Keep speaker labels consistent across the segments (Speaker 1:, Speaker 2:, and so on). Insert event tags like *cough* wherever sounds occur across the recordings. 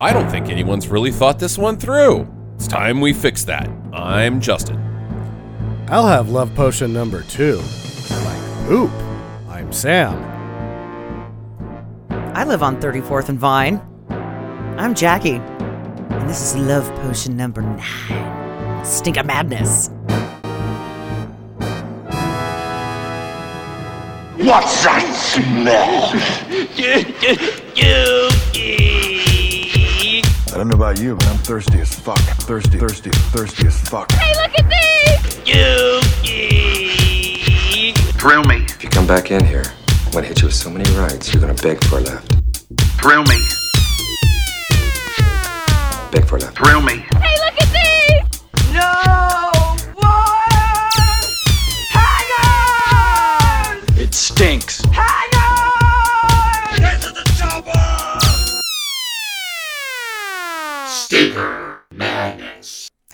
Speaker 1: I don't think anyone's really thought this one through. It's time we fix that. I'm Justin.
Speaker 2: I'll have love potion number two. Like poop. I'm Sam.
Speaker 3: I live on 34th and Vine. I'm Jackie. And this is Love Potion number nine Stink of Madness.
Speaker 4: What's that smell?
Speaker 5: I don't know about you, but I'm thirsty as fuck. Thirsty, thirsty, thirsty as fuck.
Speaker 4: Thrill me,
Speaker 6: If you come back in here, I'm gonna hit you with so many rights, you're gonna beg for a left.
Speaker 4: thrill me,
Speaker 6: Beg for a left.
Speaker 4: thrill me.
Speaker 7: Hey, look at me! No! What? Hang on!
Speaker 8: It stinks.
Speaker 7: Hang on!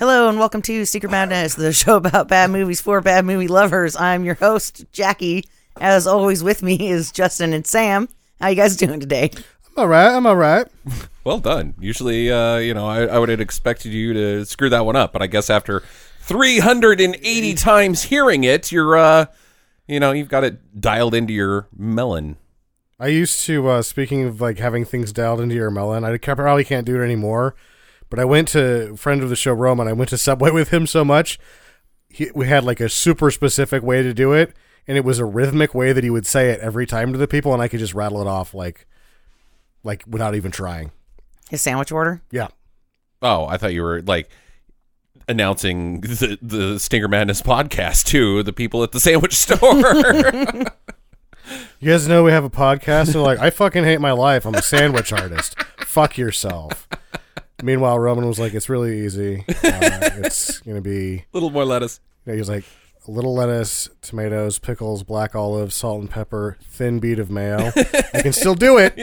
Speaker 3: Hello and welcome to Secret Madness, the show about bad movies for bad movie lovers. I'm your host, Jackie. As always, with me is Justin and Sam. How you guys doing today?
Speaker 2: I'm alright, I'm alright.
Speaker 1: Well done. Usually, uh, you know, I, I would have expected you to screw that one up, but I guess after 380 times hearing it, you're, uh, you know, you've got it dialed into your melon.
Speaker 2: I used to uh speaking of like having things dialed into your melon, I ca- probably can't do it anymore. But I went to friend of the show Roman, I went to Subway *laughs* with him so much. He, we had like a super specific way to do it, and it was a rhythmic way that he would say it every time to the people, and I could just rattle it off like like without even trying.
Speaker 3: His
Speaker 2: *laughs*
Speaker 3: sandwich order?
Speaker 2: Yeah.
Speaker 1: Oh, I thought you were like announcing the, the Stinker Madness podcast to the people at the sandwich *laughs* store.
Speaker 2: You guys know we have a podcast, and they're like, I fucking hate my life. I'm a sandwich artist. Fuck yourself. Meanwhile, Roman was like, It's really easy. Uh, it's gonna be.
Speaker 1: little more lettuce.
Speaker 2: You know, he was like, a little lettuce, tomatoes, pickles, black olive, salt and pepper, thin bead of mayo. I can still do it.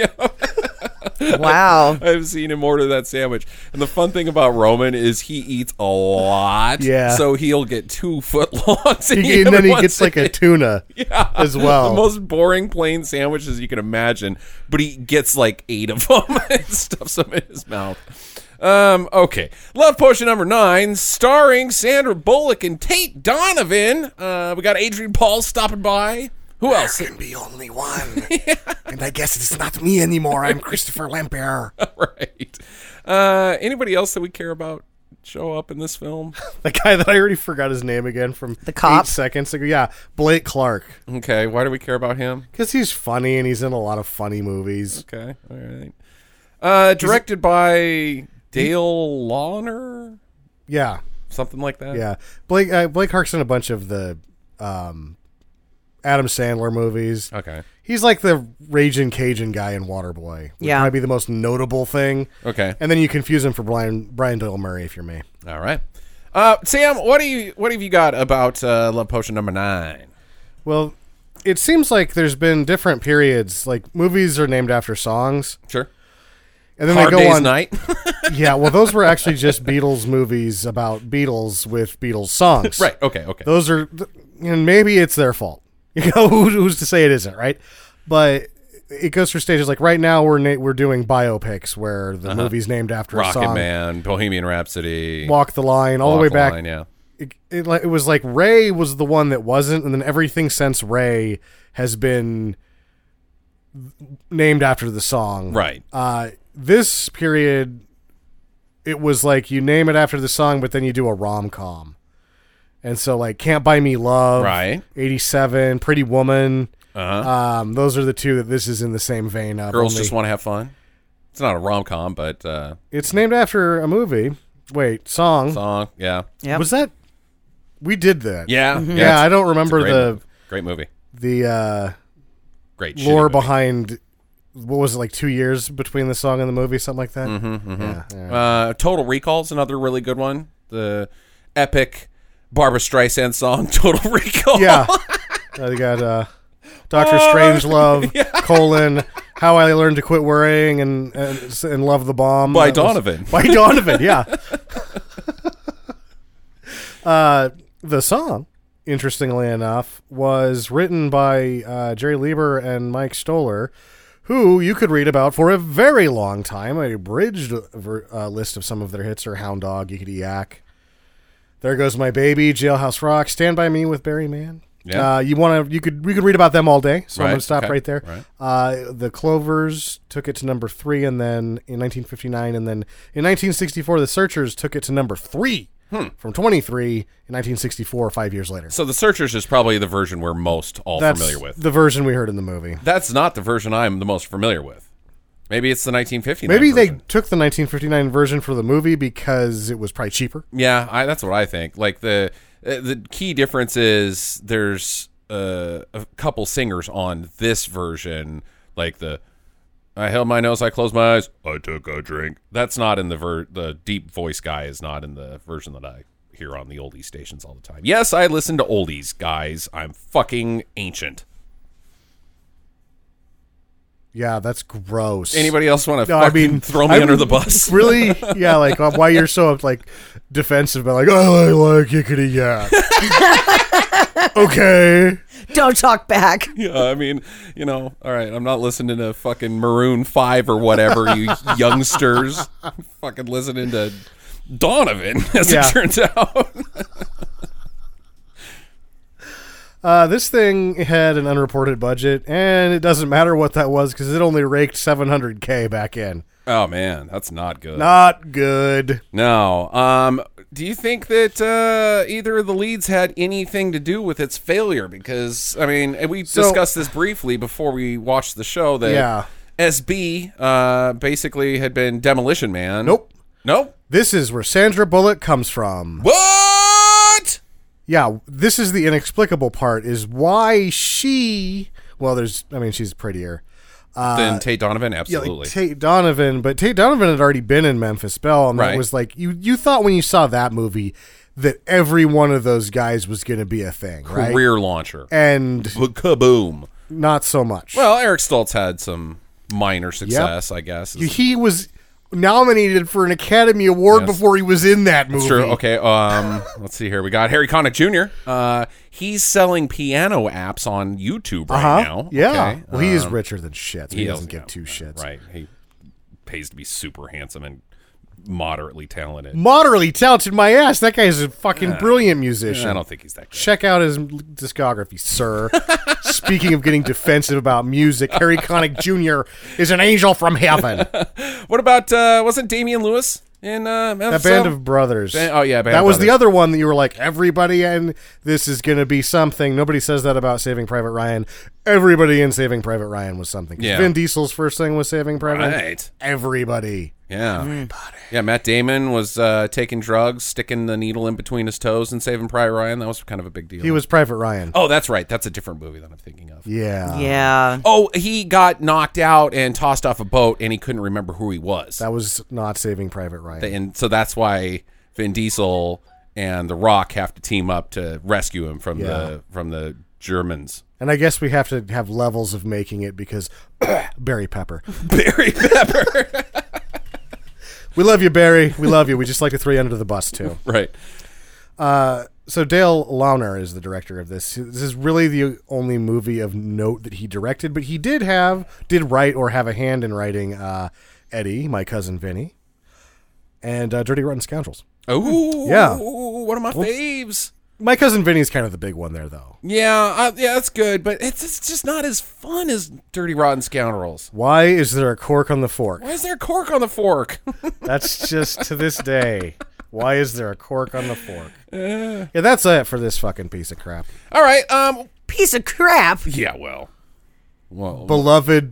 Speaker 3: Wow.
Speaker 1: I've seen him order that sandwich. And the fun thing about Roman is he eats a lot.
Speaker 2: Yeah.
Speaker 1: So he'll get two foot longs. *laughs*
Speaker 2: He- and then he gets like a tuna as well.
Speaker 1: The most boring plain sandwiches you can imagine, but he gets like eight of *laughs* them and stuffs them in his mouth. Um, okay. Love Potion number nine, starring Sandra Bullock and Tate Donovan. Uh, we got Adrian Paul stopping by. Who else? *laughs*
Speaker 2: be only one. And I guess it's not me anymore. I'm Christopher Lampier.
Speaker 1: right. Uh, anybody else that we care about show up in this film?
Speaker 2: *laughs* the guy that I already forgot his name again from the
Speaker 3: cop?
Speaker 2: eight seconds ago. Yeah, Blake Clark.
Speaker 1: Okay. Why do we care about him?
Speaker 2: Because he's funny and he's in a lot of funny movies.
Speaker 1: Okay, all right. Uh, directed by Dale Lawner,
Speaker 2: Yeah,
Speaker 1: something like that.
Speaker 2: yeah. Blake uh, Blake Clark's in a bunch of the um, Adam Sandler movies.
Speaker 1: Okay.
Speaker 2: He's like the raging Cajun guy in Waterboy. would
Speaker 3: Yeah.
Speaker 2: probably be the most notable thing.
Speaker 1: Okay.
Speaker 2: And then you confuse him for Brian Brian Doyle Murray if you're me.
Speaker 1: All right. Uh, Sam, what do you what have you got about uh, Love Potion number nine?
Speaker 2: Well, it seems like there's been different periods. Like movies are named after songs,
Speaker 1: Sure.
Speaker 2: and then
Speaker 1: Hard
Speaker 2: they go
Speaker 1: Day's
Speaker 2: on. *laughs*
Speaker 1: Night.
Speaker 2: Yeah, well, those were actually just Beatles movies about Beatles with Beatles
Speaker 1: *laughs*
Speaker 2: songs.
Speaker 1: right. Okay. Okay.
Speaker 2: those are th- and maybe it's their fault *laughs* you know who, who's to say it isn't right but it goes through stages like right now we're na- we're doing biopics where the movie's named after a
Speaker 1: Uh-huh. Rocket
Speaker 2: song
Speaker 1: Man, Bohemian Rhapsody,
Speaker 2: walk the line all the way
Speaker 1: Walk
Speaker 2: back Um,
Speaker 1: Line, yeah.
Speaker 2: it, it, like- it was like ray was the one that wasn't and then everything since ray has been named after the song
Speaker 1: Right.
Speaker 2: uh, this period it was like you name it after the song but then you do a rom-com and so like can't buy me love
Speaker 1: Right.
Speaker 2: 87 pretty woman
Speaker 1: Uh-huh.
Speaker 2: um, those are the two that this is in the same vein of
Speaker 1: Girls
Speaker 2: only-
Speaker 1: just want to have fun. It's not a rom com, but uh,
Speaker 2: it's named after a movie wait song,
Speaker 1: song. Yeah.
Speaker 3: Yep.
Speaker 2: was that we did that
Speaker 1: Yeah. Yeah.
Speaker 2: Mm-hmm. yeah i
Speaker 1: it's-
Speaker 2: don't
Speaker 1: it's a
Speaker 2: remember
Speaker 1: great
Speaker 2: the
Speaker 1: movie. great movie.
Speaker 2: the uh
Speaker 1: Great shitty
Speaker 2: lore
Speaker 1: movie.
Speaker 2: behind what was it like two years between the song and the movie something like that
Speaker 1: Mm-hmm.
Speaker 2: Yeah, yeah.
Speaker 1: Uh, Total Recall's another really good one. The epic Barbara Streisand song *laughs* Total Recall. *laughs*
Speaker 2: Yeah. Uh, they got uh, Doctor
Speaker 1: Oh.
Speaker 2: Strange
Speaker 1: *laughs*
Speaker 2: Love colon How I Learned to Quit Worrying and and, s- and Love the Bomb
Speaker 1: By
Speaker 2: That was-
Speaker 1: Donovan.
Speaker 2: by Donovan, yeah. *laughs* uh, the song, interestingly enough, was written by uh, Jerry Lieber and Mike Stoller, who you could read about for a very long time. A abridged ver- uh, list of some of their hits are Hound Dog, Yickety Yak. There goes my baby, Jailhouse Rock, Stand by Me with Barry Mann.
Speaker 1: Yeah.
Speaker 2: Uh, you want to? You could. We could read about them all day. So
Speaker 1: Right,
Speaker 2: I'm going to stop
Speaker 1: okay,
Speaker 2: right there.
Speaker 1: right.
Speaker 2: Uh, the Clovers took it to number three, and then in 1959, and then in 1964, the Searchers took it to number three
Speaker 1: Hmm.
Speaker 2: from 23 in 1964, five years later.
Speaker 1: So the Searchers is probably the version we're most all
Speaker 2: That's
Speaker 1: familiar with.
Speaker 2: the version we heard in the movie.
Speaker 1: That's not the version I'm the most familiar with. Maybe it's the 1950.
Speaker 2: Maybe they took the 1959 version for the movie because it was probably cheaper.
Speaker 1: Yeah, I, that's what I think. Like the uh, the key difference is there's uh, a couple singers on this version, like the I held my nose, I closed my eyes, I took a drink. That's not in the ver- the deep voice guy is not in the version that I hear on the oldies stations all the time. Yes, I listen to oldies, guys. I'm fucking ancient.
Speaker 2: Yeah, that's gross.
Speaker 1: Anybody else want to
Speaker 2: No, I
Speaker 1: fucking
Speaker 2: mean,
Speaker 1: throw me
Speaker 2: I'm
Speaker 1: under the bus?
Speaker 2: *laughs* really?
Speaker 1: *laughs*
Speaker 2: Yeah, like uh, why you're so like defensive about like oh I like yickety
Speaker 1: *laughs*
Speaker 2: yak. okay,
Speaker 3: Don't talk back.
Speaker 1: *laughs* Yeah, I mean, you know, all right, I'm not listening to fucking Maroon 5 or whatever,
Speaker 2: *laughs*
Speaker 1: you youngsters. I'm fucking listening to Donovan, *laughs* as
Speaker 2: Yeah.
Speaker 1: it turns out.
Speaker 2: uh, this thing had an unreported budget, and it doesn't matter what that was because it only raked 700k back in.
Speaker 1: oh, man, that's not good.
Speaker 2: Not good.
Speaker 1: No. Um, do you think that uh, either of the leads had anything to do with its failure? Because I mean, and we
Speaker 2: So-
Speaker 1: discussed this briefly before we watched the show. That
Speaker 2: Yeah.
Speaker 1: SB uh, basically had been Demolition Man.
Speaker 2: Nope.
Speaker 1: Nope.
Speaker 2: This is where Sandra Bullock comes from.
Speaker 1: What?
Speaker 2: yeah, this is the inexplicable part is why she well there's I mean she's prettier.
Speaker 1: then Tate Donovan,
Speaker 2: Uh, Yeah, like
Speaker 1: absolutely.
Speaker 2: Tate Donovan, but Tate Donovan had already been in Memphis Belle and
Speaker 1: Right.
Speaker 2: that was like you you thought when you saw that movie that every one of those guys was going to be a thing, right?
Speaker 1: Career launcher.
Speaker 2: And
Speaker 1: Ba- Kaboom.
Speaker 2: not so much.
Speaker 1: Well, Eric Stoltz had some minor success, I guess. It's
Speaker 2: he was nominated for an Academy Award
Speaker 1: Yes.
Speaker 2: before he was in that movie.
Speaker 1: true. Okay.
Speaker 2: *laughs*
Speaker 1: Um, let's see here. We got Harry Connick Jr. Uh, he's selling piano apps on YouTube right
Speaker 2: Huh?
Speaker 1: now.
Speaker 2: Uh-huh. yeah.
Speaker 1: Okay. Um,
Speaker 2: Well, he is richer than shit. So he, doesn't
Speaker 1: yeah,
Speaker 2: give two shits.
Speaker 1: Right. He pays to be super handsome and moderately talented.
Speaker 2: Moderately talented, my ass. That guy is a fucking brilliant musician.
Speaker 1: I don't think he's that good.
Speaker 2: Check out his
Speaker 1: *laughs*
Speaker 2: discography, sir. Speaking of getting defensive about music, Harry Connick Jr. is an angel from heaven.
Speaker 1: What about uh, wasn't Damian Lewis in uh,
Speaker 2: That band of brothers.
Speaker 1: Ban- oh, yeah, Band
Speaker 2: that
Speaker 1: of
Speaker 2: was the
Speaker 1: Brothers.
Speaker 2: other one that you were like, everybody in this is going to be something. Nobody says that about Saving Private Ryan. Everybody in Saving Private Ryan was something. 'Cause
Speaker 1: Yeah.
Speaker 2: Vin Diesel's first thing was Saving Private. Ryan.
Speaker 1: right?
Speaker 2: Everybody.
Speaker 1: Yeah. Yeah, Matt Damon was uh, taking drugs, sticking the needle in between his toes and saving Pryor Ryan. That was kind of a big deal.
Speaker 2: He was Private Ryan.
Speaker 1: Oh, that's right. That's a different movie that I'm thinking of.
Speaker 2: Yeah.
Speaker 3: Yeah.
Speaker 1: Oh, he got knocked out and tossed off a boat and he couldn't remember who he was.
Speaker 2: That was not Saving Private Ryan.
Speaker 1: and so that's why Vin Diesel and The Rock have to team up to rescue him from
Speaker 2: Yeah.
Speaker 1: the from the Germans. *laughs*
Speaker 2: And I guess we have to have levels of making it because *coughs* Barry Pepper.
Speaker 1: Barry
Speaker 2: *laughs*
Speaker 1: Pepper.
Speaker 2: We love you, Barry. We love you. We just like to throw you under the bus too.
Speaker 1: right.
Speaker 2: So Dale Launer is the director of this. This is really the only movie of note that he directed, but he did have, did write or have a hand in writing uh, Eddie, my cousin Vinny, and uh, Dirty Rotten Scoundrels.
Speaker 1: Oh,
Speaker 2: Yeah.
Speaker 1: One of my faves.
Speaker 2: My cousin Vinny's kind of the big one there, though.
Speaker 1: Yeah, uh, yeah, that's good, but it's, it's just not as fun as Dirty Rotten Scoundrels.
Speaker 2: Why is there a cork on the fork?
Speaker 1: Why is there a cork on the *laughs* fork?
Speaker 2: That's just to this day. Why is there a cork on the fork? Yeah, that's it for this fucking piece of crap.
Speaker 1: All right. Um.
Speaker 3: Piece of crap.
Speaker 1: Yeah. Well. Well.
Speaker 2: beloved,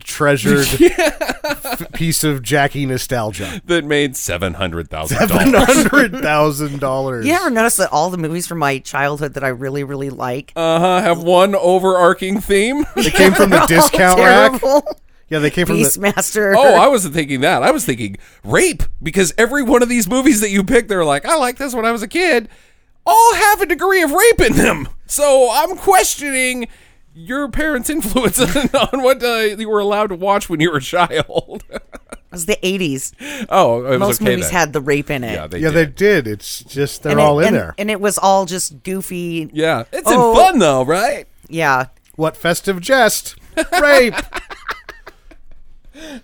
Speaker 1: *laughs*
Speaker 2: treasured f- piece of Jackie nostalgia.
Speaker 1: that made seven hundred thousand
Speaker 2: One
Speaker 1: dollars.
Speaker 2: hundred thousand dollars.
Speaker 3: You ever notice that all the movies from my childhood that I really, really like *laughs*
Speaker 1: Uh huh. Have one overarching *laughs* theme.
Speaker 2: They came from the discount rack.
Speaker 3: terrible?
Speaker 2: Yeah, they came from the.
Speaker 3: Beastmaster.
Speaker 1: oh, I wasn't thinking that. I was thinking rape because every one of these movies that you pick, they're like, I like this when I was a kid. All have a degree of rape in them. So I'm questioning your parents' influence *laughs* on, on what uh, you were allowed to watch when you were a child. *laughs*
Speaker 3: it was the 80s.
Speaker 1: oh, it was
Speaker 3: Most
Speaker 1: okay
Speaker 3: movies
Speaker 1: then.
Speaker 3: had the rape in it.
Speaker 1: Yeah, they
Speaker 2: Yeah,
Speaker 1: did.
Speaker 2: they did. It's just they're
Speaker 3: and
Speaker 2: all
Speaker 3: it,
Speaker 2: in
Speaker 3: and-
Speaker 2: there.
Speaker 3: And it was all just goofy.
Speaker 1: yeah, it's
Speaker 3: Oh.
Speaker 1: in fun though, right?
Speaker 3: Yeah.
Speaker 2: what festive jest? Rape.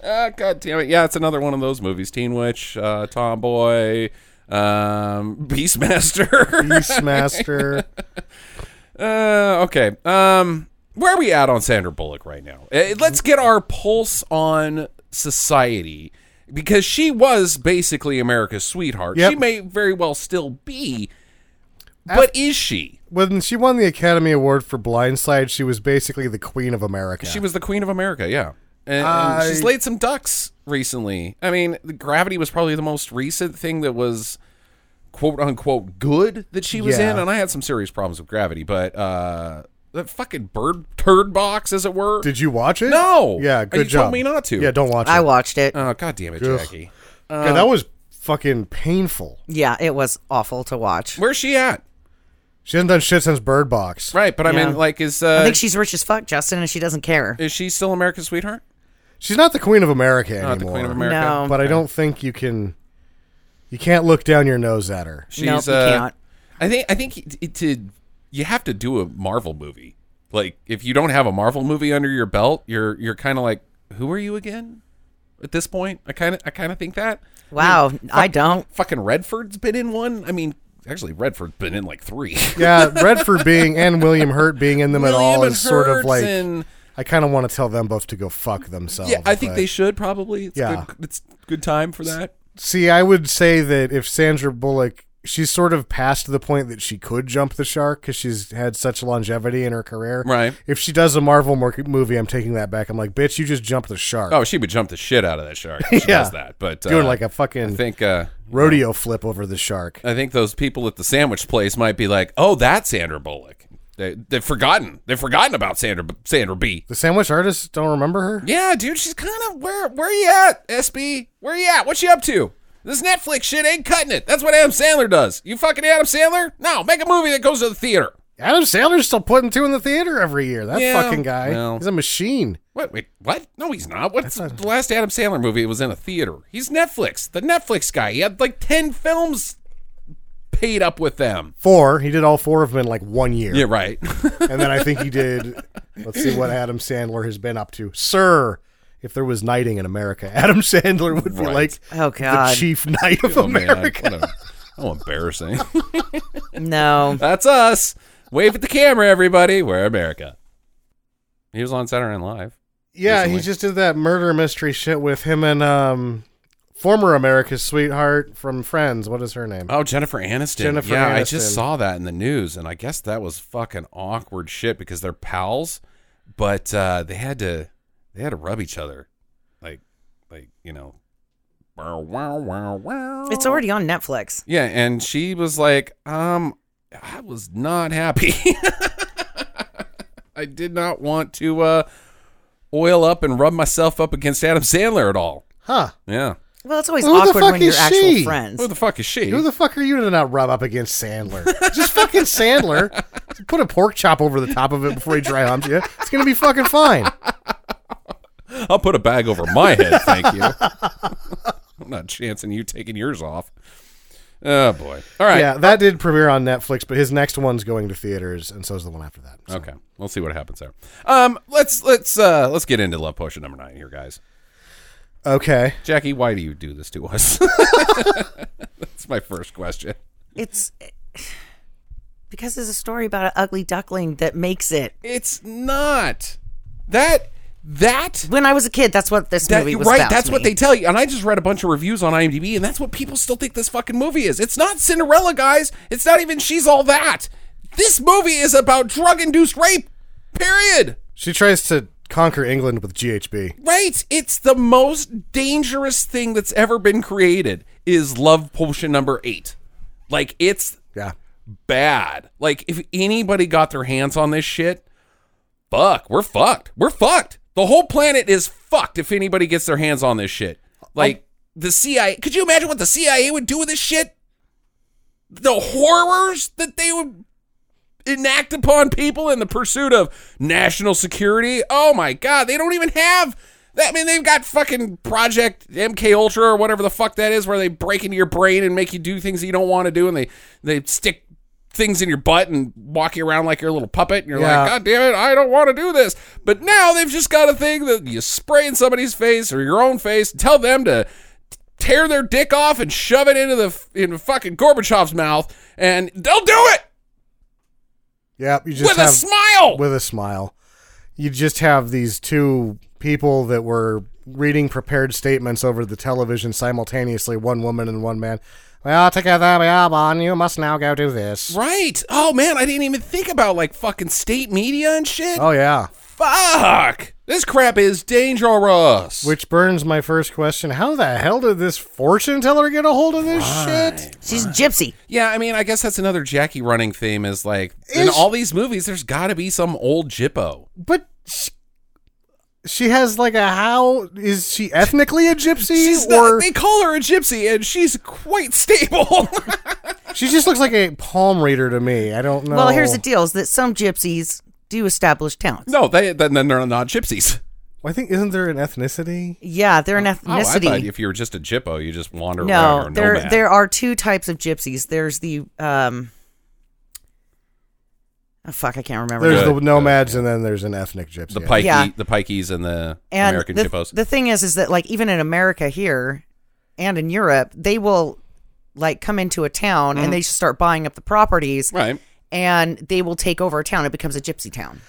Speaker 1: Ah, God damn it. Yeah, it's another one of those movies. Teen Witch, uh, Tomboy, um, *laughs*
Speaker 2: *laughs*
Speaker 1: Beastmaster.
Speaker 2: Beastmaster.
Speaker 1: uh, okay. Um, where are we at on Sandra Bullock right now? Eh, let's get our pulse on society because she was basically America's sweetheart.
Speaker 2: Yep.
Speaker 1: She may very well still be, but is she?
Speaker 2: when she won the Academy Award for Blindside, she was basically the queen of America.
Speaker 1: She was the queen of America, yeah. And, and she's
Speaker 2: I-
Speaker 1: laid some ducks recently. I mean, the Gravity was probably the most recent thing that was quote unquote good that she was
Speaker 2: Yeah.
Speaker 1: in, and I had some serious problems with Gravity, but uh that fucking bird turd box, as it were.
Speaker 2: Did you watch it?
Speaker 1: No.
Speaker 2: Yeah,
Speaker 1: You
Speaker 2: good
Speaker 1: told
Speaker 2: job.
Speaker 1: me not to.
Speaker 2: Yeah, don't watch it.
Speaker 3: I watched it.
Speaker 1: oh god damn it,
Speaker 2: Ugh.
Speaker 1: Jackie.
Speaker 2: God, that was fucking painful.
Speaker 3: Yeah, it was awful to watch.
Speaker 1: Where's she at?
Speaker 2: She hasn't done shit since Bird Box.
Speaker 1: Right, but I
Speaker 3: Yeah.
Speaker 1: mean like is uh
Speaker 3: I think she's rich as fuck, Justin, and she doesn't care.
Speaker 1: is she still America's sweetheart?
Speaker 2: She's not the queen of America anymore.
Speaker 1: Not the Queen of America.
Speaker 3: No.
Speaker 2: But I don't think you can. You can't look down your nose at her.
Speaker 1: She's
Speaker 3: Nope, you
Speaker 1: uh,
Speaker 3: can't.
Speaker 1: I think I think it, it did. You have to do a Marvel movie. Like if you don't have a Marvel movie under your belt, you're you're kind of like, who are you again? At this point, I kind of I kind of think that.
Speaker 3: Wow, I don't.
Speaker 1: Fucking Redford's been in one. I mean, actually, Redford's been in like three.
Speaker 2: Yeah, Redford being and William Hurt being in
Speaker 1: *laughs*
Speaker 2: them at all
Speaker 1: William
Speaker 2: is sort of
Speaker 1: Hurts
Speaker 2: like.
Speaker 1: and-
Speaker 2: I kind of want to tell them both to go fuck themselves.
Speaker 1: yeah, I think
Speaker 2: but-
Speaker 1: they should probably. It's
Speaker 2: Yeah.
Speaker 1: good, it's good time for that.
Speaker 2: See, I would say that if Sandra Bullock, she's sort of past the point that she could jump the shark because she's had such longevity in her career.
Speaker 1: Right.
Speaker 2: If she does a Marvel mor- movie, I'm taking that back. I'm like, bitch, you just jumped the shark.
Speaker 1: Oh, she would jump the shit out of that shark. If she
Speaker 2: *laughs* Yeah.
Speaker 1: does that, but
Speaker 2: doing
Speaker 1: uh,
Speaker 2: like a
Speaker 1: I
Speaker 2: fucking
Speaker 1: think uh,
Speaker 2: rodeo flip over the shark.
Speaker 1: I think those people at the sandwich place might be like, "Oh, that's Sandra Bullock." They, they've forgotten. They've forgotten about Sandra Sandra B.
Speaker 2: The sandwich artists don't remember her.
Speaker 1: Yeah, dude, she's kind of where where you at, SB? Where you at? What you up to? This Netflix shit ain't cutting it. That's what Adam Sandler does. You fucking Adam Sandler? No, make a movie that goes to the theater.
Speaker 2: Adam Sandler's still putting two in the theater every year. That
Speaker 1: Yeah.
Speaker 2: fucking guy.
Speaker 1: Well.
Speaker 2: He's a machine.
Speaker 1: What? Wait, what? No, he's not. What's the last Adam Sandler movie? It was in a theater. He's Netflix, the Netflix guy. He had like ten films paid up with them.
Speaker 2: Four. He did all four of them in like one year.
Speaker 1: Yeah, right.
Speaker 2: And then I think he did. Let's see what Adam Sandler has been up to, sir. If there was knighting in America, *laughs* Adam Sandler would be
Speaker 1: Right.
Speaker 2: like
Speaker 3: Oh God,
Speaker 2: the chief knight of
Speaker 1: Oh, man, *laughs*
Speaker 2: America.
Speaker 1: what a- how embarrassing.
Speaker 3: no.
Speaker 1: That's us. Wave at the camera, everybody. We're America. He was on Saturday Night Live.
Speaker 2: yeah,
Speaker 1: Recently.
Speaker 2: he just did that murder mystery shit with him and um, former America's sweetheart from Friends. What is her name?
Speaker 1: Oh, Jennifer Aniston.
Speaker 2: Jennifer
Speaker 1: yeah, I
Speaker 2: Aniston.
Speaker 1: just saw that in the news, and I guess that was fucking awkward shit because they're pals, but uh, they had to they had to rub each other, like like you know, wow wow wow wow.
Speaker 3: It's already on Netflix.
Speaker 1: yeah, and she was like, um, I was not happy. *laughs* I did not want to uh, oil up and rub myself up against Adam Sandler at all.
Speaker 2: Huh?
Speaker 1: Yeah.
Speaker 3: Well, it's always
Speaker 2: Who the
Speaker 3: awkward
Speaker 2: fuck
Speaker 3: when you're
Speaker 2: is
Speaker 3: actual
Speaker 2: she?
Speaker 1: Who
Speaker 3: friends.
Speaker 1: the fuck is she?
Speaker 2: Who the fuck are you to not rub up against Sandler? just fucking Sandler. Put a pork chop over the top of it before he dry humps you. It's gonna be fucking fine.
Speaker 1: I'll put a bag over my head, thank
Speaker 2: *laughs*
Speaker 1: you. I'm not chancing you taking yours off. Oh boy. All right.
Speaker 2: Yeah, that did premiere on Netflix, but his next one's going to theaters, and so is the one after that. So.
Speaker 1: Okay. We'll see what happens there. Um, let's let's uh let's get into love potion number nine here, guys. Oh.
Speaker 2: Okay.
Speaker 1: Jackie, why do you do this to us? *laughs* That's my first question.
Speaker 3: It's because it's a story about an ugly duckling that makes it.
Speaker 1: It's not that that
Speaker 3: When I was a kid, that's what this
Speaker 1: that
Speaker 3: movie was
Speaker 1: right.
Speaker 3: about
Speaker 1: That's
Speaker 3: to
Speaker 1: what
Speaker 3: me.
Speaker 1: they tell you. And I just read a bunch of reviews on IMDb, and that's what people still think this fucking movie is. It's not Cinderella, guys. It's not even She's All That. This movie is about drug-induced rape. Period.
Speaker 2: She tries to conquer England with GHB.
Speaker 1: Right? It's the most dangerous thing that's ever been created. Is love potion number eight? Like it's
Speaker 2: Yeah.
Speaker 1: bad. Like if anybody got their hands on this shit, fuck, we're fucked. We're fucked. The whole planet is fucked if anybody gets their hands on this shit. Like the CIA, could you imagine what the CIA would do with this shit? The horrors that they would enact upon people in the pursuit of national security. Oh my god, they don't even have that I mean they've got fucking Project MK Ultra or whatever the fuck that is where they break into your brain and make you do things that you don't want to do and they they stick things in your butt and walking around like you're a little puppet. And you're
Speaker 2: Yeah.
Speaker 1: like, God damn it, I don't want to do this. But now they've just got a thing that you spray in somebody's face or your own face and tell them to tear their dick off and shove it into the into fucking Gorbachev's mouth, and they'll do it
Speaker 2: Yep, you just
Speaker 1: with
Speaker 2: have,
Speaker 1: a smile.
Speaker 2: with a smile. You just have these two people that were reading prepared statements over the television simultaneously, one woman and one man. Well, together we are one. You must now go do this.
Speaker 1: right? Oh man, I didn't even think about like fucking state media and shit.
Speaker 2: Oh yeah.
Speaker 1: Fuck! This crap is dangerous.
Speaker 2: Which burns my first question: How the hell did this fortune teller get a hold of this shit?
Speaker 3: She's a gypsy.
Speaker 1: yeah, I mean, I guess that's another Jackie running theme is like in
Speaker 2: Is-
Speaker 1: all these movies, there's got to be some old gyppo.
Speaker 2: But she, she has like a how is she ethnically a gypsy
Speaker 1: She's
Speaker 2: or
Speaker 1: not, they call her a gypsy, and she's quite
Speaker 2: *laughs*
Speaker 1: stable.
Speaker 2: she just looks like a palm reader to me? I don't know.
Speaker 3: Well, here's the deal: is that some gypsies do establish talents.
Speaker 1: no, they then then they're not gypsies.
Speaker 2: I think isn't there an ethnicity?
Speaker 3: Yeah, they're an
Speaker 1: Oh, I thought
Speaker 3: ethnicity.
Speaker 1: if you were just a gyppo, you just wander around.
Speaker 3: no,
Speaker 1: or
Speaker 3: there
Speaker 1: nomad.
Speaker 3: there are two types of gypsies. There's the um. Oh, fuck, I can't remember.
Speaker 2: There's
Speaker 3: now.
Speaker 1: Good,
Speaker 2: the
Speaker 1: good,
Speaker 2: nomads and then there's an ethnic gypsy.
Speaker 1: the pikey,
Speaker 3: Yeah.
Speaker 1: the pikeys, and the
Speaker 3: and
Speaker 1: American
Speaker 3: the,
Speaker 1: gyppos.
Speaker 3: the thing is, is that like even in America here, and in Europe, they will like come into a town and they just start buying up the properties,
Speaker 1: Mm-hmm. right?
Speaker 3: and they will take over a town. It becomes a gypsy town.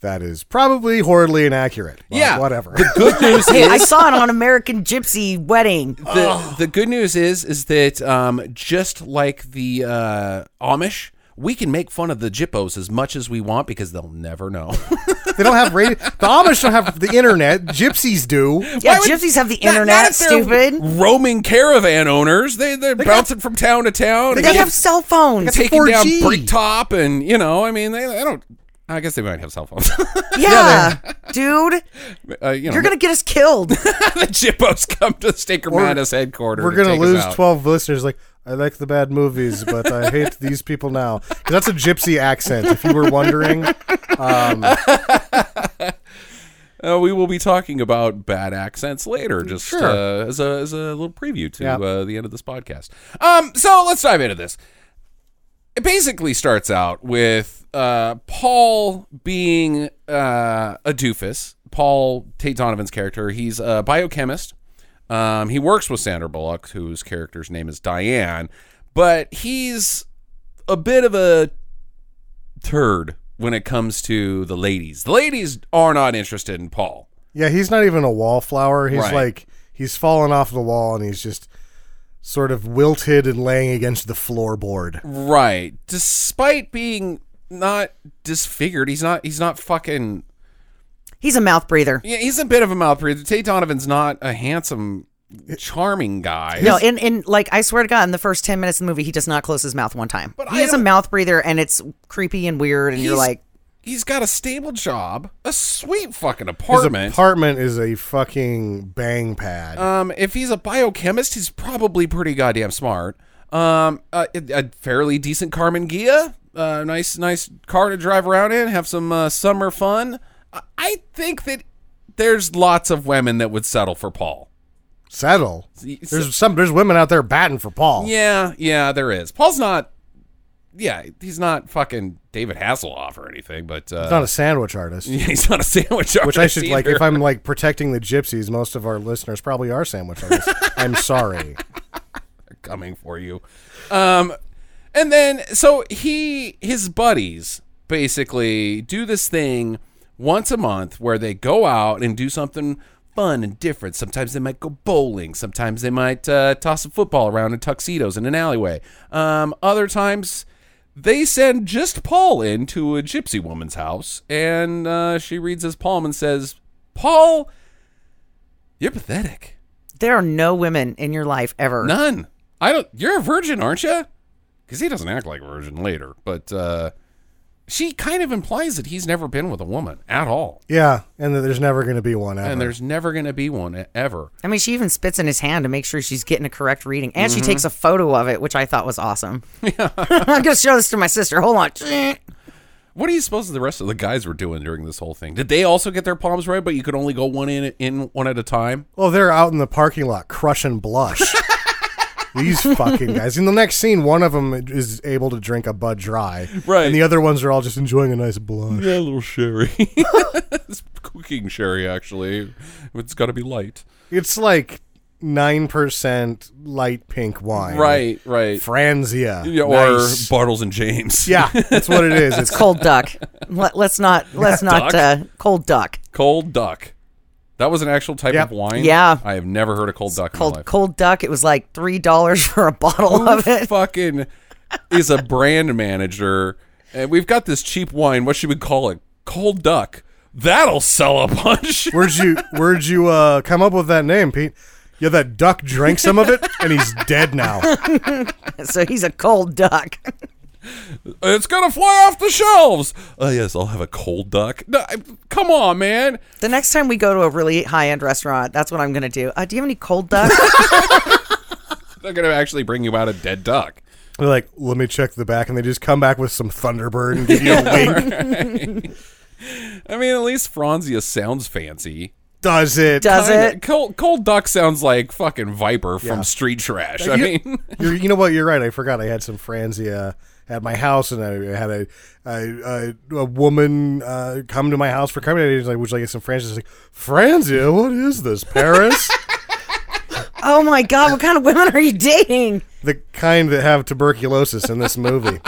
Speaker 2: That is probably horribly inaccurate. but
Speaker 1: Yeah.
Speaker 2: Whatever.
Speaker 1: Good news
Speaker 3: Hey, I saw it on American Gypsy Wedding.
Speaker 1: the the good news is is that um, just like the uh, Amish, we can make fun of the Jippos as much as we want because they'll never know.
Speaker 2: *laughs* they don't have radio. The Amish don't have the internet. Gypsies do.
Speaker 3: Yeah,
Speaker 1: Why would-
Speaker 3: gypsies have the
Speaker 1: Not- not
Speaker 3: internet.
Speaker 1: if they're
Speaker 3: stupid.
Speaker 1: Roaming caravan owners, they they're bouncing from town to town. and
Speaker 3: They have cell phones.
Speaker 1: taking down
Speaker 2: 4G.
Speaker 1: brick top, and you know, I mean, they, they don't. I guess they might have cell phones. *laughs*
Speaker 3: Yeah, dude,
Speaker 1: uh, you know, *laughs*
Speaker 3: you're gonna get us killed.
Speaker 1: the Jippos come to Stinker Madness headquarters.
Speaker 2: We're
Speaker 1: to
Speaker 2: gonna
Speaker 1: take us
Speaker 2: lose
Speaker 1: out.
Speaker 2: twelve listeners. Like I like the bad movies, but
Speaker 1: *laughs*
Speaker 2: I hate these people now. 'Cause That's a gypsy accent. If you were wondering, Um,
Speaker 1: Uh, we will be talking about bad accents later, just
Speaker 2: Mm, Sure.
Speaker 1: uh, as, a, as a little preview to
Speaker 2: Yeah.
Speaker 1: uh, the end of this podcast. Um, so let's dive into this. It basically starts out with uh, Paul being uh, a doofus. Paul Tate Donovan's character, he's a biochemist. Um, he works with Sandra Bullock, whose character's name is Diane, but he's a bit of a turd when it comes to the ladies. The ladies are not interested in Paul.
Speaker 2: yeah, he's not even a wallflower. He's
Speaker 1: Right.
Speaker 2: like he's fallen off the wall and he's just sort of wilted and laying against the floorboard.
Speaker 1: Right. Despite being not disfigured, he's not he's not fucking
Speaker 3: He's a mouth breather.
Speaker 1: Yeah, he's a bit of a mouth breather. Tate Donovan's not a handsome charming guy.
Speaker 3: No, and, and like I swear to God, in the first ten minutes of the movie, he does not close his mouth one time.
Speaker 1: But
Speaker 3: he
Speaker 1: I
Speaker 3: is a
Speaker 1: don't-
Speaker 3: mouth breather, and it's creepy and weird. And you're
Speaker 1: He's-
Speaker 3: like,
Speaker 1: he's got a stable job, a sweet fucking
Speaker 2: His
Speaker 1: apartment.
Speaker 2: apartment is a fucking bang pad.
Speaker 1: um if he's a biochemist, he's probably pretty goddamn smart. Um a, a fairly decent Carmen Gia, uh, nice nice car to drive around in, have some uh, summer fun. I- I think that there's lots of women that would settle for Paul.
Speaker 2: Settle.
Speaker 1: It's-
Speaker 2: There's some. There's women out there batting for Paul.
Speaker 1: Yeah, yeah, there is. Paul's not. Yeah, he's not fucking David Hasselhoff or anything, but uh, *laughs*
Speaker 2: He's not a sandwich artist.
Speaker 1: he's not a sandwich artist.
Speaker 2: Which I should like
Speaker 1: either.
Speaker 2: if I'm like protecting the gypsies. Most of our listeners probably are sandwich artists. I'm sorry.
Speaker 1: coming for you. Um, and then so he his buddies basically do this thing once a month where they go out and do something fun and different. Sometimes they might go bowling. Sometimes they might uh, toss a football around in tuxedos in an alleyway. Um, other times. They send just Paul in to a gypsy woman's house, and uh, she reads his palm and says, "Paul, you're pathetic."
Speaker 3: there are no women in your life ever.
Speaker 1: None. I don't. You're a virgin, aren't you? Because he doesn't act like a virgin later, but uh, she kind of implies that he's never been with a woman at all,
Speaker 2: Yeah, and that there's never going to be one ever.
Speaker 1: and there's never going to be one e- ever.
Speaker 3: I mean, she even spits in his hand to make sure she's getting a correct reading, and
Speaker 1: Mm-hmm.
Speaker 3: she takes a photo of it, which I thought
Speaker 1: *laughs*
Speaker 3: was awesome. *laughs* I'm gonna show this to my sister. Hold on. *laughs*
Speaker 1: What do you suppose the rest of the guys were doing during this whole thing? Did they also get their palms read, but you could only go one in in one at a time? *laughs*
Speaker 2: well, they're out in the parking lot crushing blush. These fucking guys. In the next scene, one of them is able to drink a Bud Dry,
Speaker 1: Right.
Speaker 2: And the other ones are all just enjoying a nice blush.
Speaker 1: Yeah, a little sherry. *laughs* it's cooking sherry, actually. It's got to be light.
Speaker 2: It's like nine percent light pink wine,
Speaker 1: Right, right.
Speaker 2: Franzia,
Speaker 1: Yeah, or
Speaker 2: Nice.
Speaker 1: Bartles and James.
Speaker 2: yeah, that's what
Speaker 1: *laughs*
Speaker 2: it is. It's
Speaker 3: cold duck. Let, us not let's not
Speaker 1: Duck?
Speaker 3: uh, cold duck.
Speaker 1: Cold duck. That was an actual type of
Speaker 2: Yep.
Speaker 1: wine.
Speaker 3: Yeah.
Speaker 1: I have never heard of cold duck in my
Speaker 3: Cold
Speaker 1: life.
Speaker 3: cold duck. It was like three dollars *laughs* for a bottle
Speaker 1: Who
Speaker 3: of it.
Speaker 1: fucking is a brand manager? And we've got this cheap wine. What should we call it? Cold duck. That'll sell a bunch.
Speaker 2: Where'd you Where'd you uh, come up with that name, Pete? Yeah, that duck drank some of it, and he's
Speaker 1: *laughs*
Speaker 2: dead now.
Speaker 3: So he's a cold duck.
Speaker 1: It's gonna fly off the shelves. Oh yes, I'll have a cold duck. No, I- come on, man.
Speaker 3: The next time we go to a really high end restaurant, that's what I'm gonna do. Uh, do you have any cold *laughs* duck?
Speaker 1: They're gonna actually bring you out a dead duck.
Speaker 2: They're like, let me check the back, and they just come back with some Thunderbird and give you
Speaker 1: *laughs*
Speaker 2: a wink.
Speaker 1: I mean, at least Franzia sounds fancy.
Speaker 2: Does it?
Speaker 3: Does
Speaker 1: Kinda.
Speaker 3: it?
Speaker 1: Cold, cold duck sounds like fucking viper from
Speaker 2: Yeah.
Speaker 1: Street Trash. I
Speaker 2: you,
Speaker 1: mean,
Speaker 2: you're, you know what? You're right. I forgot. I had some Franzia at my house, and I had a a, a, a woman uh, come to my house for coming. I was like, "Would you like some Franzia?" She's like, "Franzia, what is
Speaker 1: *laughs*
Speaker 2: this? Paris?"
Speaker 3: Oh my god, what kind of women are you dating?
Speaker 2: the kind that have tuberculosis in
Speaker 1: *laughs*
Speaker 2: this movie.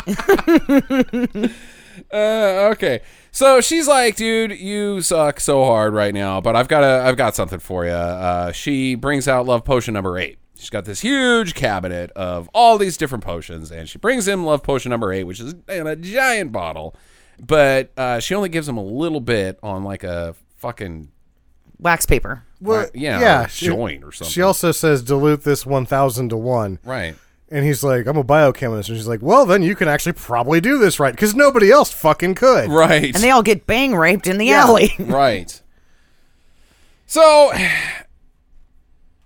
Speaker 1: uh, okay. So she's like, dude, you suck so hard right now, but I've got a, I've got something for you. Uh, she brings out love potion number eight. She's got this huge cabinet of all these different potions, and she brings him love potion number eight, which is in a giant bottle, but uh, she only gives him a little bit on like a fucking
Speaker 3: Wax paper.
Speaker 2: Well,
Speaker 1: yeah, like joint or something.
Speaker 2: Uh, She also says dilute this one thousand to one,
Speaker 1: right.
Speaker 2: and he's like, "I'm a biochemist," and she's like, "Well, then you can actually probably do this right because nobody else fucking could."
Speaker 1: Right.
Speaker 3: And they all get bang raped in the alley. *laughs*
Speaker 1: right. So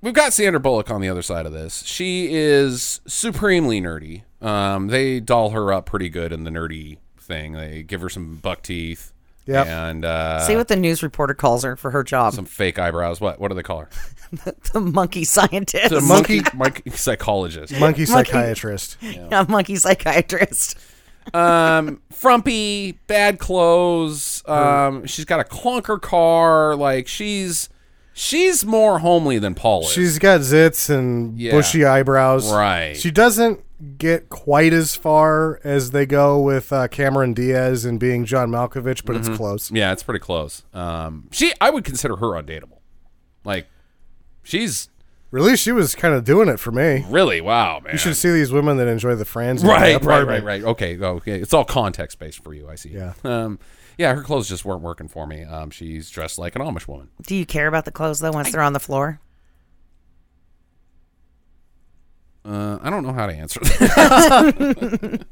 Speaker 1: we've got Sandra Bullock on the other side of this. She is supremely nerdy. Um, they doll her up pretty good in the nerdy thing. They give her some buck teeth.
Speaker 2: Yep.
Speaker 1: And uh,
Speaker 3: See what the news reporter calls her for her job.
Speaker 1: some fake eyebrows. What? What do they call her?
Speaker 3: *laughs* the monkey scientist. *laughs*
Speaker 1: The
Speaker 3: A
Speaker 1: monkey, monkey *laughs* psychologist.
Speaker 2: Monkey psychiatrist.
Speaker 3: monkey psychiatrist.
Speaker 1: um, frumpy, bad clothes. Um, she's got a clunker car. Like she's she's more homely than Paul is.
Speaker 2: She's got zits and
Speaker 1: Yeah.
Speaker 2: bushy eyebrows.
Speaker 1: Right.
Speaker 2: She doesn't get quite as far as they go with uh, Cameron Diaz and being John Malkovich, but it's close.
Speaker 1: Mm-hmm. Yeah, it's pretty close. Um, she, I would consider her undateable. Like, she's
Speaker 2: Really, she was kind of doing it for me.
Speaker 1: really wow, man.
Speaker 2: You should see these women that enjoy the Franz. in my
Speaker 1: right, right,
Speaker 2: apartment.
Speaker 1: right, right. Okay, oh, okay. It's all context based for you. I see.
Speaker 2: Yeah.
Speaker 1: Um, yeah, her clothes just weren't working for me. Um, she's dressed like an Amish woman.
Speaker 3: Do you care about the clothes though once they're on the floor?
Speaker 1: Uh, I don't know how to answer *laughs* that.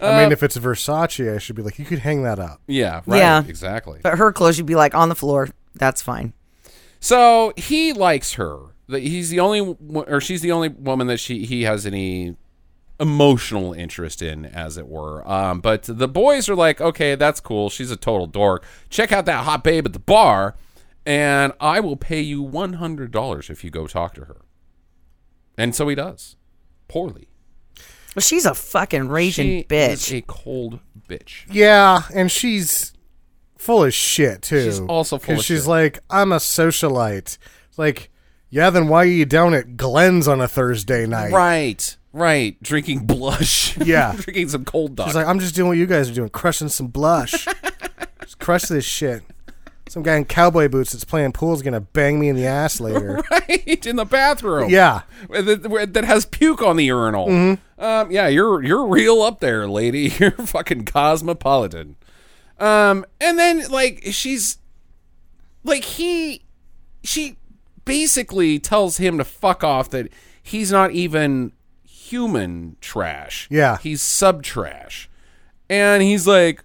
Speaker 2: I mean, if it's Versace, I should be like, you could hang that up.
Speaker 1: yeah, right.
Speaker 3: Yeah.
Speaker 1: Exactly.
Speaker 3: But her clothes, you'd be like on the floor. That's fine.
Speaker 1: So he likes her. The- He's the only, wo- or she's the only woman that she he has any emotional interest in, as it were. Um, but the boys are like, okay, that's cool. She's a total dork. Check out that hot babe at the bar, and I will pay you one hundred dollars if you go talk to her. And so he does, poorly.
Speaker 3: Well, she's a fucking raging
Speaker 1: She
Speaker 3: bitch.
Speaker 1: is a cold bitch.
Speaker 2: Yeah, and she's full of shit too.
Speaker 1: She's also full
Speaker 2: 'Cause
Speaker 1: of
Speaker 2: she's
Speaker 1: shit.
Speaker 2: like, I'm a socialite. It's Like, yeah, then why are you down at Glenn's on a Thursday night?
Speaker 1: Right, right. Drinking blush.
Speaker 2: Yeah.
Speaker 1: *laughs* drinking some cold duck.
Speaker 2: She's like, I'm just doing what you guys are doing, crushing some blush. just crush this shit. Some guy in cowboy boots that's playing pool is gonna bang me in the ass
Speaker 3: *laughs*
Speaker 2: later.
Speaker 1: *laughs* right in the bathroom.
Speaker 2: Yeah.
Speaker 1: that, that has puke on the urinal. Um, yeah, you're you're real up there, lady. *laughs* You're fucking cosmopolitan. Um, and then like she's like he she basically tells him to fuck off that he's not even human trash.
Speaker 2: Yeah.
Speaker 1: he's sub trash, and he's like,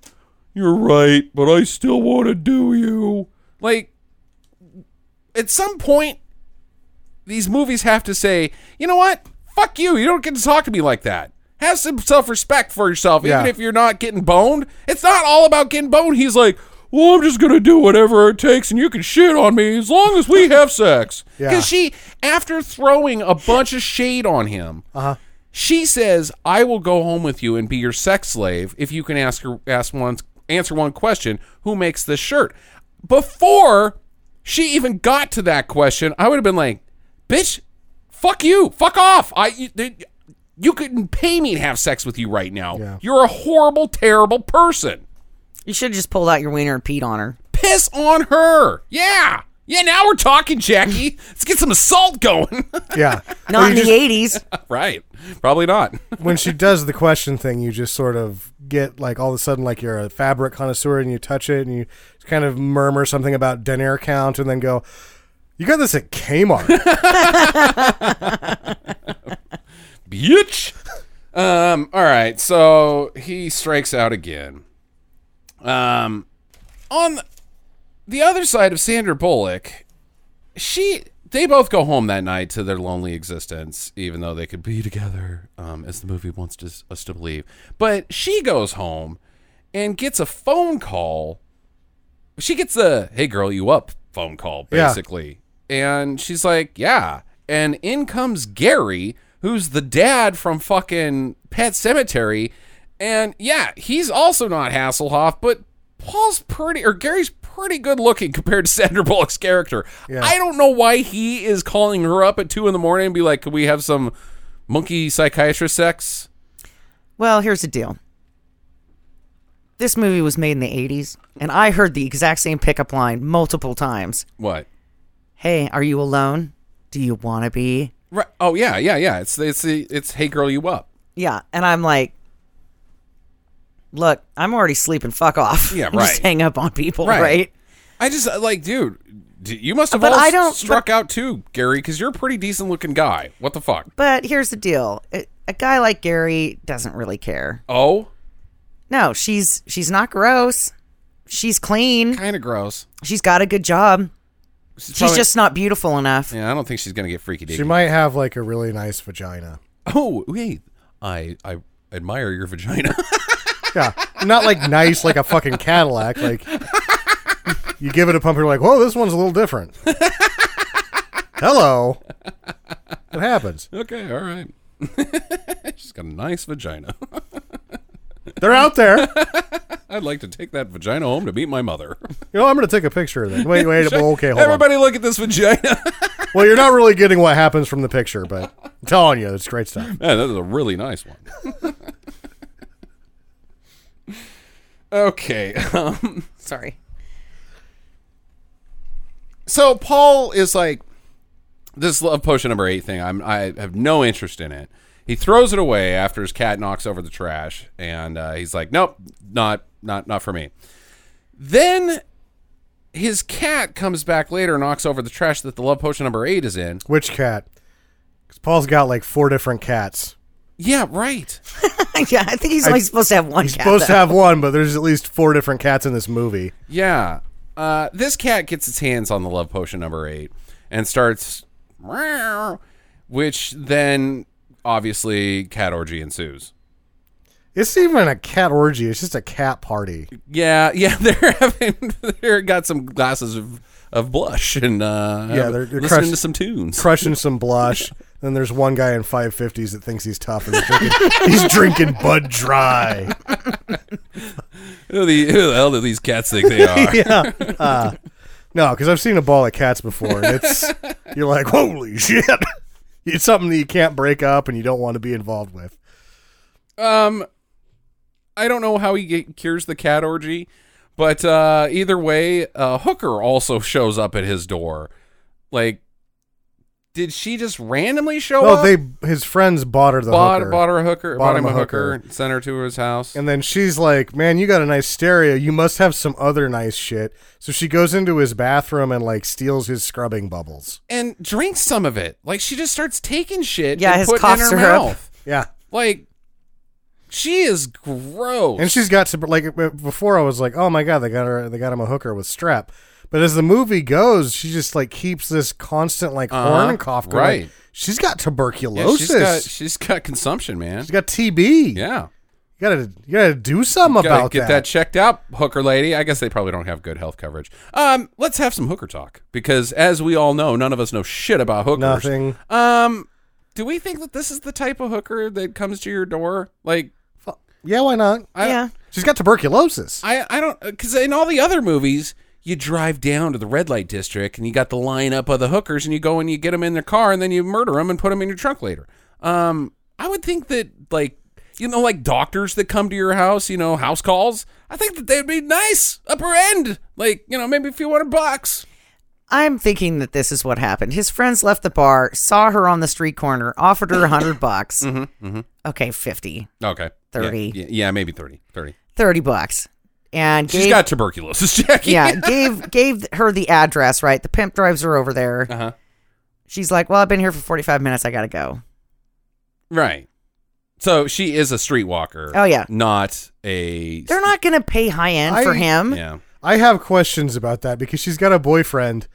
Speaker 1: "You're right, but I still want to do you." Like at some point these movies have to say, you know what? Fuck you. You don't get to talk to me like that. Have some self respect for yourself,
Speaker 2: Yeah.
Speaker 1: even if you're not getting boned. It's not all about getting boned. He's like, well, I'm just going to do whatever it takes and you can shit on me as long as we have sex.
Speaker 2: Yeah.
Speaker 1: Because she, after throwing a bunch of shade on him,
Speaker 2: Uh-huh.
Speaker 1: she says, I will go home with you and be your sex slave if you can ask her, ask one, answer one question who makes this shirt? Before she even got to that question, I would have been like, bitch, fuck you, fuck off. I, you, th- you couldn't pay me to have sex with you right now.
Speaker 2: Yeah.
Speaker 1: You're a horrible, terrible person
Speaker 3: You should have just pulled out your wiener and peed on her.
Speaker 1: piss on her. Yeah. Yeah, now we're talking, Jackie. Let's get some assault going. *laughs*
Speaker 2: Yeah. Or
Speaker 3: Not
Speaker 2: you
Speaker 3: in
Speaker 2: just-
Speaker 3: the 80s.
Speaker 1: right. Probably not. *laughs*
Speaker 2: when she does the question thing, you just sort of get like all of a sudden like you're a fabric connoisseur and you touch it and you kind of murmur something about denier count and then go, "You got this at
Speaker 3: *laughs*
Speaker 2: Kmart."
Speaker 1: Bitch. Um, all right. So he strikes out again. Um, on the- the other side of Sandra Bullock, she they both go home that night to their lonely existence, even though they could be together, um, as the movie wants to, us to believe. But she goes home and gets a phone call. She gets the "Hey girl, you up?" phone call
Speaker 2: Yeah.
Speaker 1: basically, and she's like, "Yeah." And in comes Gary, who's the dad from fucking Pet Cemetery, and yeah, he's also not Hasselhoff, but Paul's pretty or Gary's pretty good looking compared to Sandra Bullock's character. I don't know why he is calling her up at two in the morning and be like, "Could we have some monkey psychiatrist sex?"
Speaker 3: *laughs* Well, here's the deal. This movie was made in the 80s, and I heard the exact same pickup line multiple times.
Speaker 1: What?
Speaker 3: Hey, are you alone? Do you want to be?
Speaker 1: Right. Oh yeah, yeah, yeah. It's it's it's hey girl, you up?
Speaker 3: Yeah. And I'm like, look, I'm already sleeping. Fuck off.
Speaker 1: Yeah,
Speaker 3: *laughs* Just
Speaker 1: right.
Speaker 3: hang up on people,
Speaker 1: Right.
Speaker 3: right?
Speaker 1: I just uh, like, dude, d- you must have
Speaker 3: But
Speaker 1: all
Speaker 3: I
Speaker 1: s-
Speaker 3: don't-
Speaker 1: struck out too, Gary, because you're a pretty decent looking guy. What the fuck?
Speaker 3: But here's the deal. A- a guy like Gary doesn't really care.
Speaker 1: Oh,
Speaker 3: No, she's she's not gross. She's clean.
Speaker 1: kind of gross.
Speaker 3: She's got a good job.
Speaker 1: She's,
Speaker 3: She's
Speaker 1: probably-
Speaker 3: just not beautiful enough.
Speaker 1: Yeah, I don't think she's gonna get freaky.
Speaker 2: she
Speaker 1: deaky.
Speaker 2: might have like a really nice vagina.
Speaker 1: Oh wait, I I admire your
Speaker 2: *laughs*
Speaker 1: vagina.
Speaker 2: Yeah, not like nice like a fucking Cadillac. Like you give it a pump, you're like, "Whoa, this one's a little different." Hello, it happens.
Speaker 1: Okay, all right. *laughs* She's got a nice vagina. *laughs*
Speaker 2: They're out there.
Speaker 1: I'd like to take that vagina home to meet my mother.
Speaker 2: You know, I'm gonna take a picture of that. Wait, wait. well, okay, hold on.
Speaker 1: Everybody, look at this vagina.
Speaker 2: Well, you're not really getting what happens from the picture, but I'm telling you, it's great stuff.
Speaker 1: Man, that is a really nice one. *laughs* okay. *laughs* Um,
Speaker 3: Sorry.
Speaker 1: so Paul is like this love potion number eight thing. I'm I have no interest in it. He throws it away after his cat knocks over the trash, and uh, he's like, "Nope, not not not for me." Then his cat comes back later and knocks over the trash that the love potion number eight is in.
Speaker 2: Which cat? 'Cause Paul's got like four different cats.
Speaker 1: Yeah, right.
Speaker 3: *laughs* yeah, I think he's only supposed to have one
Speaker 2: He's
Speaker 3: cat.
Speaker 2: supposed to
Speaker 3: though.
Speaker 2: have one, but there's at least four different cats in this movie.
Speaker 1: Yeah. Uh, this cat gets its hands on the love potion number eight and starts, "Meow," which then obviously cat orgy ensues.
Speaker 2: It's even a cat orgy. It's just a cat party.
Speaker 1: Yeah, *laughs* yeah, they're having they're got some glasses of, of blush and uh,
Speaker 2: Yeah, they're- they're
Speaker 1: listening
Speaker 2: crushed-
Speaker 1: to some tunes.
Speaker 2: Crushing some blush. Then there's one guy in 550s that thinks he's tough and he's drinking, he's drinking Bud Dry.
Speaker 1: Who the, who the hell do these cats think
Speaker 2: *laughs*
Speaker 1: they are?
Speaker 2: Yeah. Uh, no, because I've seen a ball of cats before, and it's you're like, holy shit! It's something that you can't break up, and you don't want to be involved with.
Speaker 1: Um, I don't know how he get, cures the cat orgy, but uh, either way, uh, Hooker also shows up at his door. Like, did she just randomly show
Speaker 2: No,
Speaker 1: up?
Speaker 2: they his friends bought her the
Speaker 1: Oh, uh, bought
Speaker 2: hooker,
Speaker 1: bought her a hooker,
Speaker 2: Bought
Speaker 1: bought him
Speaker 2: him
Speaker 1: a
Speaker 2: a
Speaker 1: hooker, sent her to his house.
Speaker 2: and then she's like, "Man, you got a nice stereo. You must have some other nice shit." So she goes into his bathroom and like steals his scrubbing bubbles.
Speaker 1: and drinks some of it. Like she just starts taking shit.
Speaker 3: Yeah,
Speaker 1: and
Speaker 3: his
Speaker 1: putting
Speaker 3: cough
Speaker 1: it in her
Speaker 3: syrup.
Speaker 1: mouth.
Speaker 2: Yeah,
Speaker 1: Like she is gross.
Speaker 2: and she's got some like b- before. I was like, "Oh my god, they got her. They got him a hooker with strep." But as the movie goes, she just like keeps this constant like
Speaker 1: Uh-huh,
Speaker 2: horn cough going.
Speaker 1: right.
Speaker 2: She's got
Speaker 1: yeah,
Speaker 2: tuberculosis.
Speaker 1: she's got she's got consumption, man.
Speaker 2: she's got TB.
Speaker 1: Yeah,
Speaker 2: gotta you gotta do something
Speaker 1: Gotta
Speaker 2: about
Speaker 1: get that. checked out, hooker lady. I guess they probably don't have good health coverage. Um, let's have some hooker talk because, as we all know, none of us know shit about hookers.
Speaker 2: Nothing.
Speaker 1: Um, do we think that this is the type of hooker that comes to your door? Like,
Speaker 2: Yeah, why not?
Speaker 1: I,
Speaker 3: yeah.
Speaker 2: She's got tuberculosis.
Speaker 1: I, I don't because in all the other movies you drive down to the red light district and you got the lineup of the hookers and you go and you get them in their car and then you murder them and put them in your trunk later. Um, I would think that like you know like doctors that come to your house, you know house calls. I think that they'd be nice upper end, like you know maybe a few hundred bucks.
Speaker 3: I'm thinking that this is what happened. His friends left the bar, saw her on the street corner, offered her a hundred bucks. mm-hmm, Okay, fifty.
Speaker 1: Okay,
Speaker 3: 30.
Speaker 1: Yeah, yeah, maybe 30. 30.
Speaker 3: Thirty bucks. And
Speaker 1: She's
Speaker 3: gave,
Speaker 1: got tuberculosis, *laughs* Jackie.
Speaker 3: yeah, gave gave her the address, right? The pimp drives her over there.
Speaker 1: Uh-huh.
Speaker 3: She's like, Well, I've been here for forty five minutes, I gotta go.
Speaker 1: right. So she is a streetwalker.
Speaker 3: Oh, yeah.
Speaker 1: not a.
Speaker 3: They're not gonna pay high end
Speaker 2: I-
Speaker 3: for him.
Speaker 1: Yeah.
Speaker 2: I have questions about that because she's got a boyfriend.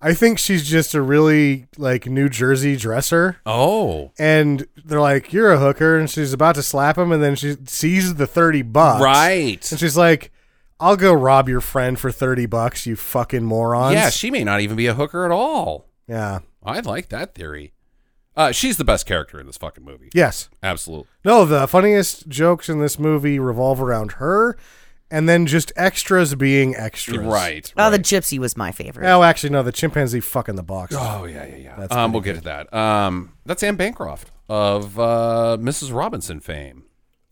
Speaker 2: I think she's just a really like New Jersey dresser.
Speaker 1: Oh.
Speaker 2: And they're like, "You're a hooker," and she's about to slap him, and then she sees the thirty bucks,
Speaker 1: Right.
Speaker 2: And she's like, "I'll go rob your friend for thirty bucks, you fucking morons."
Speaker 1: Yeah, she may not even be a hooker at all.
Speaker 2: yeah,
Speaker 1: I like that theory. Uh, she's the best character in this fucking movie.
Speaker 2: yes.
Speaker 1: Absolutely.
Speaker 2: No, the funniest jokes in this movie revolve around her, and then just extras being extras.
Speaker 1: Right.
Speaker 3: Oh, the
Speaker 1: right.
Speaker 3: gypsy was my favorite.
Speaker 2: Oh, actually, no. The chimpanzee fucking the box.
Speaker 1: oh yeah, yeah, yeah. um, we'll get to that. Um, that's Anne Bancroft of uh, Mrs. Robinson fame.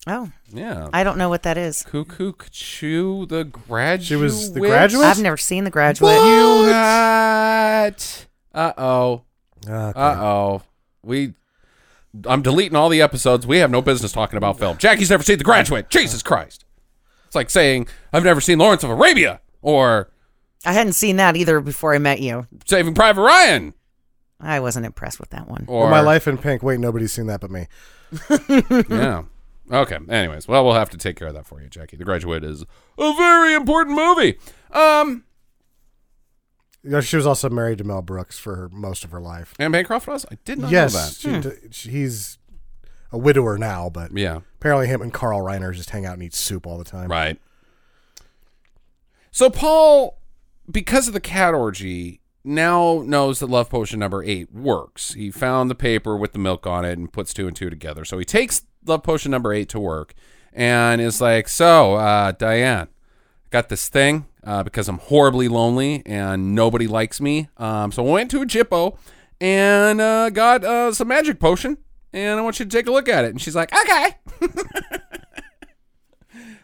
Speaker 3: Oh,
Speaker 1: Yeah.
Speaker 3: I don't know what that is.
Speaker 1: Cuckoo Chew the graduate.
Speaker 2: She was The Graduate?
Speaker 3: I've never seen The Graduate.
Speaker 1: What? Uh oh.
Speaker 2: Okay.
Speaker 1: Uh oh. We. I'm deleting all the episodes. We have no business talking about film. Jackie's never seen The Graduate. Jesus Christ. It's like saying I've never seen Lawrence of Arabia or
Speaker 3: I hadn't seen that either before I met you.
Speaker 1: Saving Private Ryan
Speaker 3: I wasn't impressed with that one.
Speaker 1: or
Speaker 2: Or my life in pink. Wait, nobody's seen that but me.
Speaker 1: *laughs* Yeah. Okay. Anyways, well, we'll have to take care of that for you, Jackie. The Graduate is a very important movie. Um,
Speaker 2: You know, Uh, She was also married to Mel Brooks for her, most of her life.
Speaker 1: and Bancroft was. I did not know
Speaker 2: yes,
Speaker 1: that. Hmm.
Speaker 2: she, d- she- he's a widower now, but
Speaker 1: Yeah.
Speaker 2: apparently him and Carl Reiner just hang out and eat soup all the time.
Speaker 1: Right. So Paul, because of the cat orgy, now knows that love potion number eight works. He found the paper with the milk on it and puts two and two together. So he takes love potion number eight to work and is like, "So, uh, Diane, got this thing uh, because I'm horribly lonely and nobody likes me. Um, so I went to a gyppo and uh, got uh, some magic potion, and I want you to take a look at it." And she's like, "Okay." *laughs*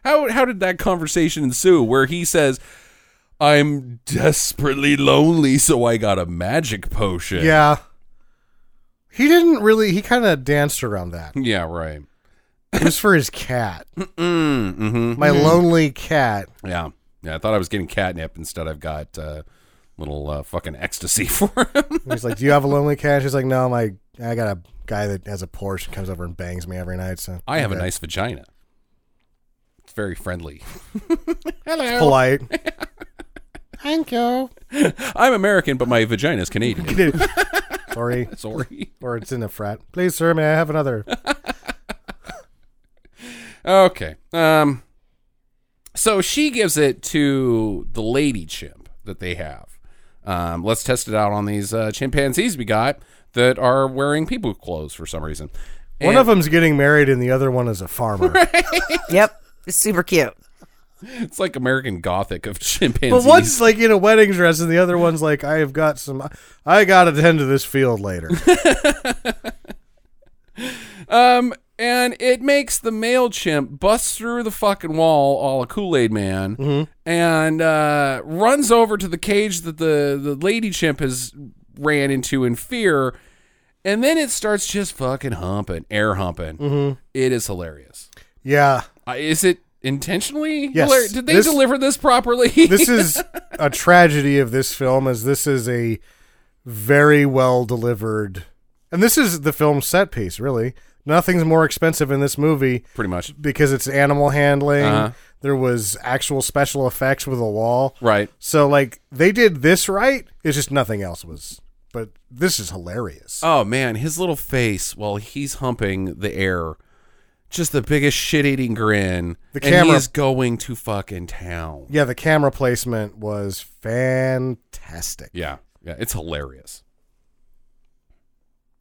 Speaker 1: How how did that conversation ensue where he says, "I'm desperately lonely, so I got a magic potion."
Speaker 2: Yeah. He didn't really. He kind of danced around that.
Speaker 1: Yeah, right.
Speaker 2: It was for his cat,
Speaker 1: Mm, mhm.
Speaker 2: my lonely cat.
Speaker 1: Yeah. Yeah, I thought I was getting catnip instead I've got uh little uh, fucking ecstasy *laughs* for him.
Speaker 2: He's like, "Do you have a lonely cat?" She's like, "No, my I got a guy that has a Porsche and comes over and bangs me every night." So
Speaker 1: I have a
Speaker 2: okay."
Speaker 1: nice vagina. It's very
Speaker 2: *laughs*
Speaker 1: friendly. Hello.
Speaker 2: polite.
Speaker 1: *laughs*
Speaker 2: Thank you.
Speaker 1: I'm American, but my vagina is
Speaker 2: *laughs*
Speaker 1: Canadian.
Speaker 2: Sorry,
Speaker 1: Sorry.
Speaker 2: or it's in the frat. Please, sir, may I have another?
Speaker 1: Okay. Um so she gives it to the lady chimp that they have. Um, let's test it out on these uh, chimpanzees we got that are wearing people clothes for some reason.
Speaker 2: One
Speaker 1: And-
Speaker 2: of them's getting married, and the other one is
Speaker 1: *laughs*
Speaker 2: a farmer.
Speaker 3: Yep. It's super cute.
Speaker 1: it's like American Gothic of *laughs* chimpanzees.
Speaker 2: But one's like in a wedding dress, and the other one's like, "I have got some. I got to tend to this field
Speaker 1: *laughs*
Speaker 2: later."
Speaker 1: Um, and it makes the male chimp bust through the fucking wall, all a Kool Aid man,
Speaker 2: Mm-hmm.
Speaker 1: and uh, runs over to the cage that the the lady chimp has ran into in fear, and then it starts just fucking humping, air humping.
Speaker 2: Mm-hmm.
Speaker 1: It is hilarious.
Speaker 2: yeah,
Speaker 1: Uh, is it intentionally?
Speaker 2: Yes.
Speaker 1: hilar- Did they
Speaker 2: This-
Speaker 1: deliver this properly?
Speaker 2: this is a tragedy of this film, as this is a very well delivered, and this is the film's set piece. Really, nothing's more expensive in this movie
Speaker 1: *laughs* pretty much
Speaker 2: because it's animal handling.
Speaker 1: Uh-huh.
Speaker 2: There was actual special effects with a wall.
Speaker 1: right.
Speaker 2: So like they did this right. It's just nothing else was. But
Speaker 1: Uh,
Speaker 2: this is hilarious.
Speaker 1: Oh man, his little face while he's humping the air just the biggest shit eating grin.
Speaker 2: The
Speaker 1: and
Speaker 2: camera-
Speaker 1: he is going to fucking town.
Speaker 2: Yeah, the camera placement was fantastic.
Speaker 1: Yeah, yeah, it's hilarious.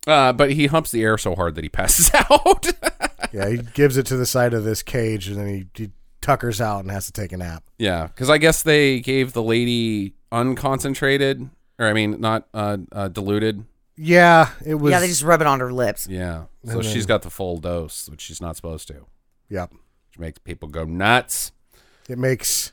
Speaker 1: Uh, but he humps the air so hard that he passes *laughs* out.
Speaker 2: Yeah, he gives it to the side of this cage and then he, he tuckers out and has to take a nap.
Speaker 1: yeah, because I guess they gave the lady unconcentrated, or I mean, not uh, uh, diluted.
Speaker 2: Yeah, it was.
Speaker 3: yeah, they just rub it on her lips.
Speaker 1: Yeah, so she's got the full dose, which she's not supposed to,
Speaker 2: Yep.
Speaker 1: which makes people go nuts.
Speaker 2: It makes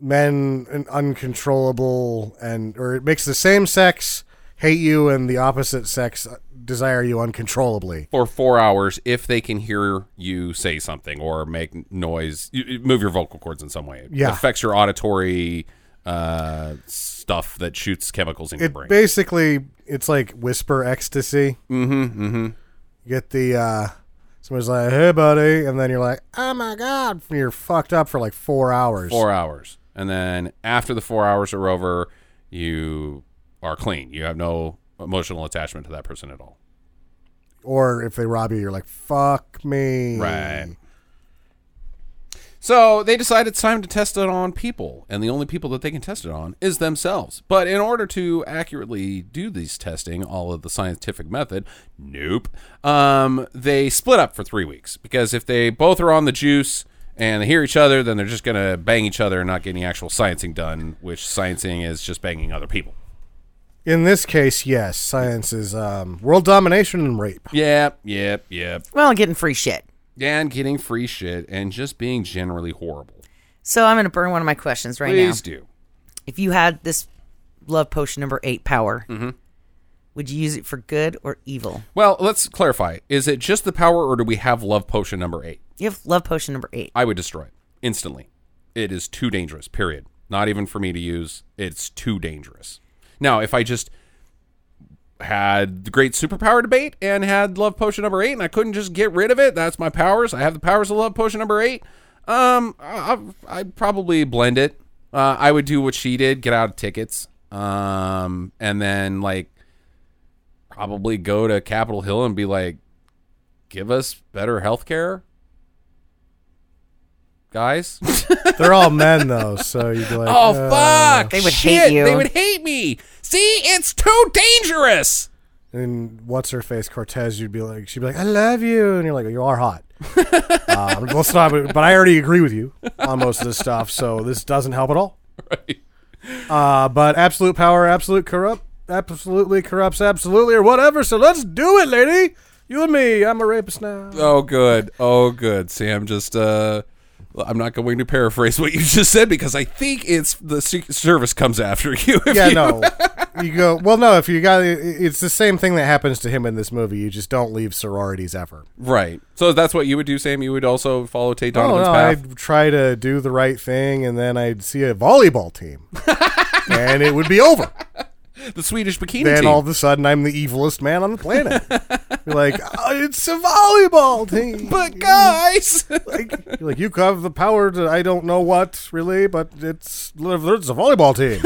Speaker 2: men an uncontrollable and or it makes the same sex hate you and the opposite sex uh, desire you uncontrollably.
Speaker 1: for four hours if they can hear you say something or make noise, you- you move your vocal cords in some way. It
Speaker 2: Yeah.
Speaker 1: affects your auditory uh, stuff that shoots chemicals in your
Speaker 2: It
Speaker 1: brain.
Speaker 2: basically it's like whisper ecstasy.
Speaker 1: mm-hmm, mm-hmm.
Speaker 2: You get the uh somebody's like, "Hey buddy," and then you're like, "Oh my god, you're fucked up for like 4 hours."
Speaker 1: Four hours, and then after the four hours are over, you are clean. You have no emotional attachment to that person at all.
Speaker 2: Or if they rob you, you're like, "Fuck me."
Speaker 1: Right. Mm. So they decide it's time to test it on people, and the only people that they can test it on is themselves. But in order to accurately do these testing, all of the scientific method, nope. Um, they split up for three weeks because if they both are on the juice and they hear each other, then they're just gonna bang each other and not get any actual sciencing done, which sciencing is just banging other people.
Speaker 2: In this case, yes, science is um, world domination and rape.
Speaker 1: Yep, yep, yep.
Speaker 3: Well, getting free shit.
Speaker 1: And getting free shit and just being generally horrible.
Speaker 3: So I'm going to burn one of my questions right now.
Speaker 1: Please do.
Speaker 3: If you had this love potion number eight power,
Speaker 1: Mm-hmm.
Speaker 3: would you use it for good or evil?
Speaker 1: Well, let's clarify. Is it just the power, or do we have love potion number eight?
Speaker 3: You have love potion number eight.
Speaker 1: I would destroy it instantly. It is too dangerous, period. Not even for me to use. It's too dangerous. Now, if I just had the great superpower debate and had love potion number eight and I couldn't just get rid of it, that's my powers. I have the powers of love potion number eight. Um, I, I- I'd probably blend it. Uh, I would do what she did get out of tickets. Um, and then, like, probably go to Capitol Hill and be like, give us better health care, guys. *laughs*
Speaker 2: They're all men though, so you'd be like,
Speaker 1: Oh
Speaker 2: uh,
Speaker 1: fuck!
Speaker 3: They would
Speaker 1: Shit,
Speaker 3: hate you.
Speaker 1: They would hate me. See, it's too dangerous.
Speaker 2: And what's her face Cortez? You'd be like, she'd be like, I love you, and you're like, you
Speaker 1: *laughs*
Speaker 2: are hot. um, well, stop it. But I already agree with you on most of this stuff, so this doesn't help at all.
Speaker 1: Right.
Speaker 2: Uh, but absolute power, absolute corrupt, absolutely corrupts, absolutely or whatever. So let's do it, lady. You and me. I'm a rapist now.
Speaker 1: Oh good. Oh good. Sam just uh I'm not going to paraphrase what you *laughs* just said because I think it's the Secret Service comes after you. if
Speaker 2: yeah,
Speaker 1: you-
Speaker 2: no. You go well. No, if you got, it- it's the same thing that happens to him in this movie. You just don't leave sororities ever.
Speaker 1: *laughs* Right. So that's what you would do, Sam. You would also follow Tate
Speaker 2: Oh
Speaker 1: Donovan's
Speaker 2: no,
Speaker 1: path.
Speaker 2: I'd try to do the right thing, and then I'd see a volleyball
Speaker 1: *laughs*
Speaker 2: team, and it would be over.
Speaker 1: The Swedish bikini
Speaker 2: Then
Speaker 1: team.
Speaker 2: all of a sudden, I'm the evilest man on the planet. You're like, "Oh, it's a volleyball team.
Speaker 1: but guys,
Speaker 2: Like, you're like, you have the power to I don't know what really, but it's it's a
Speaker 1: *laughs*
Speaker 2: volleyball team.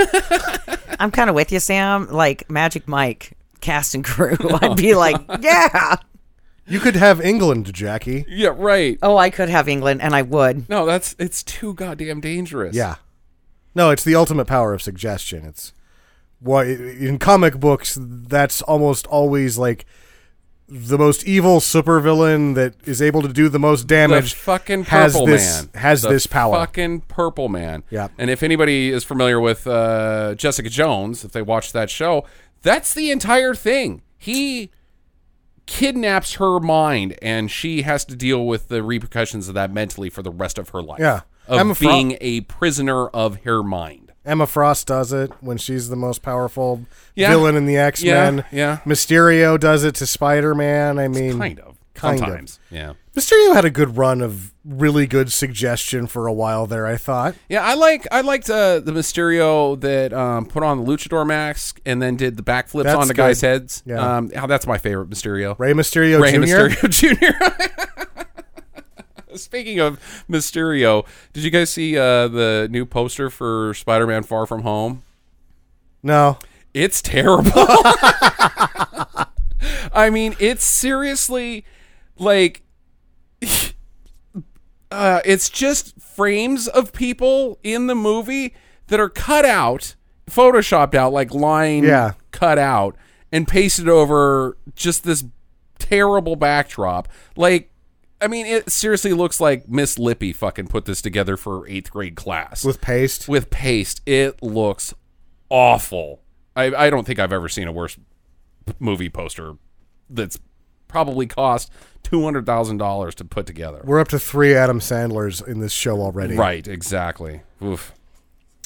Speaker 3: I'm kind of with you, Sam. Like Magic Mike, cast and crew. *laughs* I'd
Speaker 1: Oh,
Speaker 3: be like, yeah.
Speaker 2: you could have England, Jackie.
Speaker 1: yeah, right.
Speaker 3: Oh, I could have England, and I would.
Speaker 1: No, that's it's too goddamn dangerous.
Speaker 2: Yeah. No, it's the ultimate power of suggestion. It's what in comic books that's almost always like the most evil supervillain that is able to do the most
Speaker 1: the
Speaker 2: damage
Speaker 1: fucking
Speaker 2: has
Speaker 1: purple
Speaker 2: this
Speaker 1: man
Speaker 2: has
Speaker 1: The
Speaker 2: this power.
Speaker 1: Fucking purple man.
Speaker 2: Yep.
Speaker 1: And if anybody is familiar with uh, Jessica Jones, if they watched that show, that's the entire thing. He kidnaps her mind, and she has to deal with the repercussions of that mentally for the rest of her life.
Speaker 2: Yeah.
Speaker 1: Of
Speaker 2: Emma Fro-
Speaker 1: being a prisoner of her mind.
Speaker 2: Emma Frost does it when she's the most powerful
Speaker 1: Yeah.
Speaker 2: villain in the X Men.
Speaker 1: yeah.
Speaker 2: Mysterio does it to Spider Man. I mean,
Speaker 1: Kind of.
Speaker 2: Kind of.
Speaker 1: Sometimes. Yeah.
Speaker 2: Mysterio had a good run of really good suggestion for a while there. I thought.
Speaker 1: Yeah, I like I liked uh, the Mysterio that um, put on the Luchador mask and then did the backflips
Speaker 2: That's
Speaker 1: on the
Speaker 2: good.
Speaker 1: guys' heads.
Speaker 2: Yeah.
Speaker 1: Um, oh, that's my favorite Mysterio.
Speaker 2: Ray Mysterio
Speaker 1: Rey
Speaker 2: Jr.
Speaker 1: Mysterio *laughs* Jr. *laughs* Speaking of Mysterio, did you guys see uh, the new poster for Spider-Man: Far From Home?
Speaker 2: No,
Speaker 1: It's terrible. *laughs* I mean, it's seriously like *sighs* uh, it's just frames of people in the movie that are cut out, photoshopped out, like line
Speaker 2: Yeah.
Speaker 1: cut out, and pasted over just this terrible backdrop. Like, I mean, it seriously looks like Miss Lippy fucking put this together for eighth grade class
Speaker 2: with paste.
Speaker 1: with paste. It looks awful. I, I don't think I've ever seen a worse movie poster that's probably cost two hundred thousand dollars to put together.
Speaker 2: We're up to three Adam Sandlers in this show already.
Speaker 1: Right, exactly. Oof.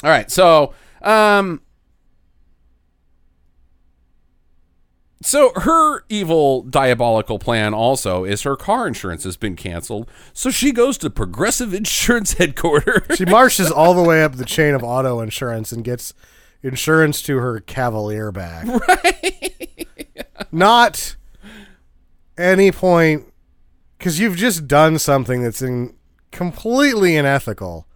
Speaker 1: All right, so um So her evil diabolical plan also is her car insurance has been canceled, so she goes to Progressive Insurance *laughs* headquarters.
Speaker 2: She marches all the way up the chain of auto insurance and gets insurance to her
Speaker 1: *laughs*
Speaker 2: Cavalier back. Right. Not any point because you've just done something that's in completely unethical.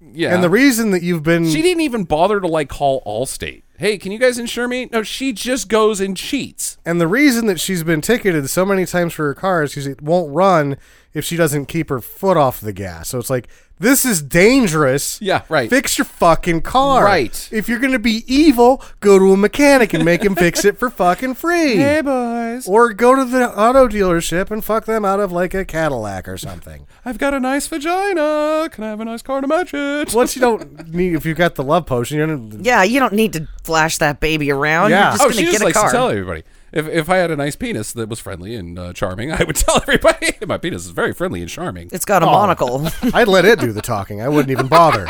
Speaker 1: yeah.
Speaker 2: And the reason that you've been
Speaker 1: She didn't even bother to like call Allstate. Hey, can you guys insure me? No, she just goes and cheats.
Speaker 2: and the reason that she's been ticketed so many times for her car is because it won't run if she doesn't keep her foot off the gas. So it's like this is dangerous.
Speaker 1: Yeah, right.
Speaker 2: Fix your fucking car.
Speaker 1: Right.
Speaker 2: If you're gonna be evil, go to a mechanic and make him fix it for fucking free.
Speaker 1: boys,
Speaker 2: Or go to the auto dealership and fuck them out of like a Cadillac or something.
Speaker 1: I've got a nice vagina. Can I have a nice car to match it?
Speaker 2: Once you don't need, if you've got the love potion, you don't.
Speaker 3: Yeah, you don't need to flash that baby around.
Speaker 2: Yeah.
Speaker 3: You're just
Speaker 1: Oh,
Speaker 3: gonna
Speaker 1: she
Speaker 3: get
Speaker 1: just
Speaker 3: a
Speaker 1: likes
Speaker 3: car.
Speaker 1: to tell everybody. If, if I had a nice penis that was friendly and uh, charming, *laughs* I would tell everybody my penis is very friendly and charming.
Speaker 3: It's got
Speaker 1: *laughs*
Speaker 3: a monocle.
Speaker 2: I'd let it do the talking. I wouldn't even bother.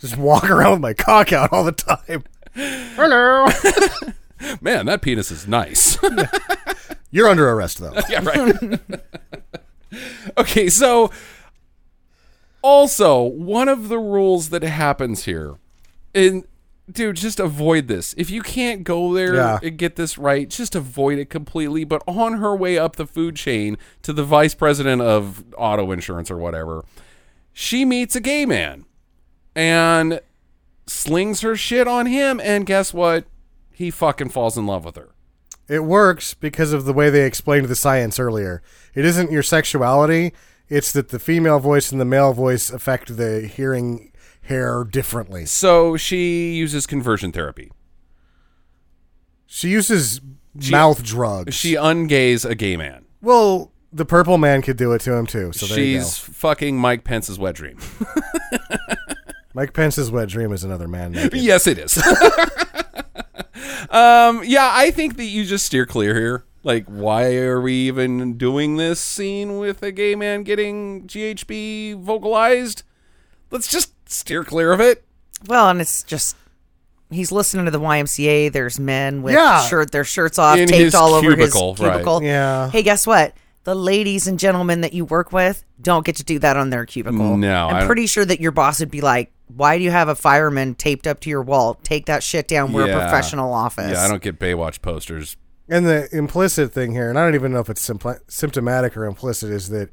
Speaker 2: Just walk around with my cock out all the time. Hello.
Speaker 1: Man, that penis is nice. *laughs*
Speaker 2: You're under arrest though.
Speaker 1: yeah, right. *laughs* okay, so also one of the rules that happens here, and dude, just avoid this. If you can't go there
Speaker 2: Yeah.
Speaker 1: and get this right, just avoid it completely. But on her way up the food chain to the vice president of auto insurance or whatever, she meets a gay man and slings her shit on him. And guess what? He fucking falls in love with her.
Speaker 2: It works because of the way they explained the science earlier. It isn't your sexuality, it's that the female voice and the male voice affect the hearing hair differently.
Speaker 1: So she uses conversion therapy.
Speaker 2: She uses mouth drugs.
Speaker 1: She ungays a gay man.
Speaker 2: well, the purple man could do it to him too. So there you
Speaker 1: She's
Speaker 2: go.
Speaker 1: fucking Mike Pence's wet
Speaker 2: *laughs*
Speaker 1: dream.
Speaker 2: Mike Pence's wet dream is
Speaker 1: *laughs*
Speaker 2: another man. naked.
Speaker 1: yes, it is. um, yeah, I think that you just steer clear here. Like, why are we even doing this scene with a gay man getting GHB vocalized? Let's just steer clear of it.
Speaker 3: well, and it's just he's listening to the YMCA. There's men with
Speaker 2: Yeah.
Speaker 3: shirt their shirts off,
Speaker 1: In
Speaker 3: taped
Speaker 1: his
Speaker 3: all over
Speaker 1: cubicle,
Speaker 3: his
Speaker 1: right.
Speaker 3: cubicle.
Speaker 2: Yeah.
Speaker 3: Hey, guess what? The ladies and gentlemen that you work with don't get to do that on their cubicle.
Speaker 1: No, I
Speaker 3: I'm
Speaker 1: don't-
Speaker 3: pretty sure that your boss would be like, "Why do you have a fireman taped up to your wall? Take that shit down. We're
Speaker 1: Yeah.
Speaker 3: a professional office."
Speaker 1: Yeah, I don't get Baywatch posters.
Speaker 2: And the implicit thing here, and I don't even know if it's simpl- symptomatic or implicit, is that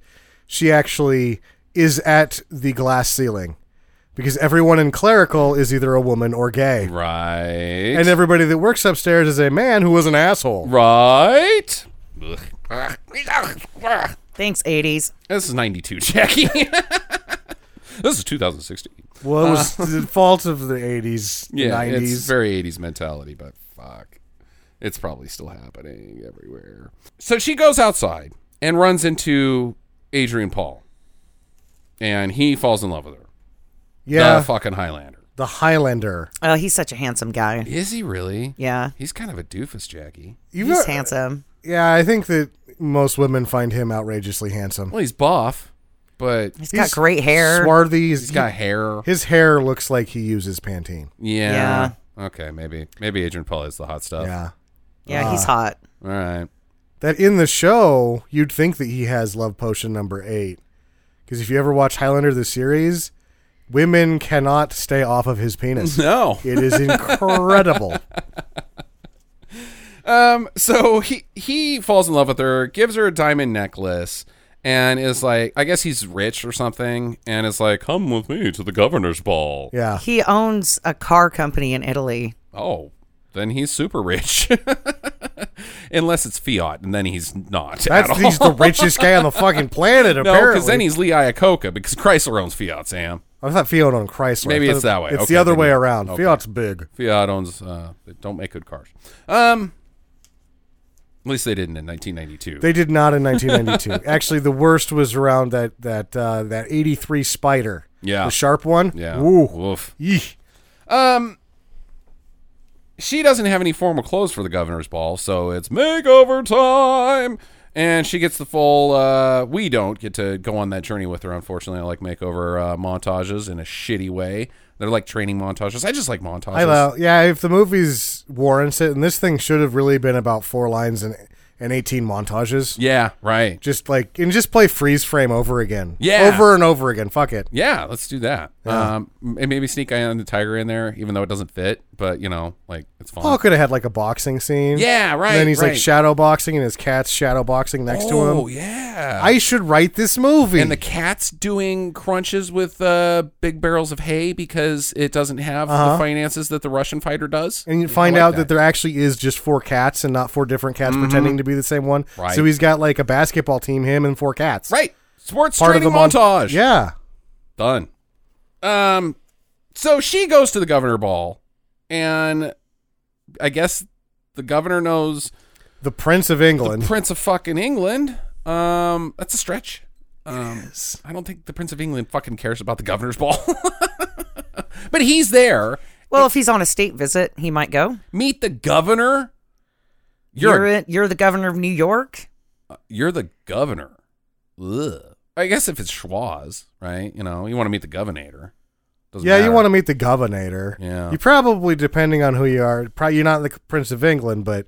Speaker 2: she actually is at the glass ceiling because everyone in clerical is either a woman or gay.
Speaker 1: Right.
Speaker 2: And everybody that works upstairs is a man who was an asshole. *laughs*
Speaker 1: right.
Speaker 3: Thanks, 80s.
Speaker 1: This is 92, Jackie. *laughs* this is 2016.
Speaker 2: Well, it was the fault of the 80s,
Speaker 1: Yeah,
Speaker 2: 90s.
Speaker 1: it's very 80s mentality, but fuck. It's probably still happening everywhere. So she goes outside and runs into Adrian Paul. And he falls in love with her.
Speaker 2: yeah,
Speaker 1: The fucking Highlander.
Speaker 2: the Highlander.
Speaker 3: Oh, he's such a handsome guy.
Speaker 1: Is he really?
Speaker 3: Yeah,
Speaker 1: He's kind of a doofus, Jackie.
Speaker 2: You've-
Speaker 3: he's handsome.
Speaker 2: Yeah, I think that most women find him outrageously handsome.
Speaker 1: Well, he's buff, but
Speaker 3: he's got great hair.
Speaker 2: Swarthy. He's
Speaker 1: he's got hair.
Speaker 2: his hair looks like he uses Pantene.
Speaker 1: Yeah. Okay, maybe maybe Adrian Paul is the hot stuff.
Speaker 2: Yeah.
Speaker 3: yeah,
Speaker 2: Ah.
Speaker 3: he's hot.
Speaker 1: All right.
Speaker 2: that in the show you'd think that he has love potion number eight because if you ever watch highlander the series women cannot stay off of his *laughs* penis
Speaker 1: No.
Speaker 2: it is incredible
Speaker 1: Um, so he he falls in love with her, gives her a diamond necklace, and is like, I guess he's rich or something, and is like, come with me to the governor's ball.
Speaker 2: yeah
Speaker 3: He owns a car company in Italy.
Speaker 1: Oh, then he's super rich. *laughs* Unless it's fiat, and then he's not. at
Speaker 2: That's
Speaker 1: all.
Speaker 2: he's the richest guy on the fucking
Speaker 1: *laughs*
Speaker 2: planet.
Speaker 1: no,
Speaker 2: Apparently,
Speaker 1: because then he's Lee Iacocca because Chrysler owns Fiat. Sam
Speaker 2: I thought Fiat on Chrysler.
Speaker 1: Maybe
Speaker 2: I thought
Speaker 1: it's that way.
Speaker 2: It's
Speaker 1: Okay,
Speaker 2: the other
Speaker 1: then
Speaker 2: way
Speaker 1: yeah.
Speaker 2: around.
Speaker 1: Okay.
Speaker 2: Fiat's big.
Speaker 1: Fiat owns. Uh, they don't make good cars. Um, at least they didn't in 1992.
Speaker 2: They did not in
Speaker 1: *laughs*
Speaker 2: 1992. Actually, the worst was around that that uh, that 83 Spider.
Speaker 1: Yeah.
Speaker 2: the sharp one.
Speaker 1: yeah.
Speaker 2: Ooh.
Speaker 1: Oof.
Speaker 2: Yeesh.
Speaker 1: she doesn't have any formal clothes for the governor's ball, so it's makeover time. And she gets the full. Uh, we don't get to go on that journey with her. Unfortunately, I like makeover uh, montages in a shitty way. They're like training montages. I just like montages.
Speaker 2: I know. Yeah, if the movies warrants it, and this thing should have really been about four lines and and 18 montages.
Speaker 1: Yeah, right.
Speaker 2: Just like and just play freeze frame over again.
Speaker 1: Yeah.
Speaker 2: Over and over again. Fuck it.
Speaker 1: Yeah, let's do that. Um, and maybe sneak Eye on the Tiger in there, even though it doesn't fit. But you know, like it's fun.
Speaker 2: Paul could have had like a boxing scene.
Speaker 1: Yeah, right,
Speaker 2: And then he's
Speaker 1: right.
Speaker 2: like shadow boxing, and his cat's shadow boxing next to
Speaker 1: oh
Speaker 2: him.
Speaker 1: yeah.
Speaker 2: I should write this movie.
Speaker 1: and the cat's doing crunches with uh, big barrels of hay because it doesn't have the finances that the Russian fighter does.
Speaker 2: Uh-huh. And you find out that. there actually is just four cats and not four different cats pretending to be the same one.
Speaker 1: Mm-hmm. Right.
Speaker 2: So he's got like a basketball team, him and four cats.
Speaker 1: right sports
Speaker 2: Part of
Speaker 1: training
Speaker 2: the mon-
Speaker 1: montage.
Speaker 2: Yeah.
Speaker 1: done. Um, so she goes to the governor ball, and I guess the governor knows
Speaker 2: The Prince of
Speaker 1: the
Speaker 2: England.
Speaker 1: Prince of fucking England. Um, that's a stretch. Um, I don't think the Prince of England fucking cares about the governor's ball, *laughs* but he's there.
Speaker 3: Well, if he's on a state visit, he might go.
Speaker 1: Meet the governor.
Speaker 3: You're
Speaker 1: You're a-
Speaker 3: in- you're the governor of New York.
Speaker 1: you're the governor. Ugh. I guess if it's Schwaz, right? You know, you want to meet the governor. Doesn't
Speaker 2: yeah, you
Speaker 1: matter.
Speaker 2: want to meet the governor.
Speaker 1: Yeah.
Speaker 2: You probably, depending on who you are, probably you're not the Prince of England, but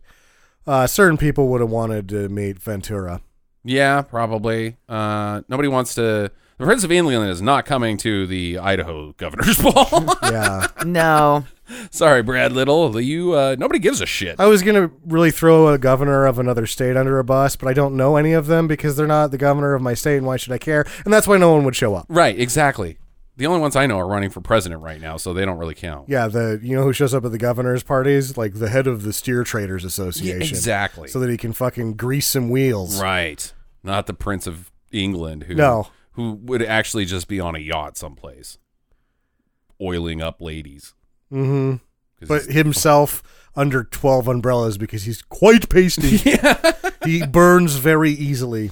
Speaker 2: uh, certain people would have wanted to meet Ventura.
Speaker 1: Yeah, probably. Uh, nobody wants to. The Prince of England is not coming to the Idaho governor's *laughs* ball.
Speaker 2: Yeah.
Speaker 1: *laughs*
Speaker 3: No,
Speaker 1: Sorry, Brad Little. You uh, nobody gives a shit.
Speaker 2: I was gonna really throw a governor of another state under a bus, but I don't know any of them because they're not the governor of my state, and why should I care? And that's why no one would show up.
Speaker 1: Right? Exactly. The only ones I know are running for president right now, so they don't really count.
Speaker 2: Yeah, the you know who shows up at the governor's parties? Like the head of the Steer Traders Association.
Speaker 1: exactly.
Speaker 2: So that he can fucking grease some wheels.
Speaker 1: Right. Not the Prince of England, who
Speaker 2: No.
Speaker 1: who would actually just be on a yacht someplace, oiling up ladies. *laughs*
Speaker 2: hmm
Speaker 1: 'Cause
Speaker 2: But
Speaker 1: he's-
Speaker 2: himself under 12 umbrellas because he's
Speaker 1: *laughs*
Speaker 2: quite pasty. he burns very easily.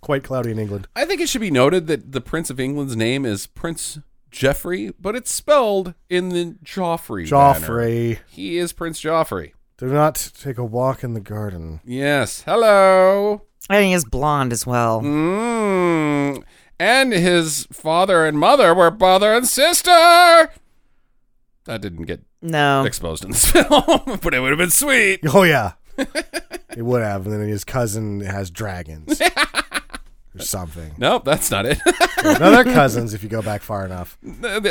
Speaker 2: Quite cloudy in England.
Speaker 1: I think it should be noted that the Prince of England's name is Prince Jeffrey, but it's spelled in the Joffrey. manner.
Speaker 2: Joffrey,
Speaker 1: He is Prince Joffrey.
Speaker 2: do not take a walk in the garden.
Speaker 1: Yes. Hello.
Speaker 3: and he is blonde as well.
Speaker 1: Mm. And his father and mother were brother and sister. That didn't get
Speaker 3: No,
Speaker 1: exposed in this *laughs* film, but it would have been sweet.
Speaker 2: *laughs* Oh, yeah. it would have. And then his cousin
Speaker 1: *laughs*
Speaker 2: has dragons or something.
Speaker 1: Nope, that's not it. *laughs*
Speaker 2: No, they're cousins if you go back far enough.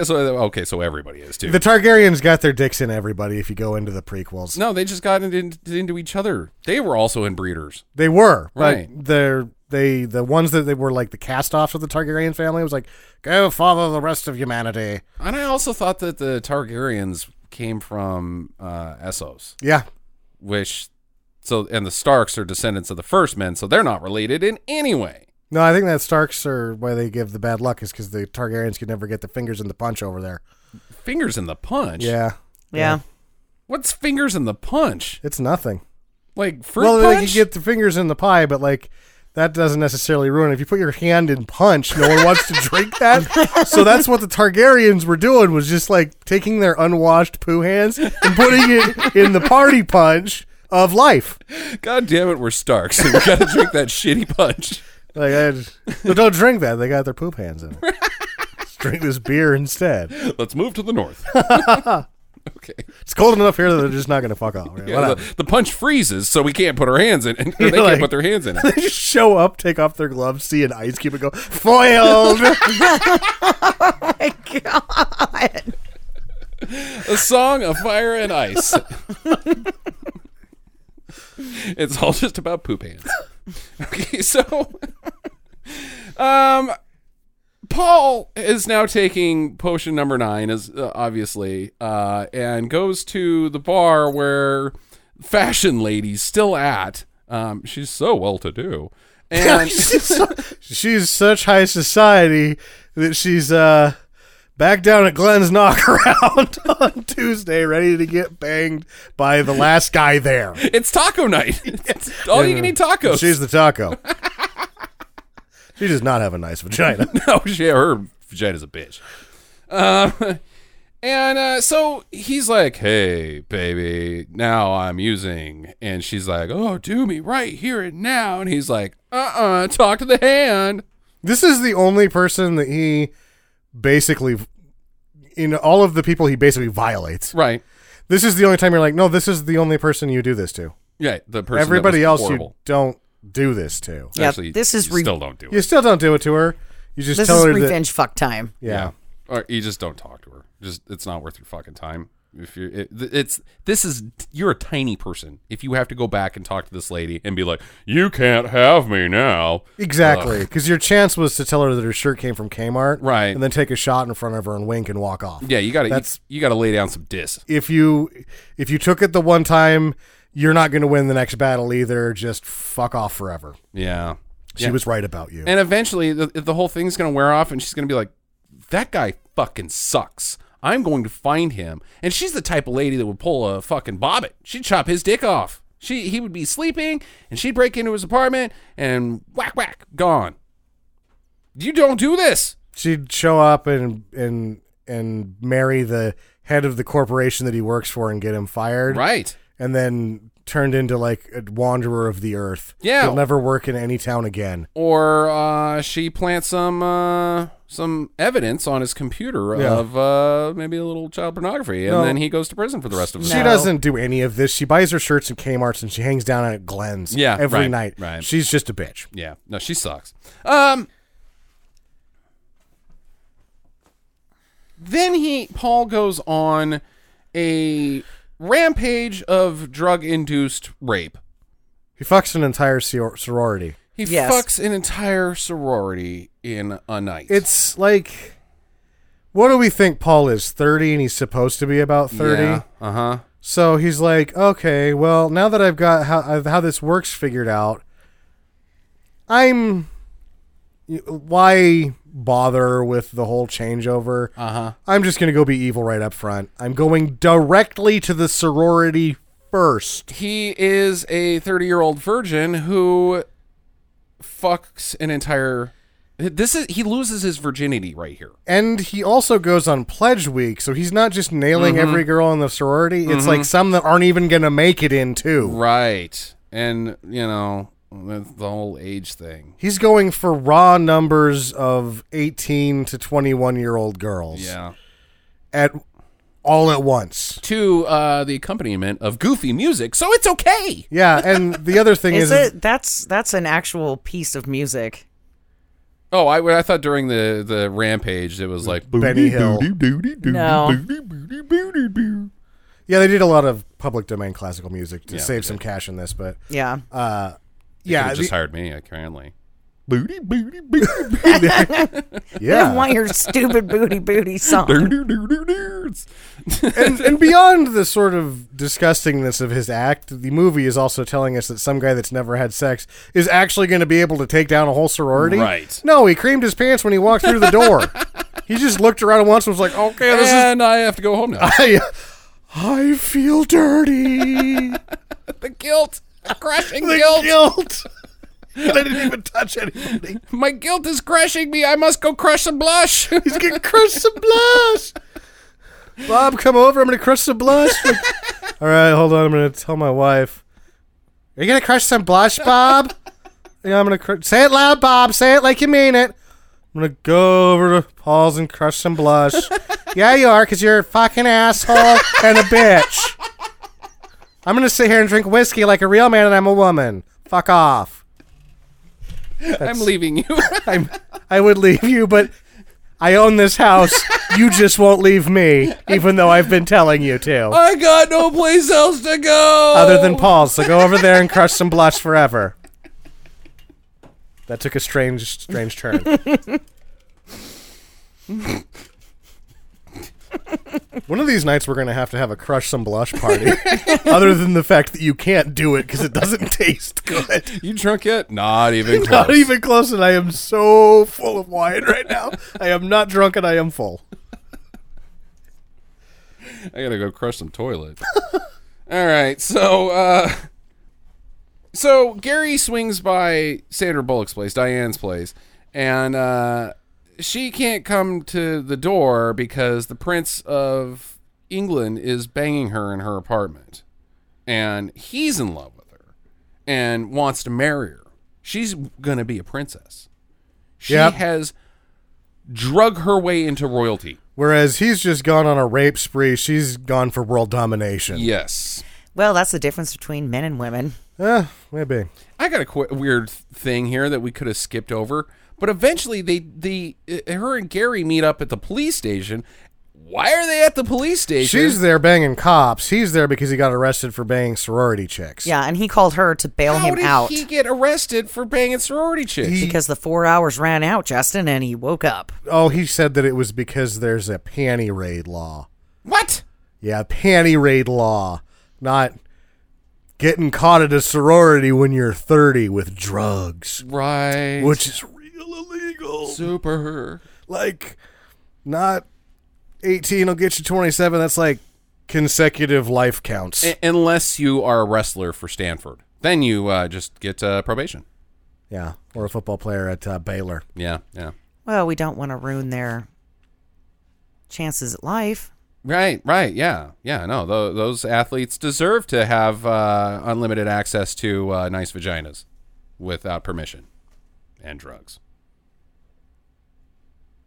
Speaker 1: so, okay, so everybody is too.
Speaker 2: The Targaryens got their dicks in everybody if you go into the prequels.
Speaker 1: no, they just got into, into each other. They were also inbreeders.
Speaker 2: They were, but
Speaker 1: Right.
Speaker 2: they're they the ones that they were like the cast offs of the Targaryen family was like, go follow the rest of humanity.
Speaker 1: And I also thought that the Targaryens came from uh, Essos,
Speaker 2: Yeah,
Speaker 1: which so and the Starks are descendants of the first men, so they're not related in any way.
Speaker 2: no, I think that Starks are why they give the bad luck is because the Targaryens could never get the fingers in the punch over there.
Speaker 1: Fingers in the punch.
Speaker 2: Yeah,
Speaker 3: yeah.
Speaker 1: What's fingers in the punch?
Speaker 2: it's nothing.
Speaker 1: Like fruit
Speaker 2: well,
Speaker 1: punch?
Speaker 2: they could get the fingers in the pie, but like. That doesn't necessarily ruin. it. If you put your hand in punch, no one wants to *laughs* drink that. So that's what the Targaryens were doing was just like taking their unwashed poo hands and putting it in the party punch of life.
Speaker 1: God damn it, we're Starks. and we gotta *laughs* drink that shitty punch.
Speaker 2: Like, I just, no, don't drink that. They got their poop hands in it. Just drink this beer instead.
Speaker 1: Let's move to the
Speaker 2: *laughs*
Speaker 1: north. *laughs* okay.
Speaker 2: It's cold enough here that they're just not going to fuck off.
Speaker 1: *laughs*
Speaker 2: right?
Speaker 1: Yeah,
Speaker 2: Whatever.
Speaker 1: the, the punch freezes, so we can't put our hands in it.
Speaker 2: *laughs*
Speaker 1: or
Speaker 2: Yeah,
Speaker 1: they can't
Speaker 2: like-
Speaker 1: put their hands in
Speaker 2: *laughs* they
Speaker 1: it.
Speaker 2: just show up, take off their gloves, see an ice cube, and go foiled.
Speaker 1: A song of fire and ice. *laughs* it's all just about poop hands. *laughs* Okay, so um Paul is now taking potion number 9 is uh, obviously uh and goes to the bar where fashion lady still at. Um, she's so well to
Speaker 2: *laughs*
Speaker 1: do. And
Speaker 2: She's such high society that she's uh, back down at Glenn's *laughs* knockaround on Tuesday, ready to get banged by the last guy there.
Speaker 1: it's taco night. It's all you can eat tacos.
Speaker 2: She's the taco. she does not have a nice vagina.
Speaker 1: *laughs* no, Oh, she, her vagina's a bitch. Um, and uh, so he's like, "Hey, baby, now I'm using," and she's like, "Oh, do me right here and now," and he's like, "Uh-uh, talk to the hand."
Speaker 2: This is the only person that he basically, in all of the people he basically violates,
Speaker 1: Right.
Speaker 2: this is the only time you're like, no, this is the only person you do this to.
Speaker 1: Yeah, the person. that
Speaker 2: Everybody
Speaker 1: was
Speaker 2: else
Speaker 1: horrible.
Speaker 2: you don't do this to.
Speaker 3: *laughs* Yeah,
Speaker 1: Actually,
Speaker 3: this is
Speaker 1: you
Speaker 3: re-
Speaker 1: still don't do it.
Speaker 2: You still don't do it to her. You just
Speaker 3: This
Speaker 2: tell
Speaker 3: is
Speaker 2: her
Speaker 3: revenge fuck time.
Speaker 2: that. Yeah.
Speaker 1: Or you just don't talk to her. Just it's not worth your fucking time. If you it, th- it's this is you're a tiny person. If you have to go back and talk to this lady and be like, "You can't have me now."
Speaker 2: Exactly, because your chance was to tell her that her shirt came from Kmart,
Speaker 1: Right.
Speaker 2: And then take a shot in front of her and wink and walk off.
Speaker 1: Yeah, you got to
Speaker 2: That's-
Speaker 1: you, got to lay down some dis.
Speaker 2: If you if you took it the one time, you're not going to win the next battle either. Just fuck off forever.
Speaker 1: Yeah.
Speaker 2: She
Speaker 1: Yeah.
Speaker 2: was right about you.
Speaker 1: And eventually the, the whole thing's going to wear off and she's going to be like, "That guy fucking sucks. I'm going to find him." And she's the type of lady that would pull a fucking bobbit. She'd chop his dick off. She he would be sleeping and she'd break into his apartment and whack whack gone. You don't do this.
Speaker 2: She'd show up and and and marry the head of the corporation that he works for and get him fired,
Speaker 1: Right.
Speaker 2: And then turned into like a wanderer of the earth.
Speaker 1: Yeah.
Speaker 2: he'll never work in any town again.
Speaker 1: Or uh, she plants some uh, some evidence on his computer
Speaker 2: Yeah.
Speaker 1: of uh, maybe a little child pornography, and
Speaker 2: No.
Speaker 1: then he goes to prison for the rest of his
Speaker 2: She
Speaker 1: life.
Speaker 3: No.
Speaker 2: doesn't do any of this. She buys her shirts at Kmart's and she hangs down at Glenn's
Speaker 1: Yeah,
Speaker 2: every
Speaker 1: right,
Speaker 2: night.
Speaker 1: right.
Speaker 2: She's just a bitch.
Speaker 1: Yeah, no, she sucks. Um, then he Paul goes on a rampage of drug induced rape.
Speaker 2: He fucks an entire sor- sorority.
Speaker 1: He
Speaker 3: Yes.
Speaker 1: fucks an entire sorority in a night.
Speaker 2: It's like, what do we think Paul is? 30 and he's supposed to be about 30.
Speaker 1: Uh huh.
Speaker 2: So he's like, okay, well, now that I've got how, I've- how this works figured out, I'm. Why bother with the whole changeover? Uh
Speaker 1: Uh-huh.
Speaker 2: huh. I'm just going to go be evil right up front. I'm going directly to the sorority first.
Speaker 1: He is a 30 year old virgin who fucks an entire. This is he loses his virginity right here.
Speaker 2: and he also goes on pledge week so he's not just nailing
Speaker 1: Mm-hmm.
Speaker 2: every girl in the sorority it's like some that aren't even gonna make it in too
Speaker 1: Right, and you know that's the whole age thing.
Speaker 2: he's going for raw numbers of 18 to 21 year old girls
Speaker 1: Yeah.
Speaker 2: at all at once
Speaker 1: to uh, the accompaniment of goofy music, so it's okay.
Speaker 2: yeah and the other thing
Speaker 3: Is
Speaker 2: is,
Speaker 3: it? That's that's an actual piece of music.
Speaker 1: Oh, I, I thought during the, the rampage it was like
Speaker 2: Benny Hill.
Speaker 3: No.
Speaker 2: yeah they did a lot of public domain classical music to
Speaker 1: Yeah,
Speaker 2: save
Speaker 1: they
Speaker 2: some cash in this but
Speaker 3: Yeah.
Speaker 2: yeah
Speaker 1: They just
Speaker 2: the-
Speaker 1: hired me apparently.
Speaker 3: I don't
Speaker 2: yeah *laughs*
Speaker 3: want your stupid booty booty song.
Speaker 2: and, and beyond the sort of disgustingness of his act, the movie is also telling us that some guy that's never had sex is actually going to be able to take down a whole sorority.
Speaker 1: Right.
Speaker 2: No, he creamed his pants when he walked through the door. he just looked around once and was like, okay, this is.
Speaker 1: and I have to go home now.
Speaker 2: I, I feel dirty.
Speaker 1: the
Speaker 2: *laughs*
Speaker 1: guilt, the crushing
Speaker 2: The
Speaker 1: guilt.
Speaker 2: guilt. *laughs* I didn't even touch anybody.
Speaker 1: My guilt is crushing me. I must go crush some blush. *laughs*
Speaker 2: He's going to crush some blush. Bob, come over. I'm going to crush some blush. Like, All right, hold on. I'm going to tell my wife. Are you going to crush some blush, Bob? yeah, I'm going to crush. Say it loud, Bob. Say it like you mean it. I'm going to go over to Paul's and crush some blush. yeah, you are, because you're a fucking asshole and a bitch. I'm going to sit here and drink whiskey like a real man and I'm a woman. Fuck off.
Speaker 1: I'm leaving you. *laughs*
Speaker 2: I'm, I would leave you, but I own this house. You just won't leave me, even though I've been telling you to.
Speaker 1: I got no place else to go.
Speaker 2: Other than Paul's, so go over there and crush some blush forever. That took a strange, strange turn. One of these nights, we're going to have to have a crush some blush party. other than the fact that you can't do it because it doesn't taste good.
Speaker 1: You drunk yet? Not even close.
Speaker 2: *laughs* Not even close, and I am so full of wine right now. I am not drunk, and I am full.
Speaker 1: I gotta go crush some toilet. *laughs* All right, so uh, so Gary swings by Sandra Bullock's place, Diane's place, and uh, she can't come to the door because the Prince of England is banging her in her apartment, and he's in love with her and wants to marry her. She's gonna be a princess. She
Speaker 2: Yep.
Speaker 1: has drug her way into royalty.
Speaker 2: Whereas he's just gone on a rape spree, she's gone for world domination.
Speaker 1: Yes.
Speaker 3: Well, that's the difference between men and women.
Speaker 2: Eh, maybe.
Speaker 1: I got a qu- weird thing here that we could have skipped over, but eventually they the uh, her and Gary meet up at the police station. Why are they at the police station?
Speaker 2: She's there banging cops. He's there because he got arrested for banging sorority chicks.
Speaker 3: Yeah, and he called her to bail
Speaker 1: How
Speaker 3: him
Speaker 1: did
Speaker 3: out
Speaker 1: he get arrested for banging sorority chicks?
Speaker 3: because the four hours ran out, Justin, and he woke up.
Speaker 2: Oh, he said that it was because there's a panty raid law.
Speaker 1: what?
Speaker 2: Yeah, panty raid law. Not getting caught at a sorority when you're 30 with drugs,
Speaker 1: Right.
Speaker 2: which is real illegal.
Speaker 1: super?
Speaker 2: like, not 18 will get you 27. That's like consecutive life counts.
Speaker 1: A- unless you are a wrestler for Stanford, then you uh, just get uh, probation.
Speaker 2: yeah, or a football player at uh, Baylor.
Speaker 1: Yeah, yeah.
Speaker 3: Well, we don't want to ruin their chances at life.
Speaker 1: Right, right, yeah, yeah. No, tho- those athletes deserve to have uh, unlimited access to uh, nice vaginas without permission and drugs.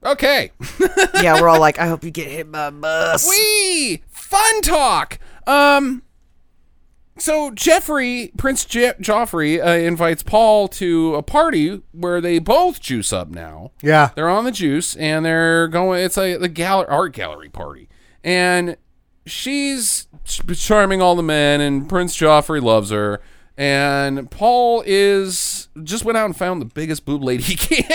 Speaker 1: Okay, *laughs*
Speaker 3: yeah, we're all like, I hope you get hit by a bus.
Speaker 1: we fun talk. Um, so Jeffrey Prince Je- Joffrey uh, invites Paul to a party where they both juice up now.
Speaker 2: Yeah.
Speaker 1: They're on the juice and they're going. It's a the gal- art gallery party, and she's ch- charming all the men, and Prince Joffrey loves her, and Paul is just went out and found the biggest boob lady he can.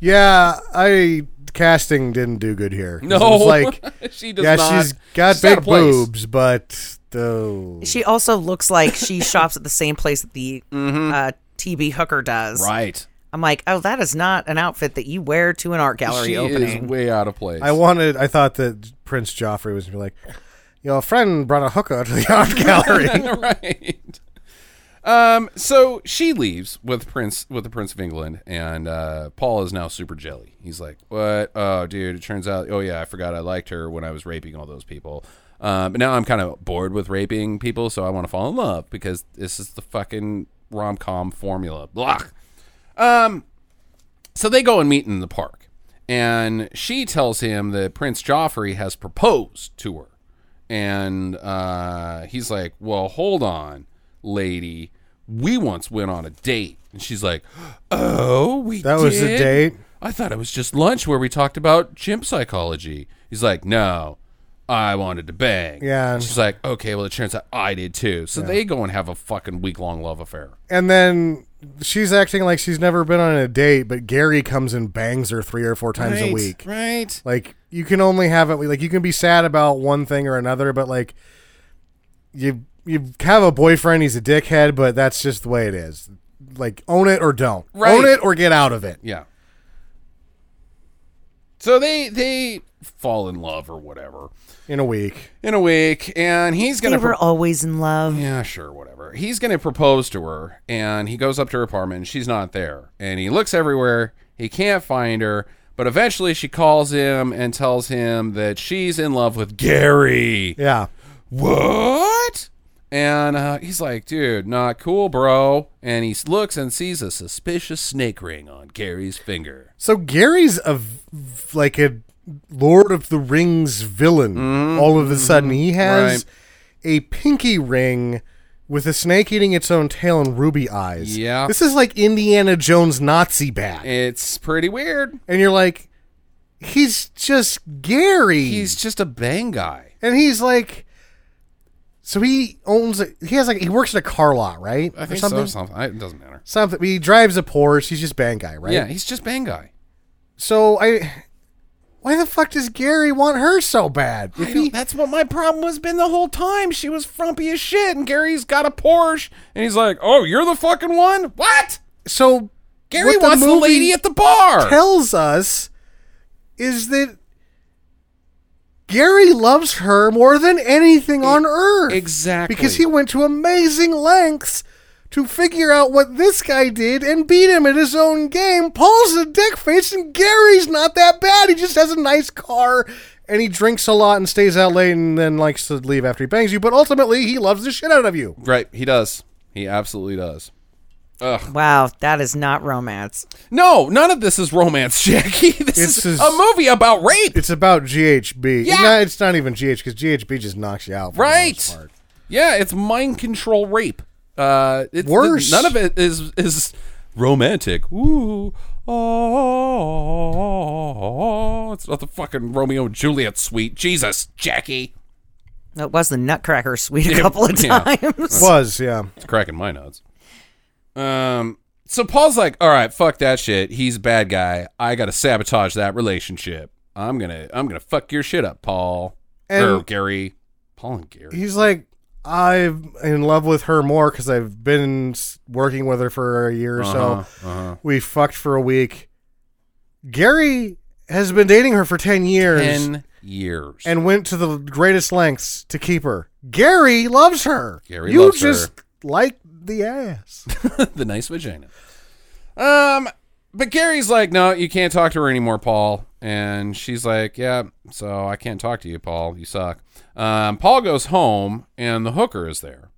Speaker 2: Yeah, I casting didn't do good here. 'Cause it
Speaker 1: No,
Speaker 2: was like
Speaker 1: *laughs* she does
Speaker 2: yeah,
Speaker 1: not.
Speaker 2: she's got
Speaker 1: out
Speaker 2: big
Speaker 1: of place.
Speaker 2: boobs, but though
Speaker 3: She also looks like she *laughs* shops at the same place that the uh, TB Hooker does.
Speaker 1: Mm-hmm. Right.
Speaker 3: I'm like, oh, that is not an outfit that you wear to an art gallery
Speaker 1: She is
Speaker 3: opening.
Speaker 1: way out of place.
Speaker 2: I wanted, I thought that Prince Joffrey was gonna be like, your friend brought a hooker to the *laughs* art
Speaker 1: *laughs*
Speaker 2: gallery.
Speaker 1: right. Um, so she leaves with Prince with the Prince of England, and uh, Paul is now super jelly. He's like, "What? Oh, dude! It turns out, oh yeah, I forgot I liked her when I was raping all those people. Um, but now I'm kind of bored with raping people, so I want to fall in love because this is the fucking rom com formula." Blah. Um, so they go and meet in the park, and she tells him that Prince Joffrey has proposed to her and uh, he's like, "Well, hold on, lady. We once went on a date." And she's like, "Oh, we
Speaker 2: That was the
Speaker 1: did?
Speaker 2: date?
Speaker 1: I thought it was just lunch where we talked about chimp psychology." He's like, "No, I wanted to bang."
Speaker 2: Yeah.
Speaker 1: And she's like, "Okay, well, it turns out I did too." So they go and have a fucking week long love affair.
Speaker 2: and then she's acting like she's never been on a date, but Gary comes and bangs her three or four times a week.
Speaker 1: right?
Speaker 2: Like you can only have it like you can be sad about one thing or another, but like you you have a boyfriend, he's a dickhead, but that's just the way it is. Like own it or don't.
Speaker 1: Right.
Speaker 2: Own it or get out of it.
Speaker 1: Yeah. So they they fall in love or whatever
Speaker 2: In a week.
Speaker 1: in a week, and he's
Speaker 3: They
Speaker 1: gonna
Speaker 3: were
Speaker 1: pro-
Speaker 3: always in love.
Speaker 1: Yeah, sure, whatever. He's going to propose to her, and he goes up to her apartment, and she's not there. And he looks everywhere. He can't find her, but eventually she calls him and tells him that she's in love with Gary.
Speaker 2: Yeah.
Speaker 1: What? And uh, he's like, dude, not cool, bro. And he s- looks and sees a suspicious snake ring on Gary's finger.
Speaker 2: So Gary's a v- like a Lord of the Rings villain.
Speaker 1: Mm-hmm.
Speaker 2: All of a sudden he has a pinky ring with a snake eating its own tail and ruby eyes.
Speaker 1: Yeah.
Speaker 2: This is like Indiana Jones Nazi bat.
Speaker 1: It's pretty weird.
Speaker 2: and you're like, he's just Gary,
Speaker 1: He's just a bang guy.
Speaker 2: and he's like, so he owns, a, he has like, he works at a car lot, right?
Speaker 1: I think so. Something. I- It doesn't matter.
Speaker 2: Something. He drives a Porsche. He's just bang guy, right?
Speaker 1: Yeah, he's just bang guy.
Speaker 2: So I, Why the fuck does Gary want her so bad? If
Speaker 1: I don't-
Speaker 2: he,
Speaker 1: that's what my problem has been the whole time. She was frumpy as shit, and Gary's got a Porsche, and he's like, "Oh, you're the fucking one? What?
Speaker 2: so
Speaker 1: Gary
Speaker 2: what
Speaker 1: wants the,
Speaker 2: movie
Speaker 1: lady at the bar."
Speaker 2: tells us is that Gary loves her more than anything on earth.
Speaker 1: E- exactly.
Speaker 2: Because he went to amazing lengths to figure out what this guy did and beat him at his own game. Paul's a dickface and Gary's not that bad. He just has a nice car and he drinks a lot and stays out late and then likes to leave after he bangs you, but ultimately he loves the shit out of you.
Speaker 1: right, he does. He absolutely does.
Speaker 3: Wow, that is not romance.
Speaker 1: No, none of this is romance, *laughs* Jackie. This
Speaker 2: It's
Speaker 1: is
Speaker 2: his-
Speaker 1: a movie about rape.
Speaker 2: It's about GHB.
Speaker 1: Yeah.
Speaker 2: No, it's not even GH because GHB just knocks you out. for the most
Speaker 1: Right.
Speaker 2: part.
Speaker 1: Yeah, it's mind control rape. Uh, it's
Speaker 2: Worse.
Speaker 1: none of it is is romantic. Ooh. Oh, it's not the fucking Romeo and Juliet suite. Jesus, Jackie.
Speaker 3: It was the Nutcracker suite a couple of
Speaker 1: yeah.
Speaker 3: times.
Speaker 2: Was, yeah.
Speaker 1: It's cracking my nuts. Um, so Paul's like, all right, fuck that shit. He's a bad guy. I gotta sabotage that relationship. I'm gonna, I'm gonna fuck your shit up, Paul.
Speaker 2: And-
Speaker 1: or Gary. Paul and Gary.
Speaker 2: he's like i'm in love with her more because i've been s- working with her for a year or
Speaker 1: Uh-huh,
Speaker 2: so we fucked for a week gary has been dating her for 10 years
Speaker 1: Ten years.
Speaker 2: and went to the greatest lengths to keep her gary loves her
Speaker 1: Gary
Speaker 2: you
Speaker 1: loves
Speaker 2: just
Speaker 1: her.
Speaker 2: like the ass
Speaker 1: *laughs* the nice vagina. Um, but Gary's like, no, you can't talk to her anymore, Paul. And she's like, yeah, so I can't talk to you, Paul. You suck. Um, Paul goes home, and the hooker is there,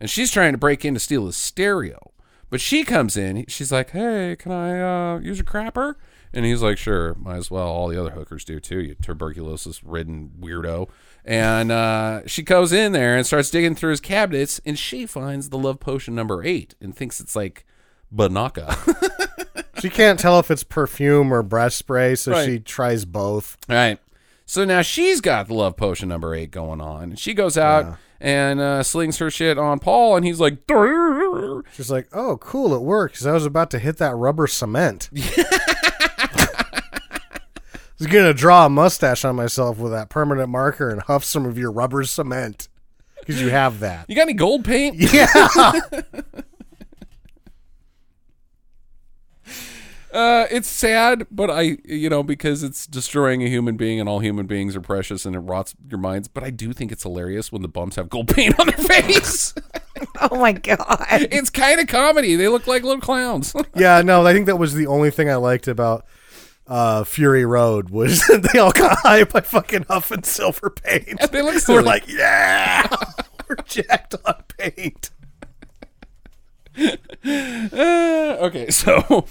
Speaker 1: and she's trying to break in to steal his stereo. But she comes in. She's like, hey, can I uh, use your crapper? And he's like, sure, might as well. All the other hookers do too, you tuberculosis ridden weirdo. And uh, she goes in there and starts digging through his cabinets, and she finds the love potion number eight and thinks it's like Banaka. *laughs*
Speaker 2: she can't tell if it's perfume or breast spray so
Speaker 1: Right.
Speaker 2: she tries both
Speaker 1: All right. So now she's got the love potion number eight going on. And she goes out and uh, slings her shit on Paul, and he's like, "Durr."
Speaker 2: she's like oh cool it worked because i was about to hit that rubber cement i was gonna draw a mustache on myself with that permanent marker and huff some of your rubber cement because you
Speaker 1: *laughs*
Speaker 2: have that
Speaker 1: You got any gold paint?
Speaker 2: yeah
Speaker 1: Uh, it's sad, but I, you know, because it's destroying a human being and all human beings are precious and it rots your minds. But I do think it's hilarious when the bumps have gold paint on their *laughs* face.
Speaker 3: *laughs* Oh my god.
Speaker 1: it's kind of comedy. They look like little clowns. *laughs*
Speaker 2: yeah no i think that was the only thing i liked about uh, Fury Road was *laughs* that they all got high by fucking huffing silver paint.
Speaker 1: they look
Speaker 2: We're
Speaker 1: silly.
Speaker 2: like, yeah, *laughs* we're jacked on paint.
Speaker 1: Uh, okay, *laughs* so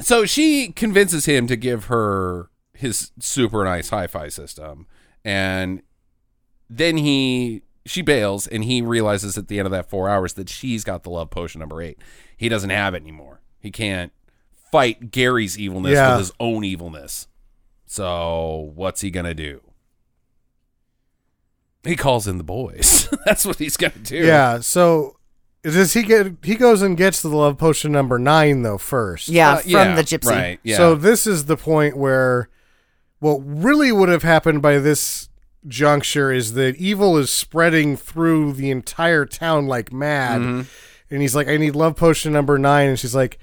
Speaker 1: so she convinces him to give her his super nice hi-fi system and then he she bails and he realizes at the end of that 4 hours that she's got the love potion number 8. He doesn't have it anymore. He can't fight Gary's evilness
Speaker 2: Yeah.
Speaker 1: with his own evilness. So, what's he going to do? He calls in the boys. *laughs* That's what he's going to do.
Speaker 2: Yeah. So does he get? He goes and gets the love potion number nine though first.
Speaker 3: Yeah,
Speaker 1: Uh,
Speaker 3: from the gypsy.
Speaker 1: Right. Yeah.
Speaker 2: So this is the point where what really would have happened by this juncture is that evil is spreading through the entire town like mad, and he's like, "I need love potion number nine. and she's like.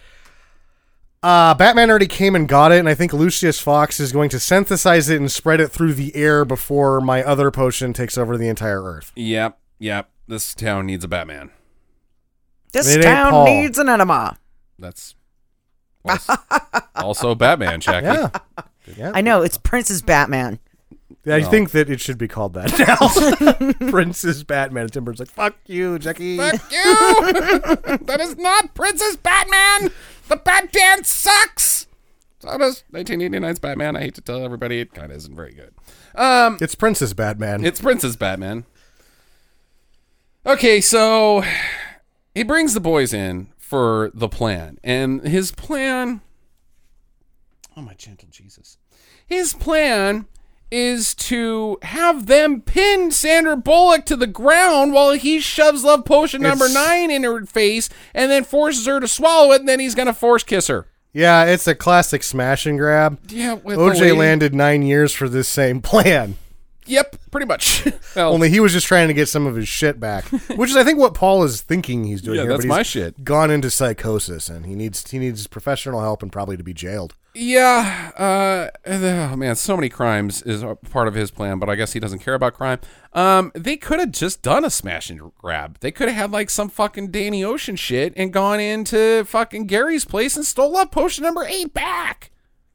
Speaker 2: Uh, Batman already came and got it, and I think Lucius Fox is going to synthesize it and spread it through the air before my other potion takes over the entire Earth.
Speaker 1: Yep, yep. This town needs a Batman.
Speaker 3: This
Speaker 2: It ain't
Speaker 3: town
Speaker 2: Paul.
Speaker 3: needs an enema.
Speaker 1: That's also, also Batman, Jackie.
Speaker 2: Yeah.
Speaker 3: I know, it's Prince's Batman.
Speaker 2: I think that it should be called that
Speaker 1: *laughs*
Speaker 2: *laughs* now. Prince's Batman. Timber's like, fuck you, Jackie.
Speaker 1: Fuck you! *laughs* that is not Princess Batman! The Bat Dance sucks! So does 1989's Batman. I hate to tell everybody, it kind of isn't very good.
Speaker 2: It's Prince's Batman.
Speaker 1: It's Princess Batman. Okay, so he brings the boys in for the plan. And his plan. Oh, my gentle Jesus. His plan is to have them pin Sandra Bullock to the ground while he shoves love potion number
Speaker 2: It's-
Speaker 1: nine in her face and then forces her to swallow it. And then he's going to force kiss her.
Speaker 2: Yeah, it's a classic smash and grab.
Speaker 1: Yeah, with the lady.
Speaker 2: OJ landed nine years for this same *laughs* plan.
Speaker 1: Yep, pretty much. *laughs* Well,
Speaker 2: Only he was just trying to get some of his
Speaker 1: *laughs*
Speaker 2: shit back, which is I think what Paul is thinking he's doing
Speaker 1: Yeah,
Speaker 2: here.
Speaker 1: that's
Speaker 2: but
Speaker 1: my
Speaker 2: he's
Speaker 1: shit.
Speaker 2: Gone into psychosis, and he needs he needs professional help and probably to be jailed.
Speaker 1: yeah. Uh, oh man, so many crimes is a part of his plan, but I guess he doesn't care about crime. Um, they could have just done a smash and grab. They could have had like some fucking Danny Ocean shit and gone into fucking Gary's place and stole up potion number eight back.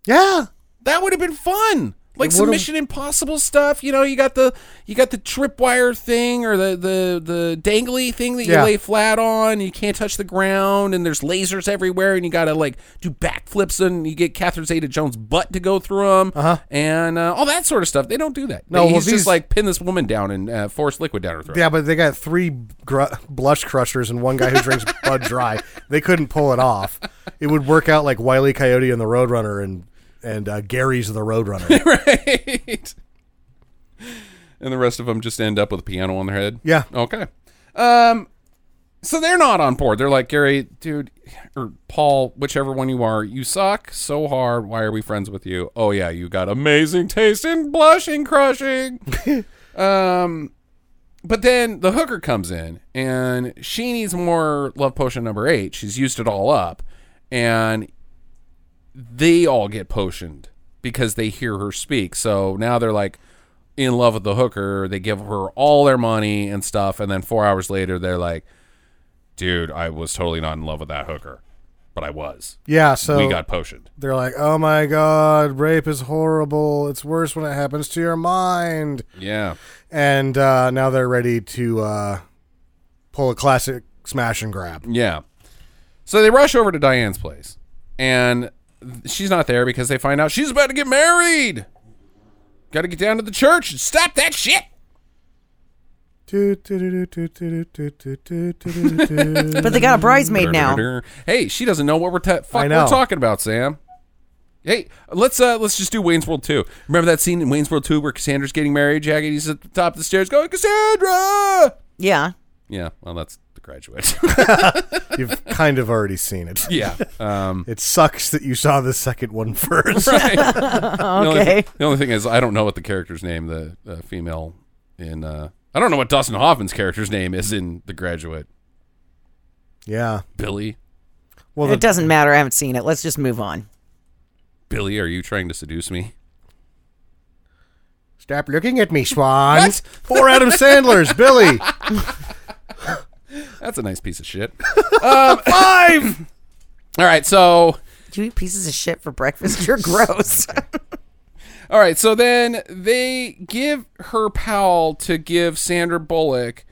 Speaker 2: Yeah,
Speaker 1: That would have been fun. Like
Speaker 2: It
Speaker 1: some
Speaker 2: would've-
Speaker 1: Mission Impossible stuff, you know. You got the you got the tripwire thing or the the the dangly thing that
Speaker 2: Yeah.
Speaker 1: you lay flat on. And you can't touch the ground, and there's lasers everywhere, and you got to like do backflips, and you get Catherine Zeta-Jones' butt to go through them, uh-huh. and uh, all that sort of stuff. They don't do that.
Speaker 2: No,
Speaker 1: They-
Speaker 2: well,
Speaker 1: he's
Speaker 2: these-
Speaker 1: just like pin this woman down and uh, force liquid down her throat.
Speaker 2: yeah, but they got three gr- blush crushers and one guy who
Speaker 1: *laughs*
Speaker 2: drinks Bud Dry. They couldn't pull it off. It would work out like Wiley Coyote and the Roadrunner, and and uh, Gary's
Speaker 1: *laughs*
Speaker 2: the Roadrunner.
Speaker 1: *laughs* right? And the rest of them just end up with a piano on their head.
Speaker 2: Yeah.
Speaker 1: Okay. Um, so they're not on board. They're like Gary, dude, or Paul, whichever one you are, you suck so hard. Why are we friends with you? Oh yeah, you got amazing taste in blushing crushing. *laughs* um, but then the hooker comes in and she needs more love potion number eight. She's used it all up, and they all get potioned because they hear her speak. So now they're like in love with the hooker. They give her all their money and stuff. And then four hours later, they're like, dude, I was totally not in love with that hooker, but I was.
Speaker 2: yeah, so
Speaker 1: we got potioned.
Speaker 2: they're like, oh my god, rape is horrible. It's worse when it happens to your mind.
Speaker 1: Yeah.
Speaker 2: and uh, now they're ready to uh, pull a classic smash
Speaker 1: *laughs*
Speaker 2: and grab.
Speaker 1: Yeah. So they rush over to Diane's place, and th- she's not there because they find out she's about to get married. Got to get down to the church and stop that shit.
Speaker 3: But they got
Speaker 1: Mm-hmm.
Speaker 3: a bridesmaid now.
Speaker 1: Hey, she doesn't know what we're, ta- fuck
Speaker 2: I
Speaker 1: we're
Speaker 2: know.
Speaker 1: talking about, Sam. Hey, let's uh let's just do Wayne's World 2. Remember that scene in Wayne's World 2 where Cassandra's getting married, Jack, and he's at the top of the stairs going, Cassandra!
Speaker 3: Yeah.
Speaker 1: Yeah, well, that's the graduate. *laughs*
Speaker 2: You've kind of already seen it.
Speaker 1: yeah. Um,
Speaker 2: It sucks that you saw the second one first.
Speaker 1: right. The only
Speaker 3: Okay.
Speaker 1: thi- The only, thing is, I don't know what the character's name, the uh, female in. Uh, I don't know what Dustin Hoffman's character's name is in The Graduate.
Speaker 2: Yeah.
Speaker 1: Billy?
Speaker 2: Well,
Speaker 3: It
Speaker 2: the,
Speaker 3: doesn't matter. I haven't seen it. Let's just move on.
Speaker 1: Billy, are you trying to seduce me?
Speaker 2: stop looking at me, Swan. *laughs* Four Adam Sandler's, Billy.
Speaker 1: That's a nice piece of shit. *laughs* um, Five! *laughs* All right, so
Speaker 3: Do you eat pieces of shit for breakfast? *laughs* You're gross.
Speaker 1: All right, so then they give her pal to give Sandra Bullock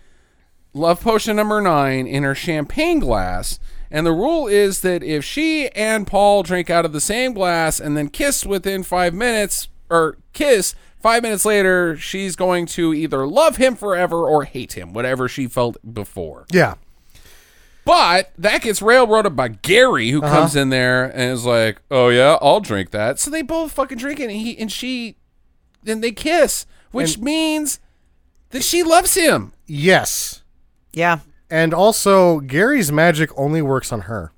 Speaker 1: love potion number nine in her champagne glass. And the rule is that if she and Paul drink out of the same glass and then kiss within five minutes, or kiss five minutes later, she's going to either love him forever or hate him, whatever she felt before.
Speaker 2: Yeah.
Speaker 1: But that gets railroaded by Gary, who comes in there and is like, "Oh yeah, I'll drink that." So they both fucking drink it, and he and she, then they kiss, which means that she loves him.
Speaker 2: Yes.
Speaker 3: yeah.
Speaker 2: And also, Gary's magic only works on her.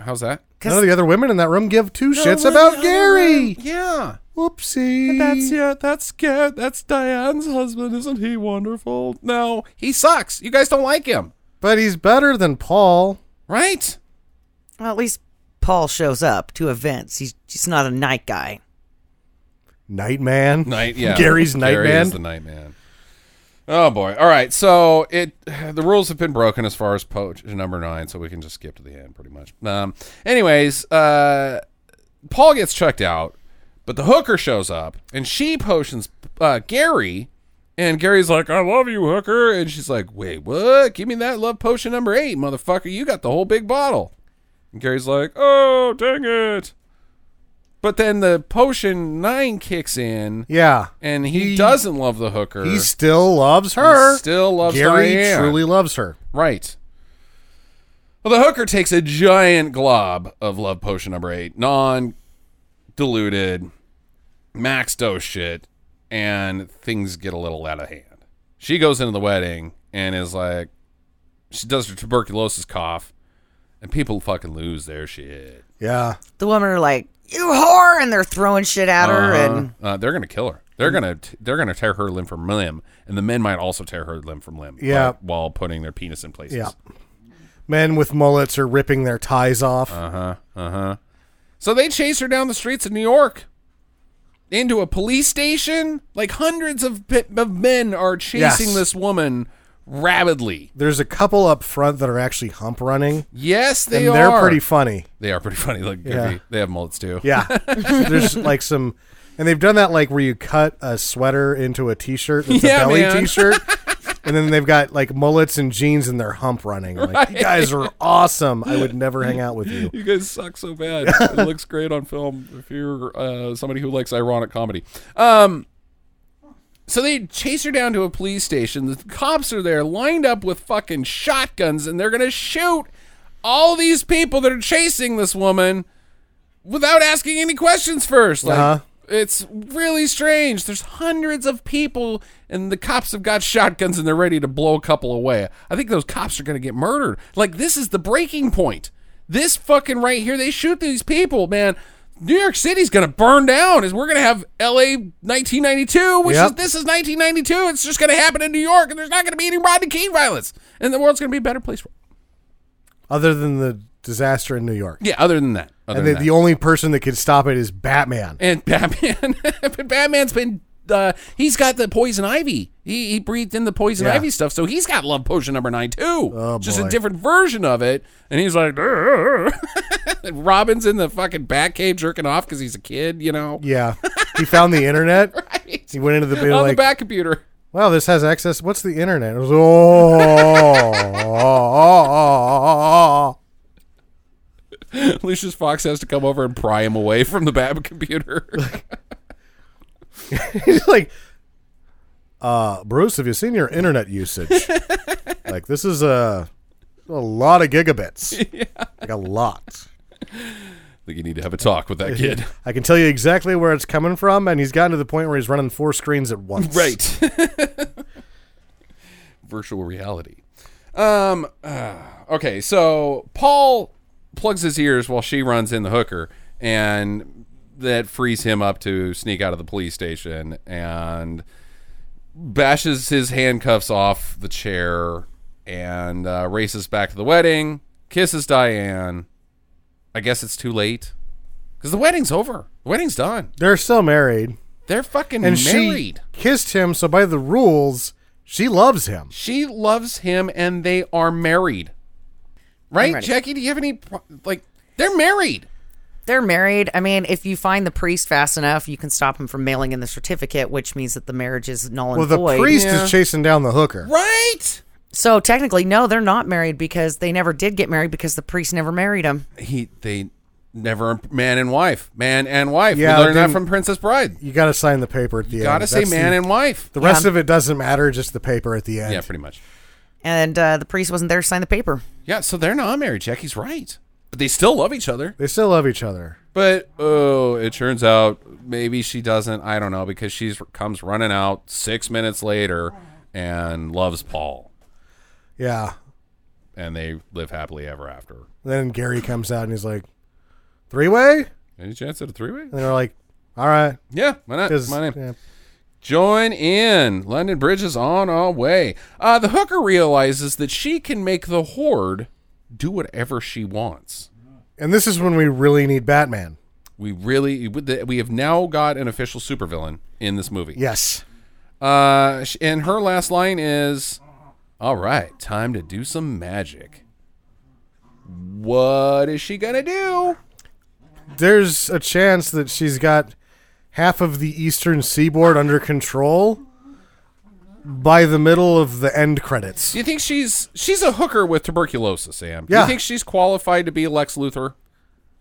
Speaker 1: How's that?
Speaker 2: None of the other women in that room give two shits about Gary.
Speaker 1: Yeah,
Speaker 2: Whoopsie.
Speaker 1: that's yeah, that's Gar- That's Diane's husband, isn't he wonderful? No, he sucks. You guys don't like him,
Speaker 2: But he's better than Paul.
Speaker 1: right?
Speaker 3: Well, at least Paul shows up to events. He's just not a night guy.
Speaker 2: Nightman.
Speaker 1: Night, yeah.
Speaker 2: Gary's
Speaker 1: Gary
Speaker 2: Nightman.
Speaker 1: is the Nightman. Oh boy! All right, so it the rules have been broken as far as poach number nine, so we can just skip to the end, pretty much. Um, anyways, uh, Paul gets checked out, but the hooker shows up and she potions uh, Gary, and Gary's like, "I love you, hooker," and she's like, "Wait, what? Give me that love potion number eight, motherfucker! You got the whole big bottle." And Gary's like, "Oh, dang it!" But then the potion nine kicks in
Speaker 2: Yeah.
Speaker 1: and he, doesn't love the hooker.
Speaker 2: He still loves her.
Speaker 1: still loves
Speaker 2: Gary
Speaker 1: Diane.
Speaker 2: truly loves her.
Speaker 1: right. Well, the hooker takes a giant glob of love potion number eight, non diluted, max dose shit, and things get a little out of hand. She goes into the wedding and is like, she does her tuberculosis cough, And people fucking lose their shit.
Speaker 2: Yeah.
Speaker 3: The woman are like, "You whore," and they're throwing shit at her,
Speaker 2: Uh-huh.
Speaker 3: and
Speaker 1: Uh, they're gonna kill her. They're gonna t- they're gonna tear her limb from limb, and the men might also tear her limb from limb.
Speaker 2: Yeah.
Speaker 1: uh, while putting their penis in places.
Speaker 2: Yeah. Men with mullets are ripping their ties off.
Speaker 1: Uh. So they chase her down the streets of New York into a police station. Like hundreds of, pe- of men are chasing
Speaker 2: Yes.
Speaker 1: this woman rabidly.
Speaker 2: There's a couple up front that are actually hump running,
Speaker 1: Yes, they
Speaker 2: and
Speaker 1: are.
Speaker 2: they're pretty funny.
Speaker 1: they are pretty funny. Like
Speaker 2: Yeah.
Speaker 1: they have mullets too. *laughs*
Speaker 2: Yeah. There's like some and they've done that like where you cut a sweater into a t-shirt, it's
Speaker 1: Yeah,
Speaker 2: a belly
Speaker 1: man. *laughs*
Speaker 2: t-shirt. And then they've got like mullets and jeans and they're hump running. Like you guys are awesome. I would never hang out with you.
Speaker 1: You guys suck so bad. it looks great on film if you're uh, somebody who likes ironic comedy. Um, so they chase her down to a police station. The cops are there, lined up with fucking shotguns, and they're gonna shoot all these people that are chasing this woman without asking any questions first. Like,
Speaker 2: Uh-huh.
Speaker 1: It's really strange. There's hundreds of people, and the cops have got shotguns, and they're ready to blow a couple away. I think those cops are going to get murdered. Like this is the breaking point. This fucking right here, they shoot these people, man. New York City's going to burn down. Is we're going to have L.A. 1992, which
Speaker 2: Yep.
Speaker 1: is this is 1992. It's just going to happen in New York, and there's not going to be any Rodney King violence, and the world's going to be a better place. For-
Speaker 2: Other than the disaster in New York.
Speaker 1: yeah. Other than that, other
Speaker 2: and
Speaker 1: than
Speaker 2: the,
Speaker 1: that.
Speaker 2: the only person that could stop it is Batman.
Speaker 1: and *laughs* Batman. but Batman's been uh, he's got the poison ivy. He, he breathed in the poison
Speaker 2: Yeah.
Speaker 1: ivy stuff, so he's got love potion number nine too.
Speaker 2: Oh,
Speaker 1: just a
Speaker 2: boy.
Speaker 1: different version of it. And he's like, *laughs* "Arr." And Robin's in the fucking Batcave jerking off because he's a kid, you know.
Speaker 2: Yeah. He found the internet.
Speaker 1: *laughs* Right.
Speaker 2: He went into the
Speaker 1: On
Speaker 2: bit like
Speaker 1: the back computer. *laughs*
Speaker 2: wow, this has access. What's the internet? It was, oh, *laughs* oh, oh, oh,
Speaker 1: Lucius Fox has to come over and pry him away from the Bat
Speaker 2: *laughs*
Speaker 1: computer. *laughs*
Speaker 2: oh. He's *laughs* like, uh, Bruce, have you seen your
Speaker 1: *laughs*
Speaker 2: internet usage? like, this is a, a lot of gigabits.
Speaker 1: *laughs*
Speaker 2: Like, a lot.
Speaker 1: I think you need to have a talk with that kid.
Speaker 2: I can tell you exactly where it's coming from, and he's gotten to the point where he's running four screens at once.
Speaker 1: Right. *laughs* Virtual reality. Um. ah, okay, so Paul plugs his ears while she runs in the hooker, and that frees him up to sneak out of the police station and bashes his handcuffs off the chair and uh, races back to the wedding. Kisses Diane. I guess it's too late because the wedding's over. The wedding's done.
Speaker 2: They're still married,
Speaker 1: They're fucking
Speaker 2: and
Speaker 1: married.
Speaker 2: she kissed him, so by the rules, she loves him.
Speaker 1: She loves him and they are married. Right,
Speaker 3: ready.
Speaker 1: Jackie, do you have any pro- like they're married.
Speaker 3: they're married. I mean, if you find the priest fast enough, you can stop him from mailing in the certificate, which means that the marriage is null and
Speaker 2: Well, the
Speaker 3: void.
Speaker 2: priest
Speaker 1: Yeah.
Speaker 2: is chasing down the hooker.
Speaker 1: Right?
Speaker 3: so technically, no, they're not married because they never did get married because the priest never married him.
Speaker 1: He they never man and wife. Man and wife.
Speaker 2: Yeah,
Speaker 1: we learned that
Speaker 2: didn't-
Speaker 1: from Princess Bride.
Speaker 2: You got to sign the paper at the end.
Speaker 1: Gotta say
Speaker 2: That's
Speaker 1: man
Speaker 2: the,
Speaker 1: and wife.
Speaker 2: the rest of it doesn't matter, just the paper at the end.
Speaker 1: Yeah, pretty much.
Speaker 3: And uh, the priest wasn't there to sign the paper.
Speaker 1: Yeah, so they're not married. Jackie's right. But they still love each other.
Speaker 2: They still love each other.
Speaker 1: But oh, it turns out maybe she doesn't. I don't know because she comes running out 6 minutes later and loves Paul
Speaker 2: Yeah.
Speaker 1: and they live happily ever after.
Speaker 2: Then Gary comes out and he's like, three way?
Speaker 1: Any chance at a three-way?
Speaker 2: And they're like, all right.
Speaker 1: Yeah, why not?
Speaker 2: 'Cause,
Speaker 1: My name.
Speaker 2: yeah.
Speaker 1: Join in. London Bridge is on our way. Uh, the hooker realizes that she can make the horde do whatever she wants.
Speaker 2: And this is when we really need Batman.
Speaker 1: We really, we have now got an official supervillain in this movie.
Speaker 2: Yes.
Speaker 1: Uh, sh- and her last line is, "All right, time to do some magic." What is she gonna do?
Speaker 2: There's a chance that she's got half of the eastern seaboard under control by the middle of the end credits.
Speaker 1: Do you think she's she's a hooker with tuberculosis, Sam? Do
Speaker 2: Yeah.
Speaker 1: you think she's qualified to be Lex Luthor?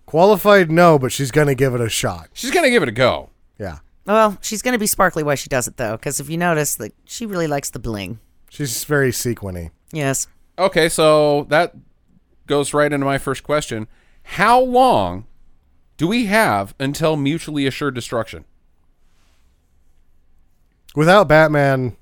Speaker 2: Qualified? No, but she's going to give it a shot.
Speaker 1: She's gonna give it a go.
Speaker 2: Yeah.
Speaker 3: Well, she's going to be sparkly while she does it, though, because if you notice, that she really likes the bling.
Speaker 2: She's very sequiny.
Speaker 3: Yes.
Speaker 1: Okay, so that goes right into my first question. How long do we have until mutually assured destruction?
Speaker 2: Without Batman,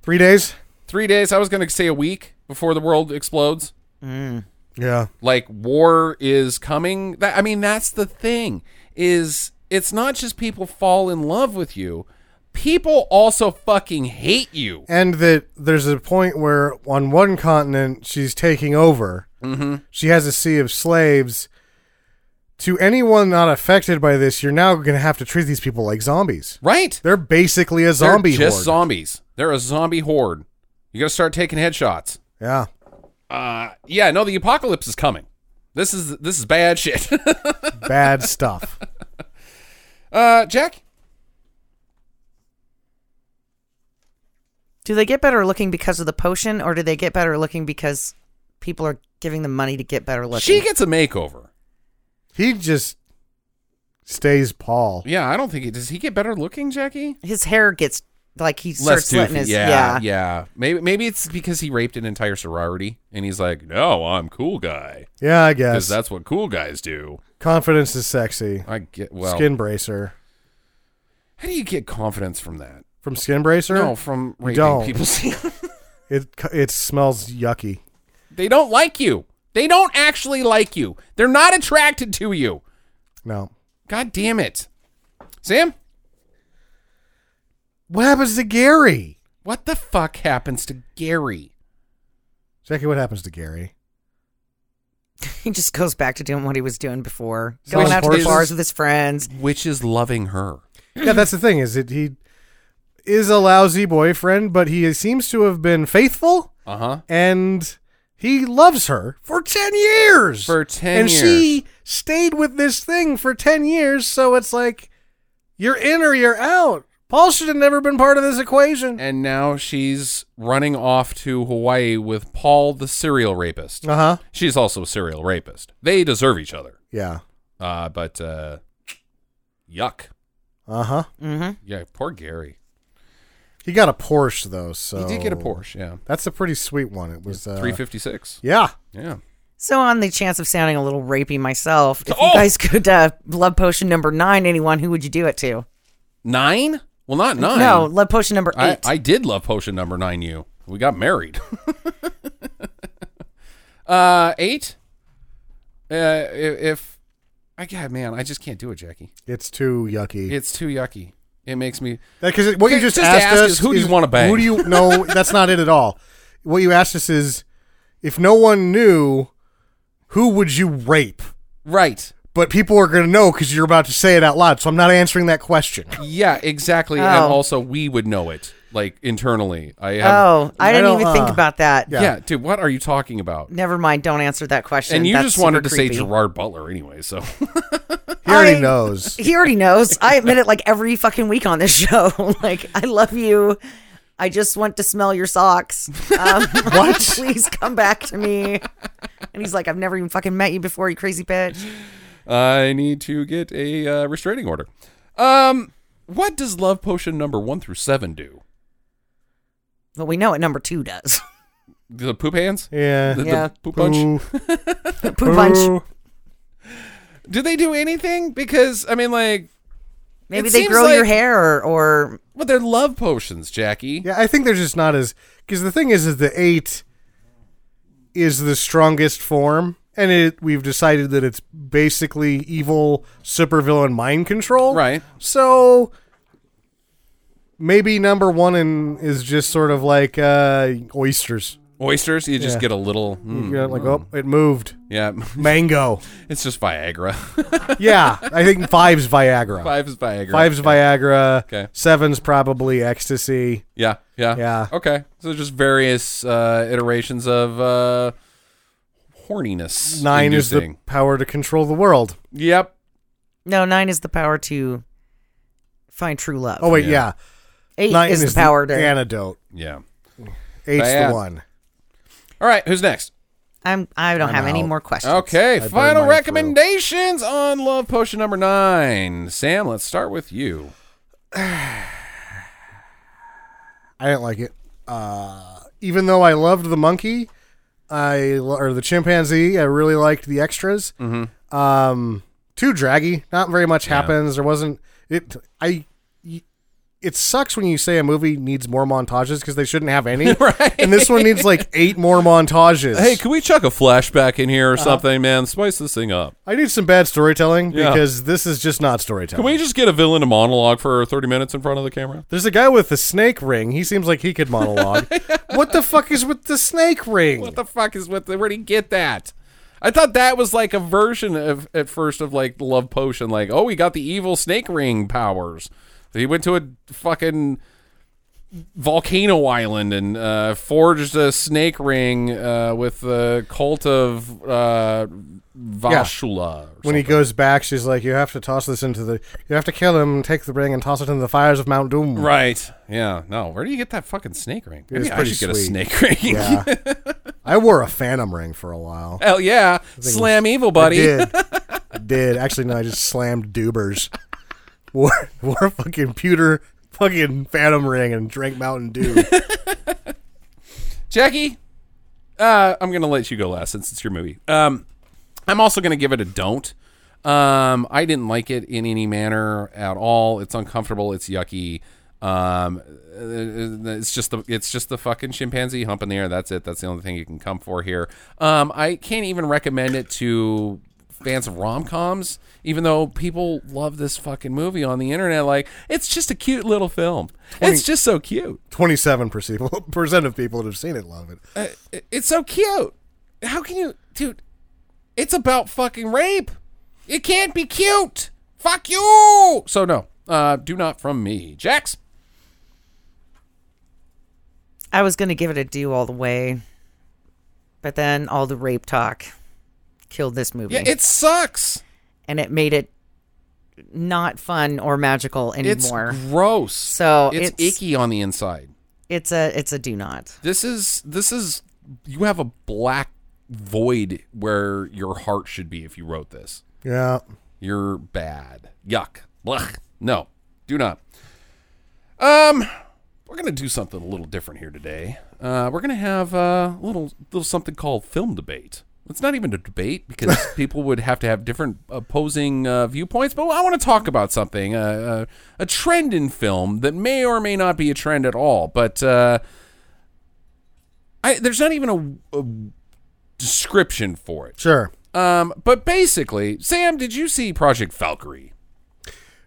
Speaker 2: three days?
Speaker 1: Three days. I was going to say a week before the world explodes.
Speaker 2: Yeah.
Speaker 1: like war is coming that i mean that's the thing is it's not just people fall in love with you people also fucking hate you
Speaker 2: and that there's a point where on one continent she's taking over. Mm-hmm. She has a sea of slaves. To anyone not affected by this, you're now going to have to treat these people like zombies.
Speaker 1: right
Speaker 2: They're basically a zombie
Speaker 1: They're just
Speaker 2: horde.
Speaker 1: zombies they're a zombie horde you gotta start taking headshots
Speaker 2: yeah,
Speaker 1: uh yeah no the apocalypse is coming this is this is bad shit *laughs*
Speaker 2: bad stuff.
Speaker 1: uh jack
Speaker 3: Do they get better looking because of the potion, or do they get better looking because people are giving them money to get better looking?
Speaker 1: she gets a makeover
Speaker 2: He just stays Paul.
Speaker 1: yeah i don't think it does he get better looking jackie
Speaker 3: his hair gets like he
Speaker 1: less
Speaker 3: starts letting
Speaker 1: doofy.
Speaker 3: his
Speaker 1: yeah, yeah,
Speaker 3: yeah.
Speaker 1: Maybe maybe it's because he raped an entire sorority, and he's like, "No, I'm cool guy,"
Speaker 2: Yeah, I
Speaker 1: because
Speaker 2: guess
Speaker 1: that's what cool guys do.
Speaker 2: confidence is sexy.
Speaker 1: I get well.
Speaker 2: Skin bracer
Speaker 1: How do you get confidence from that?
Speaker 2: from skin bracer.
Speaker 1: No, from raping
Speaker 2: don't.
Speaker 1: people. *laughs*
Speaker 2: it it smells yucky.
Speaker 1: they don't like you. They don't actually like you. They're not attracted to you.
Speaker 2: No.
Speaker 1: God damn it, Sam.
Speaker 2: What happens to Gary?
Speaker 1: What the fuck happens to Gary?
Speaker 2: Jackie, what happens to Gary?
Speaker 3: He just goes back to doing what he was doing before,
Speaker 2: Selling
Speaker 3: going out to the
Speaker 2: horses?
Speaker 3: bars with his friends.
Speaker 1: Which is loving her.
Speaker 2: yeah, that's the thing is that he is a lousy boyfriend, but he seems to have been faithful
Speaker 1: Uh huh.
Speaker 2: and he loves her for 10 years.
Speaker 1: For 10
Speaker 2: and she stayed with this thing for 10 years, so it's like you're in or you're out. Paul should have never been part of this equation.
Speaker 1: And now she's running off to Hawaii with Paul, the serial rapist.
Speaker 2: Uh huh.
Speaker 1: She's also a serial rapist. They deserve each other.
Speaker 2: Yeah.
Speaker 1: Uh, but uh, yuck.
Speaker 2: Uh huh.
Speaker 1: Yeah, poor Gary.
Speaker 2: He got a Porsche though, so
Speaker 1: He did get a Porsche. Yeah,
Speaker 2: That's a pretty sweet one. It was uh,
Speaker 1: three fifty six.
Speaker 2: Yeah.
Speaker 1: Yeah.
Speaker 3: So, on the chance of sounding a little rapey myself, if
Speaker 1: Oh!
Speaker 3: you guys could uh, love potion number nine, anyone, who would you do it to?
Speaker 1: Nine? Well, not nine.
Speaker 3: No, love potion number
Speaker 1: I,
Speaker 3: eight.
Speaker 1: I did love potion number nine. You. We got married. *laughs* uh, eight. Uh, i- if I God, man, I just can't do it, Jackie.
Speaker 2: It's too yucky.
Speaker 1: It's too yucky. It makes me.
Speaker 2: Because what you
Speaker 1: Okay,
Speaker 2: just,
Speaker 1: just
Speaker 2: asked
Speaker 1: ask
Speaker 2: us
Speaker 1: is who do you wanna bang?
Speaker 2: Who do
Speaker 1: *laughs*
Speaker 2: you? No, that's not it at all. What you asked us is if no one knew, who would you rape?
Speaker 1: Right.
Speaker 2: But people are going to know because you're about to say it out loud. So I'm not answering that question.
Speaker 1: Yeah, exactly. And
Speaker 3: Oh.
Speaker 1: also, we would know it, like internally. I have.
Speaker 3: oh, I
Speaker 2: I
Speaker 3: didn't
Speaker 2: don't,
Speaker 3: even think
Speaker 2: uh,
Speaker 3: about that.
Speaker 1: yeah. dude, what are you talking about?
Speaker 3: Never mind. Don't answer that question.
Speaker 1: And you
Speaker 3: That's
Speaker 1: just wanted to
Speaker 3: super
Speaker 1: say
Speaker 3: creepy.
Speaker 1: Gerard Butler anyway, so *laughs*
Speaker 2: He already
Speaker 3: I-
Speaker 2: knows.
Speaker 3: He already knows. I admit it like every fucking week on this show. *laughs* like, I love you. I just want to smell your socks. Um, what? *laughs* Please come back to me. And he's like, I've never even fucking met you before, you crazy bitch.
Speaker 1: I need to get a uh, restraining order. Um, what does love potion number one through seven do?
Speaker 3: Well, we know what number two does. *laughs*
Speaker 1: The poop hands?
Speaker 2: Yeah.
Speaker 1: The, the
Speaker 3: Yeah.
Speaker 1: poop punch?
Speaker 2: Boo.
Speaker 3: Poo punch.
Speaker 2: Boo.
Speaker 1: Do they do anything? Because I mean, like,
Speaker 3: Maybe
Speaker 1: It
Speaker 3: they
Speaker 1: seems
Speaker 3: grow your
Speaker 1: like-
Speaker 3: hair or, or
Speaker 1: well, they're love potions, Jackie.
Speaker 2: Yeah, I think they're just not as because the thing is, is the eight is the strongest form, and it we've decided that it's basically evil supervillain mind control,
Speaker 1: Right.
Speaker 2: So maybe number one in, is just sort of like uh, oysters.
Speaker 1: Oysters, you just
Speaker 2: Yeah.
Speaker 1: get a little. mm,
Speaker 2: You know, like oh, it moved
Speaker 1: yeah, *laughs*
Speaker 2: mango.
Speaker 1: it's just Viagra. *laughs*
Speaker 2: yeah, I think five's Viagra.
Speaker 1: Five is Viagra.
Speaker 2: Five's Viagra.
Speaker 1: Okay.
Speaker 2: Seven's probably ecstasy.
Speaker 1: Yeah, yeah,
Speaker 2: Yeah.
Speaker 1: Okay, so just various uh, iterations of uh, horniness.
Speaker 2: Nine is
Speaker 1: inducing.
Speaker 2: the power to control the world.
Speaker 1: Yep.
Speaker 3: no, nine is the power to find true love.
Speaker 2: Oh wait,
Speaker 1: Yeah.
Speaker 2: yeah.
Speaker 3: Eight
Speaker 2: Nine
Speaker 3: is, the power to.
Speaker 2: antidote.
Speaker 1: Yeah.
Speaker 2: Eight's
Speaker 1: Yeah.
Speaker 2: the one.
Speaker 1: All right, who's next?
Speaker 3: I'm. I don't
Speaker 2: I'm
Speaker 3: have any
Speaker 2: out.
Speaker 3: more questions.
Speaker 1: Okay,
Speaker 2: burned
Speaker 1: final
Speaker 2: mine through.
Speaker 1: recommendations on Love Potion number nine. Sam, let's start with you.
Speaker 2: I didn't like it. Uh, even though I loved the monkey, I lo- or the chimpanzee, I really liked the extras. Mm-hmm. Um, too draggy. Not very much happens. There wasn't it. I it sucks when you say a movie needs more montages because they shouldn't have
Speaker 1: *laughs*
Speaker 2: any. And this one needs like eight more montages.
Speaker 1: Hey, can we chuck a flashback in
Speaker 2: Uh-huh.
Speaker 1: here or something, man? Spice this thing up.
Speaker 2: I need some bad storytelling
Speaker 1: Yeah.
Speaker 2: because this is just not
Speaker 1: Can
Speaker 2: storytelling.
Speaker 1: we just get a villain to monologue for 30 minutes in front of the camera?
Speaker 2: There's a guy with a snake ring. He seems like he could monologue.
Speaker 1: *laughs*
Speaker 2: What the fuck is with the snake ring?
Speaker 1: What the fuck is with the, where'd he get that? I thought that was like a version of at first of like Love Potion, like, oh, he got the evil snake ring powers. He went to a fucking volcano island and uh, forged a snake ring uh, with the cult of uh, Valshula. or
Speaker 2: when he
Speaker 1: something.
Speaker 2: goes back, she's like, "You have to toss this into the. You have to kill him, take the ring, and toss it into the fires of Mount Doom."
Speaker 1: Right. Yeah. No. Where do you get that fucking snake ring?
Speaker 2: It was
Speaker 1: Maybe I
Speaker 2: pretty
Speaker 1: should get a
Speaker 2: sweet.
Speaker 1: snake *laughs* ring.
Speaker 2: Yeah. I wore a Phantom ring for a while.
Speaker 1: Hell yeah. Slam evil, buddy. *laughs*
Speaker 2: Did I did actually no? I just slammed Dubers. *laughs* Wore wore a fucking pewter fucking Phantom ring and drank Mountain
Speaker 1: *laughs*
Speaker 2: Dew.
Speaker 1: Jackie, uh, I'm gonna let you go last since it's your movie. Um, I'm also gonna give it a don't. Um, I didn't like it in any manner at all. It's uncomfortable. It's yucky. Um, uh, it's just the it's just the fucking chimpanzee hump in the air. That's it. That's the only thing you can come for here. Um, I can't even recommend it to fans of rom coms, even though people love this fucking movie on the internet. Like, it's just a cute little film. It's just so cute.
Speaker 2: Twenty seven percent of people that have seen it love it.
Speaker 1: Uh, It's so cute. How can you, dude? It's about fucking rape. It can't be cute. Fuck you. So no, uh, do not from me, Jax.
Speaker 3: I was gonna give it a do all the way, but then all the rape talk killed this movie,
Speaker 1: Yeah, it sucks.
Speaker 3: and it made it not fun or magical
Speaker 1: It's
Speaker 3: anymore.
Speaker 1: gross.
Speaker 3: So
Speaker 1: it's,
Speaker 3: it's-
Speaker 1: icky on the inside.
Speaker 3: It's a it's a do not.
Speaker 1: This is this is you have a black void where your heart should be if you wrote this.
Speaker 2: Yeah.
Speaker 1: You're bad. Yuck. Blech. No, do not. Um, we're gonna do something a little different here today. Uh, we're gonna have uh, a little little something called film debate. It's not even a debate because people would have to have different opposing uh, viewpoints. But I want to talk about something, uh, uh, a trend in film that may or may not be a trend at all. But uh, I, there's not even a, a description for it.
Speaker 2: Sure.
Speaker 1: Um, but basically, Sam, did you see Project Valkyrie?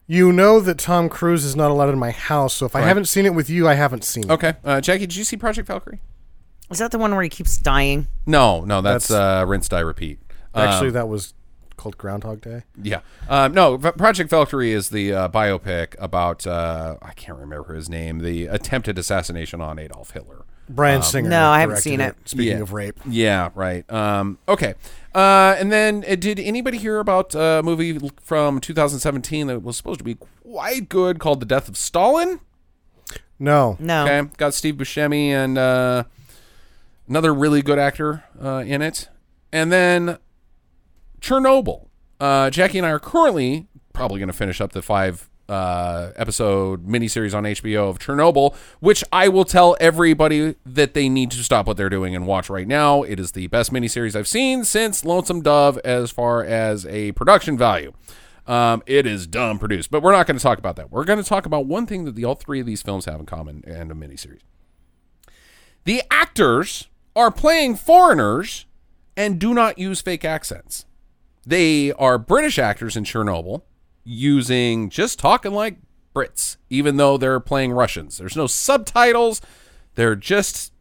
Speaker 2: You know that Tom Cruise is not allowed in my house, so if I haven't seen it with you, I haven't seen it.
Speaker 1: Okay, uh, Jackie, did you see Project Valkyrie?
Speaker 3: Is that the one where he keeps dying?
Speaker 1: No, no, that's, uh, rinse, die, repeat. Uh,
Speaker 2: Actually, that was called Groundhog Day.
Speaker 1: yeah, um, no, v- Project Valkyrie is the uh, biopic about uh, I can't remember his name, the attempted assassination on Adolf Hitler.
Speaker 2: Brian Singer.
Speaker 3: no, I haven't
Speaker 2: directed
Speaker 3: seen it.
Speaker 2: Speaking
Speaker 1: um, Yeah.
Speaker 2: of rape,
Speaker 1: Yeah, right. Um, okay, uh, and then uh, did anybody hear about uh, a movie l- from 2017 that was supposed to be quite good called The Death of Stalin?
Speaker 2: no.
Speaker 3: No.
Speaker 1: Okay, got Steve Buscemi and uh, another really good actor uh, in it, and then Chernobyl. Uh, Jackie and I are currently probably going to finish up the five uh, episode miniseries on HBO of Chernobyl, which I will tell everybody that they need to stop what they're doing and watch right now. It is the best miniseries I've seen since Lonesome Dove as far as a production value. Um, it is dumb produced, but we're not going to talk about that. We're going to talk about one thing that the, all three of these films have in common and a miniseries. The actors are playing foreigners and do not use fake accents. They are British actors in Chernobyl using just talking like Brits, even though they're playing Russians. There's no subtitles. They're just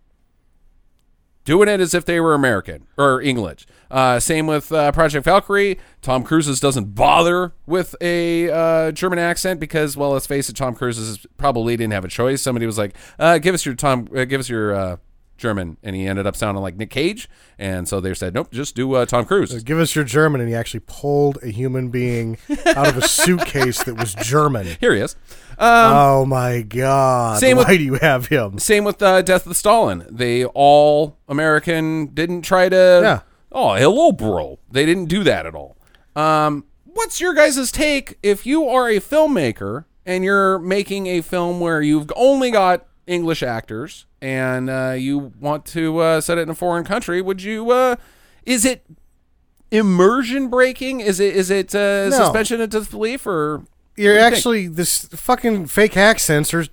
Speaker 1: doing it as if they were American or English. Uh, same with uh, Project Valkyrie. Tom Cruise's doesn't bother with a uh, German accent because, well, let's face it, Tom Cruise's probably didn't have a choice. Somebody was like, uh, "Give us your Tom, uh, give us your uh, German," and he ended up sounding like Nick Cage. And so they said, "Nope, just do uh, Tom Cruise."
Speaker 2: Give us your German, and he actually pulled a human being out
Speaker 3: *laughs*
Speaker 2: of a suitcase that was German.
Speaker 1: Here he is.
Speaker 3: Um,
Speaker 2: oh my god!
Speaker 1: Same
Speaker 2: Why
Speaker 1: with-
Speaker 2: do you have him?
Speaker 1: Same with uh, Death of Stalin. They all American didn't try to.
Speaker 2: Yeah.
Speaker 1: Oh, hello, bro. They didn't do that at all. Um, what's your guys' take if you are a filmmaker and you're making a film where you've only got English actors and uh, you want to uh, set it in a foreign country? Would you? Uh, is it immersion breaking? Is it is it uh,
Speaker 2: No.
Speaker 1: suspension of disbelief or What do
Speaker 2: You're
Speaker 1: you
Speaker 2: actually this fucking fake accents are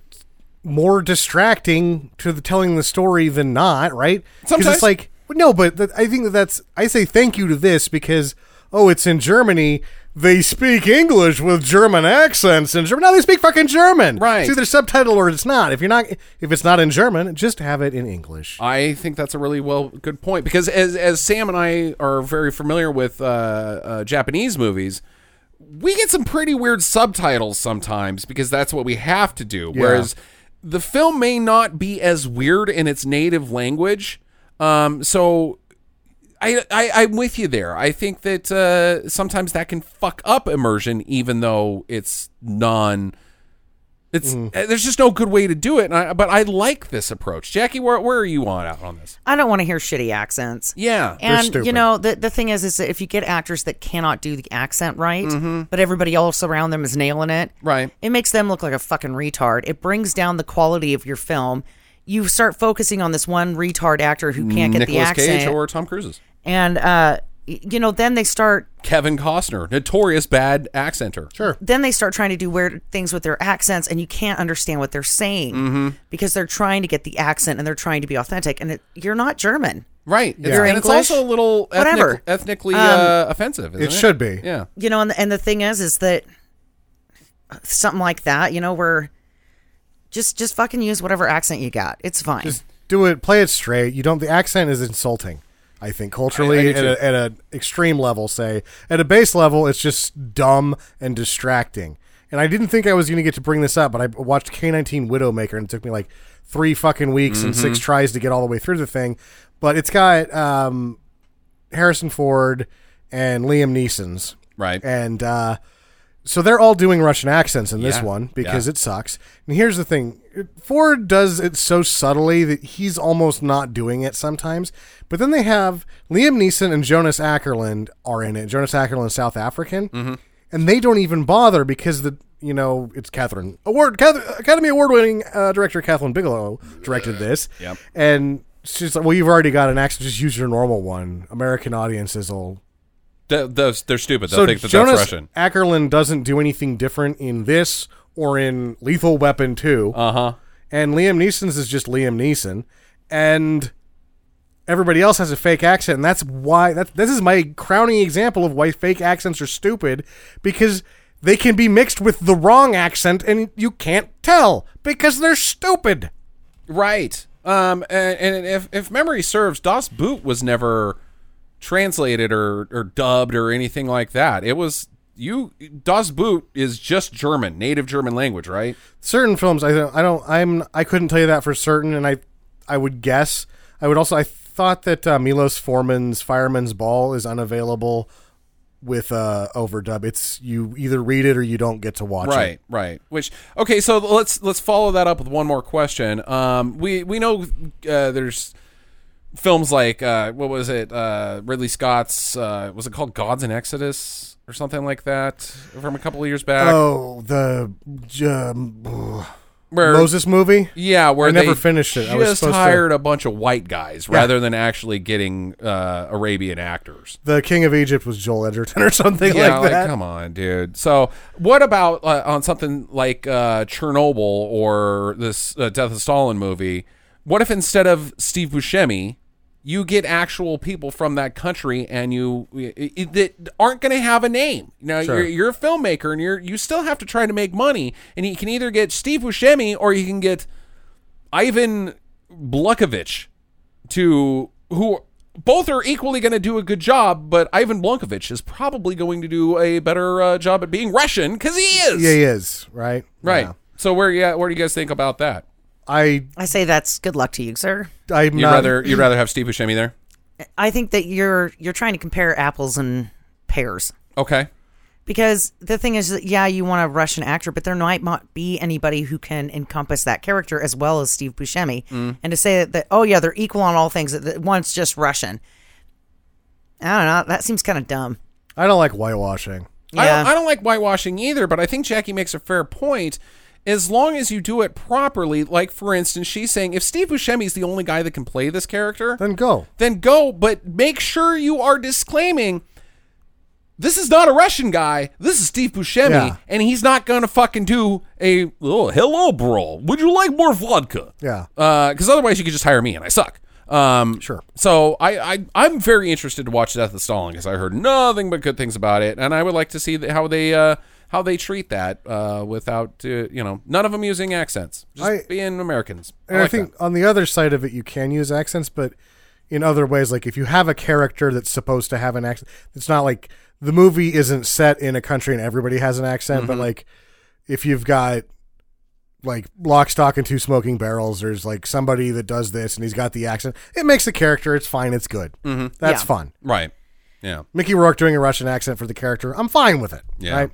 Speaker 2: more distracting to the telling the story than not, right? 'Cause
Speaker 1: Sometimes.
Speaker 2: it's like no, but th- I think that that's I say thank you to this because oh, it's in Germany. They speak English with German accents in German. No, they speak fucking German.
Speaker 1: Right.
Speaker 2: It's either subtitle or it's not. If you're not, if it's not in German, just have it in English.
Speaker 1: I think that's a really well good point because as as Sam and I are very familiar with uh, uh, Japanese movies, we get some pretty weird subtitles sometimes because that's what we have to do. Whereas the film may not be as weird in its native language, um, so. I, I, I'm with you there. I think that uh, sometimes that can fuck up immersion, even though it's non it's uh, there's just no good way to do it. And I, but I like this approach, Jackie. Where, where are you on out on this?
Speaker 3: I don't want to hear shitty accents.
Speaker 1: Yeah,
Speaker 3: And
Speaker 2: stupid.
Speaker 3: you know the the thing is, is that if you get actors that cannot do the accent right, but everybody else around them is nailing it,
Speaker 1: Mm-hmm. Right.
Speaker 3: It makes them look like a fucking retard. It brings down the quality of your film. You start focusing on this one retard actor who can't get the
Speaker 1: Nicolas
Speaker 3: accent,
Speaker 1: Cage or Tom Cruise's.
Speaker 3: and uh, y- you know then they start
Speaker 1: Kevin Costner, notorious bad accenter. Sure.
Speaker 3: then they start trying to do weird things with their accents, and you can't understand what they're saying because they're trying to get the accent and they're trying to be authentic, and it, you're not German.
Speaker 1: Right. It's- And it's
Speaker 3: English?
Speaker 1: also a little
Speaker 3: Whatever. Um,
Speaker 1: ethnic, ethnically uh, offensive. isn't
Speaker 2: it should be.
Speaker 1: Yeah.
Speaker 3: you know, and the, and the thing is, is that something like that, you know, where just just fucking use whatever accent you got. It's fine.
Speaker 2: Just do it. Play it straight. You don't. The accent is insulting. I think culturally
Speaker 1: I- I do
Speaker 2: at a, at an extreme level, say at a base level, it's just dumb and distracting. And I didn't think I was going to get to bring this up, but I watched K19 Widowmaker, and it took me like three fucking weeks and
Speaker 1: Mm-hmm.
Speaker 2: six tries to get all the way through the thing. But it's got um, Harrison Ford and Liam Neeson's
Speaker 1: Right.
Speaker 2: and uh, so they're all doing Russian accents in this
Speaker 1: Yeah,
Speaker 2: one because
Speaker 1: yeah.
Speaker 2: it sucks. And here's the thing: Ford does it so subtly that he's almost not doing it sometimes. But then they have Liam Neeson and Jonas Ackerland are in it. Jonas Ackerland is South African,
Speaker 1: Mm-hmm.
Speaker 2: and they don't even bother because the you know it's Catherine Award Cath- Academy Award winning uh, director Kathleen Bigelow directed this.
Speaker 1: Yep.
Speaker 2: and she's like, "Well, you've already got an accent. Just use your normal one. American audiences will."
Speaker 1: Th- those, they're stupid. They'll
Speaker 2: so
Speaker 1: think that
Speaker 2: Jonas
Speaker 1: that's Russian.
Speaker 2: Ackerlund doesn't do anything different in this or in Lethal Weapon 2.
Speaker 1: Uh huh.
Speaker 2: and Liam Neeson's is just Liam Neeson. And everybody else has a fake accent. And that's why, that, this is my crowning example of why fake accents are stupid because they can be mixed with the wrong accent and you can't tell because they're stupid.
Speaker 1: Right. Um. And, and if if memory serves, Das Boot was never translated or or dubbed or anything like that. It was you. Das Boot is just German, native German language, right?
Speaker 2: certain films I don't I don't I'm I couldn't tell you that for certain and I I would guess I would also I thought that uh, Milos Forman's Fireman's Ball is unavailable with uh overdub it's you either read it or you don't get to watch
Speaker 1: right
Speaker 2: it
Speaker 1: right which okay so let's let's follow that up with one more question um we we know uh, there's films like uh what was it uh ridley scott's uh was it called gods in exodus or something like that from a couple of years back
Speaker 2: oh the um,
Speaker 1: where
Speaker 2: Moses movie
Speaker 1: yeah where
Speaker 2: I never
Speaker 1: they
Speaker 2: finished it.
Speaker 1: just
Speaker 2: I was supposed to-
Speaker 1: hired a bunch of white guys rather than actually getting uh arabian actors
Speaker 2: the King of Egypt was Joel Edgerton or something
Speaker 1: Yeah,
Speaker 2: like
Speaker 1: like,
Speaker 2: that
Speaker 1: come on, dude. So, what about uh, on something like uh, Chernobyl or this uh, Death of Stalin movie? What if instead of Steve Buscemi, you get actual people from that country and you i- i- that aren't going to have a name? Now, you're, you're a filmmaker and you're you still have to try to make money, and you can either get Steve Buscemi or you can get Ivan Blukovich to who both are equally going to do a good job, but Ivan Blankovich is probably going to do a better uh, job at being Russian because he is.
Speaker 2: yeah he is right
Speaker 1: Right.
Speaker 2: Yeah.
Speaker 1: So where yeah, what do you guys think about that?
Speaker 2: I
Speaker 3: I say that's good luck to you, sir.
Speaker 2: I'm
Speaker 1: You'd
Speaker 2: not
Speaker 1: rather you'd rather have Steve Buscemi there?
Speaker 3: I think that you're you're trying to compare apples and pears
Speaker 1: Okay.
Speaker 3: because the thing is that yeah, you want a Russian actor, but there might not be anybody who can encompass that character as well as Steve Buscemi.
Speaker 1: Mm.
Speaker 3: And to say that, that oh yeah, they're equal on all things. That, that one's just Russian. I don't know. That seems kind of dumb.
Speaker 2: I don't like whitewashing
Speaker 1: I,
Speaker 3: Yeah.
Speaker 1: don't, I don't like whitewashing either, but I think Jackie makes a fair point. As long as you do it properly, like for instance, she's saying if Steve Buscemi is the only guy that can play this character,
Speaker 2: then go
Speaker 1: then go, but make sure you are disclaiming this is not a Russian guy. This is Steve Buscemi,
Speaker 2: Yeah.
Speaker 1: and he's not gonna fucking do a oh, hello, bro. Would you like more vodka?
Speaker 2: Yeah.
Speaker 1: Because Uh, otherwise, you could just hire me, and I suck. Um,
Speaker 2: Sure.
Speaker 1: So I, I I'm very interested to watch Death of Stalin because I heard nothing but good things about it, and I would like to see th- how they uh, how they treat that uh, without uh, you know none of them using accents, just
Speaker 2: I-
Speaker 1: being Americans. I
Speaker 2: And I,
Speaker 1: like
Speaker 2: think
Speaker 1: that.
Speaker 2: on the other side of it, you can use accents, but in other ways, like if you have a character that's supposed to have an accent, it's not like the movie isn't set in a country and everybody has an accent,
Speaker 1: Mm-hmm.
Speaker 2: but like if you've got like lock, stock, and two smoking barrels, there's like somebody that does this and he's got the accent. It makes the character. It's fine. It's good. Mm-hmm. That's
Speaker 3: Yeah.
Speaker 2: fun.
Speaker 1: right. Yeah.
Speaker 2: Mickey Rourke doing a Russian accent for the character. I'm fine with it.
Speaker 1: Yeah.
Speaker 2: Right?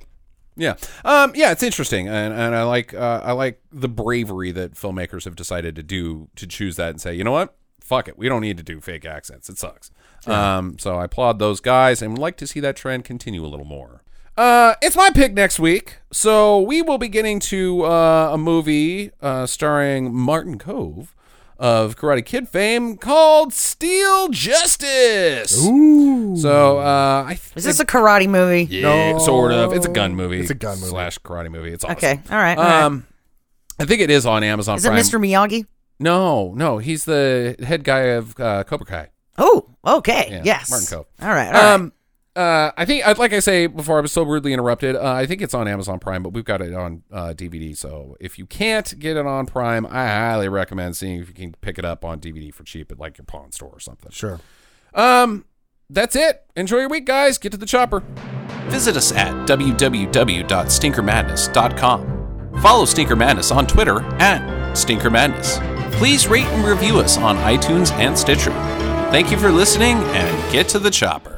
Speaker 1: Yeah, um, yeah, it's interesting, and, and I like uh, I like the bravery that filmmakers have decided to do to choose that and say, you know what, fuck it, we don't need to do fake accents. It sucks. Um, so I applaud those guys, and would like to see that trend continue a little more. Uh, it's my pick next week, so we will be getting to uh, a movie uh, starring Martin Cove of Karate Kid fame called Steel Justice. Ooh. So uh, I th-
Speaker 3: Is this a karate movie?
Speaker 1: yeah, sort of. It's a gun movie.
Speaker 2: It's a gun movie.
Speaker 1: slash karate movie. It's awesome.
Speaker 3: Okay. All right. all right.
Speaker 1: Um, I think it is on Amazon.
Speaker 3: Is it
Speaker 1: Prime.
Speaker 3: Mr. Miyagi?
Speaker 1: No, no, he's the head guy of uh, Cobra Kai.
Speaker 3: Oh, okay.
Speaker 1: Yeah,
Speaker 3: yes.
Speaker 1: Martin Cope.
Speaker 3: All right. all right.
Speaker 1: Um, uh, I think, I'd- like I say before, I was so rudely interrupted. Uh, I think it's on Amazon Prime, but we've got it on uh, DVD. So if you can't get it on Prime, I highly recommend seeing if you can pick it up on DVD for cheap at like your pawn store or something.
Speaker 2: Sure.
Speaker 1: Um, that's it. Enjoy your week, guys. Get to the chopper. Visit us at www.stinkermadness.com. Follow Stinker Madness on Twitter at Stinker Madness. Please rate and review us on iTunes and Stitcher. Thank you for listening and get to the chopper.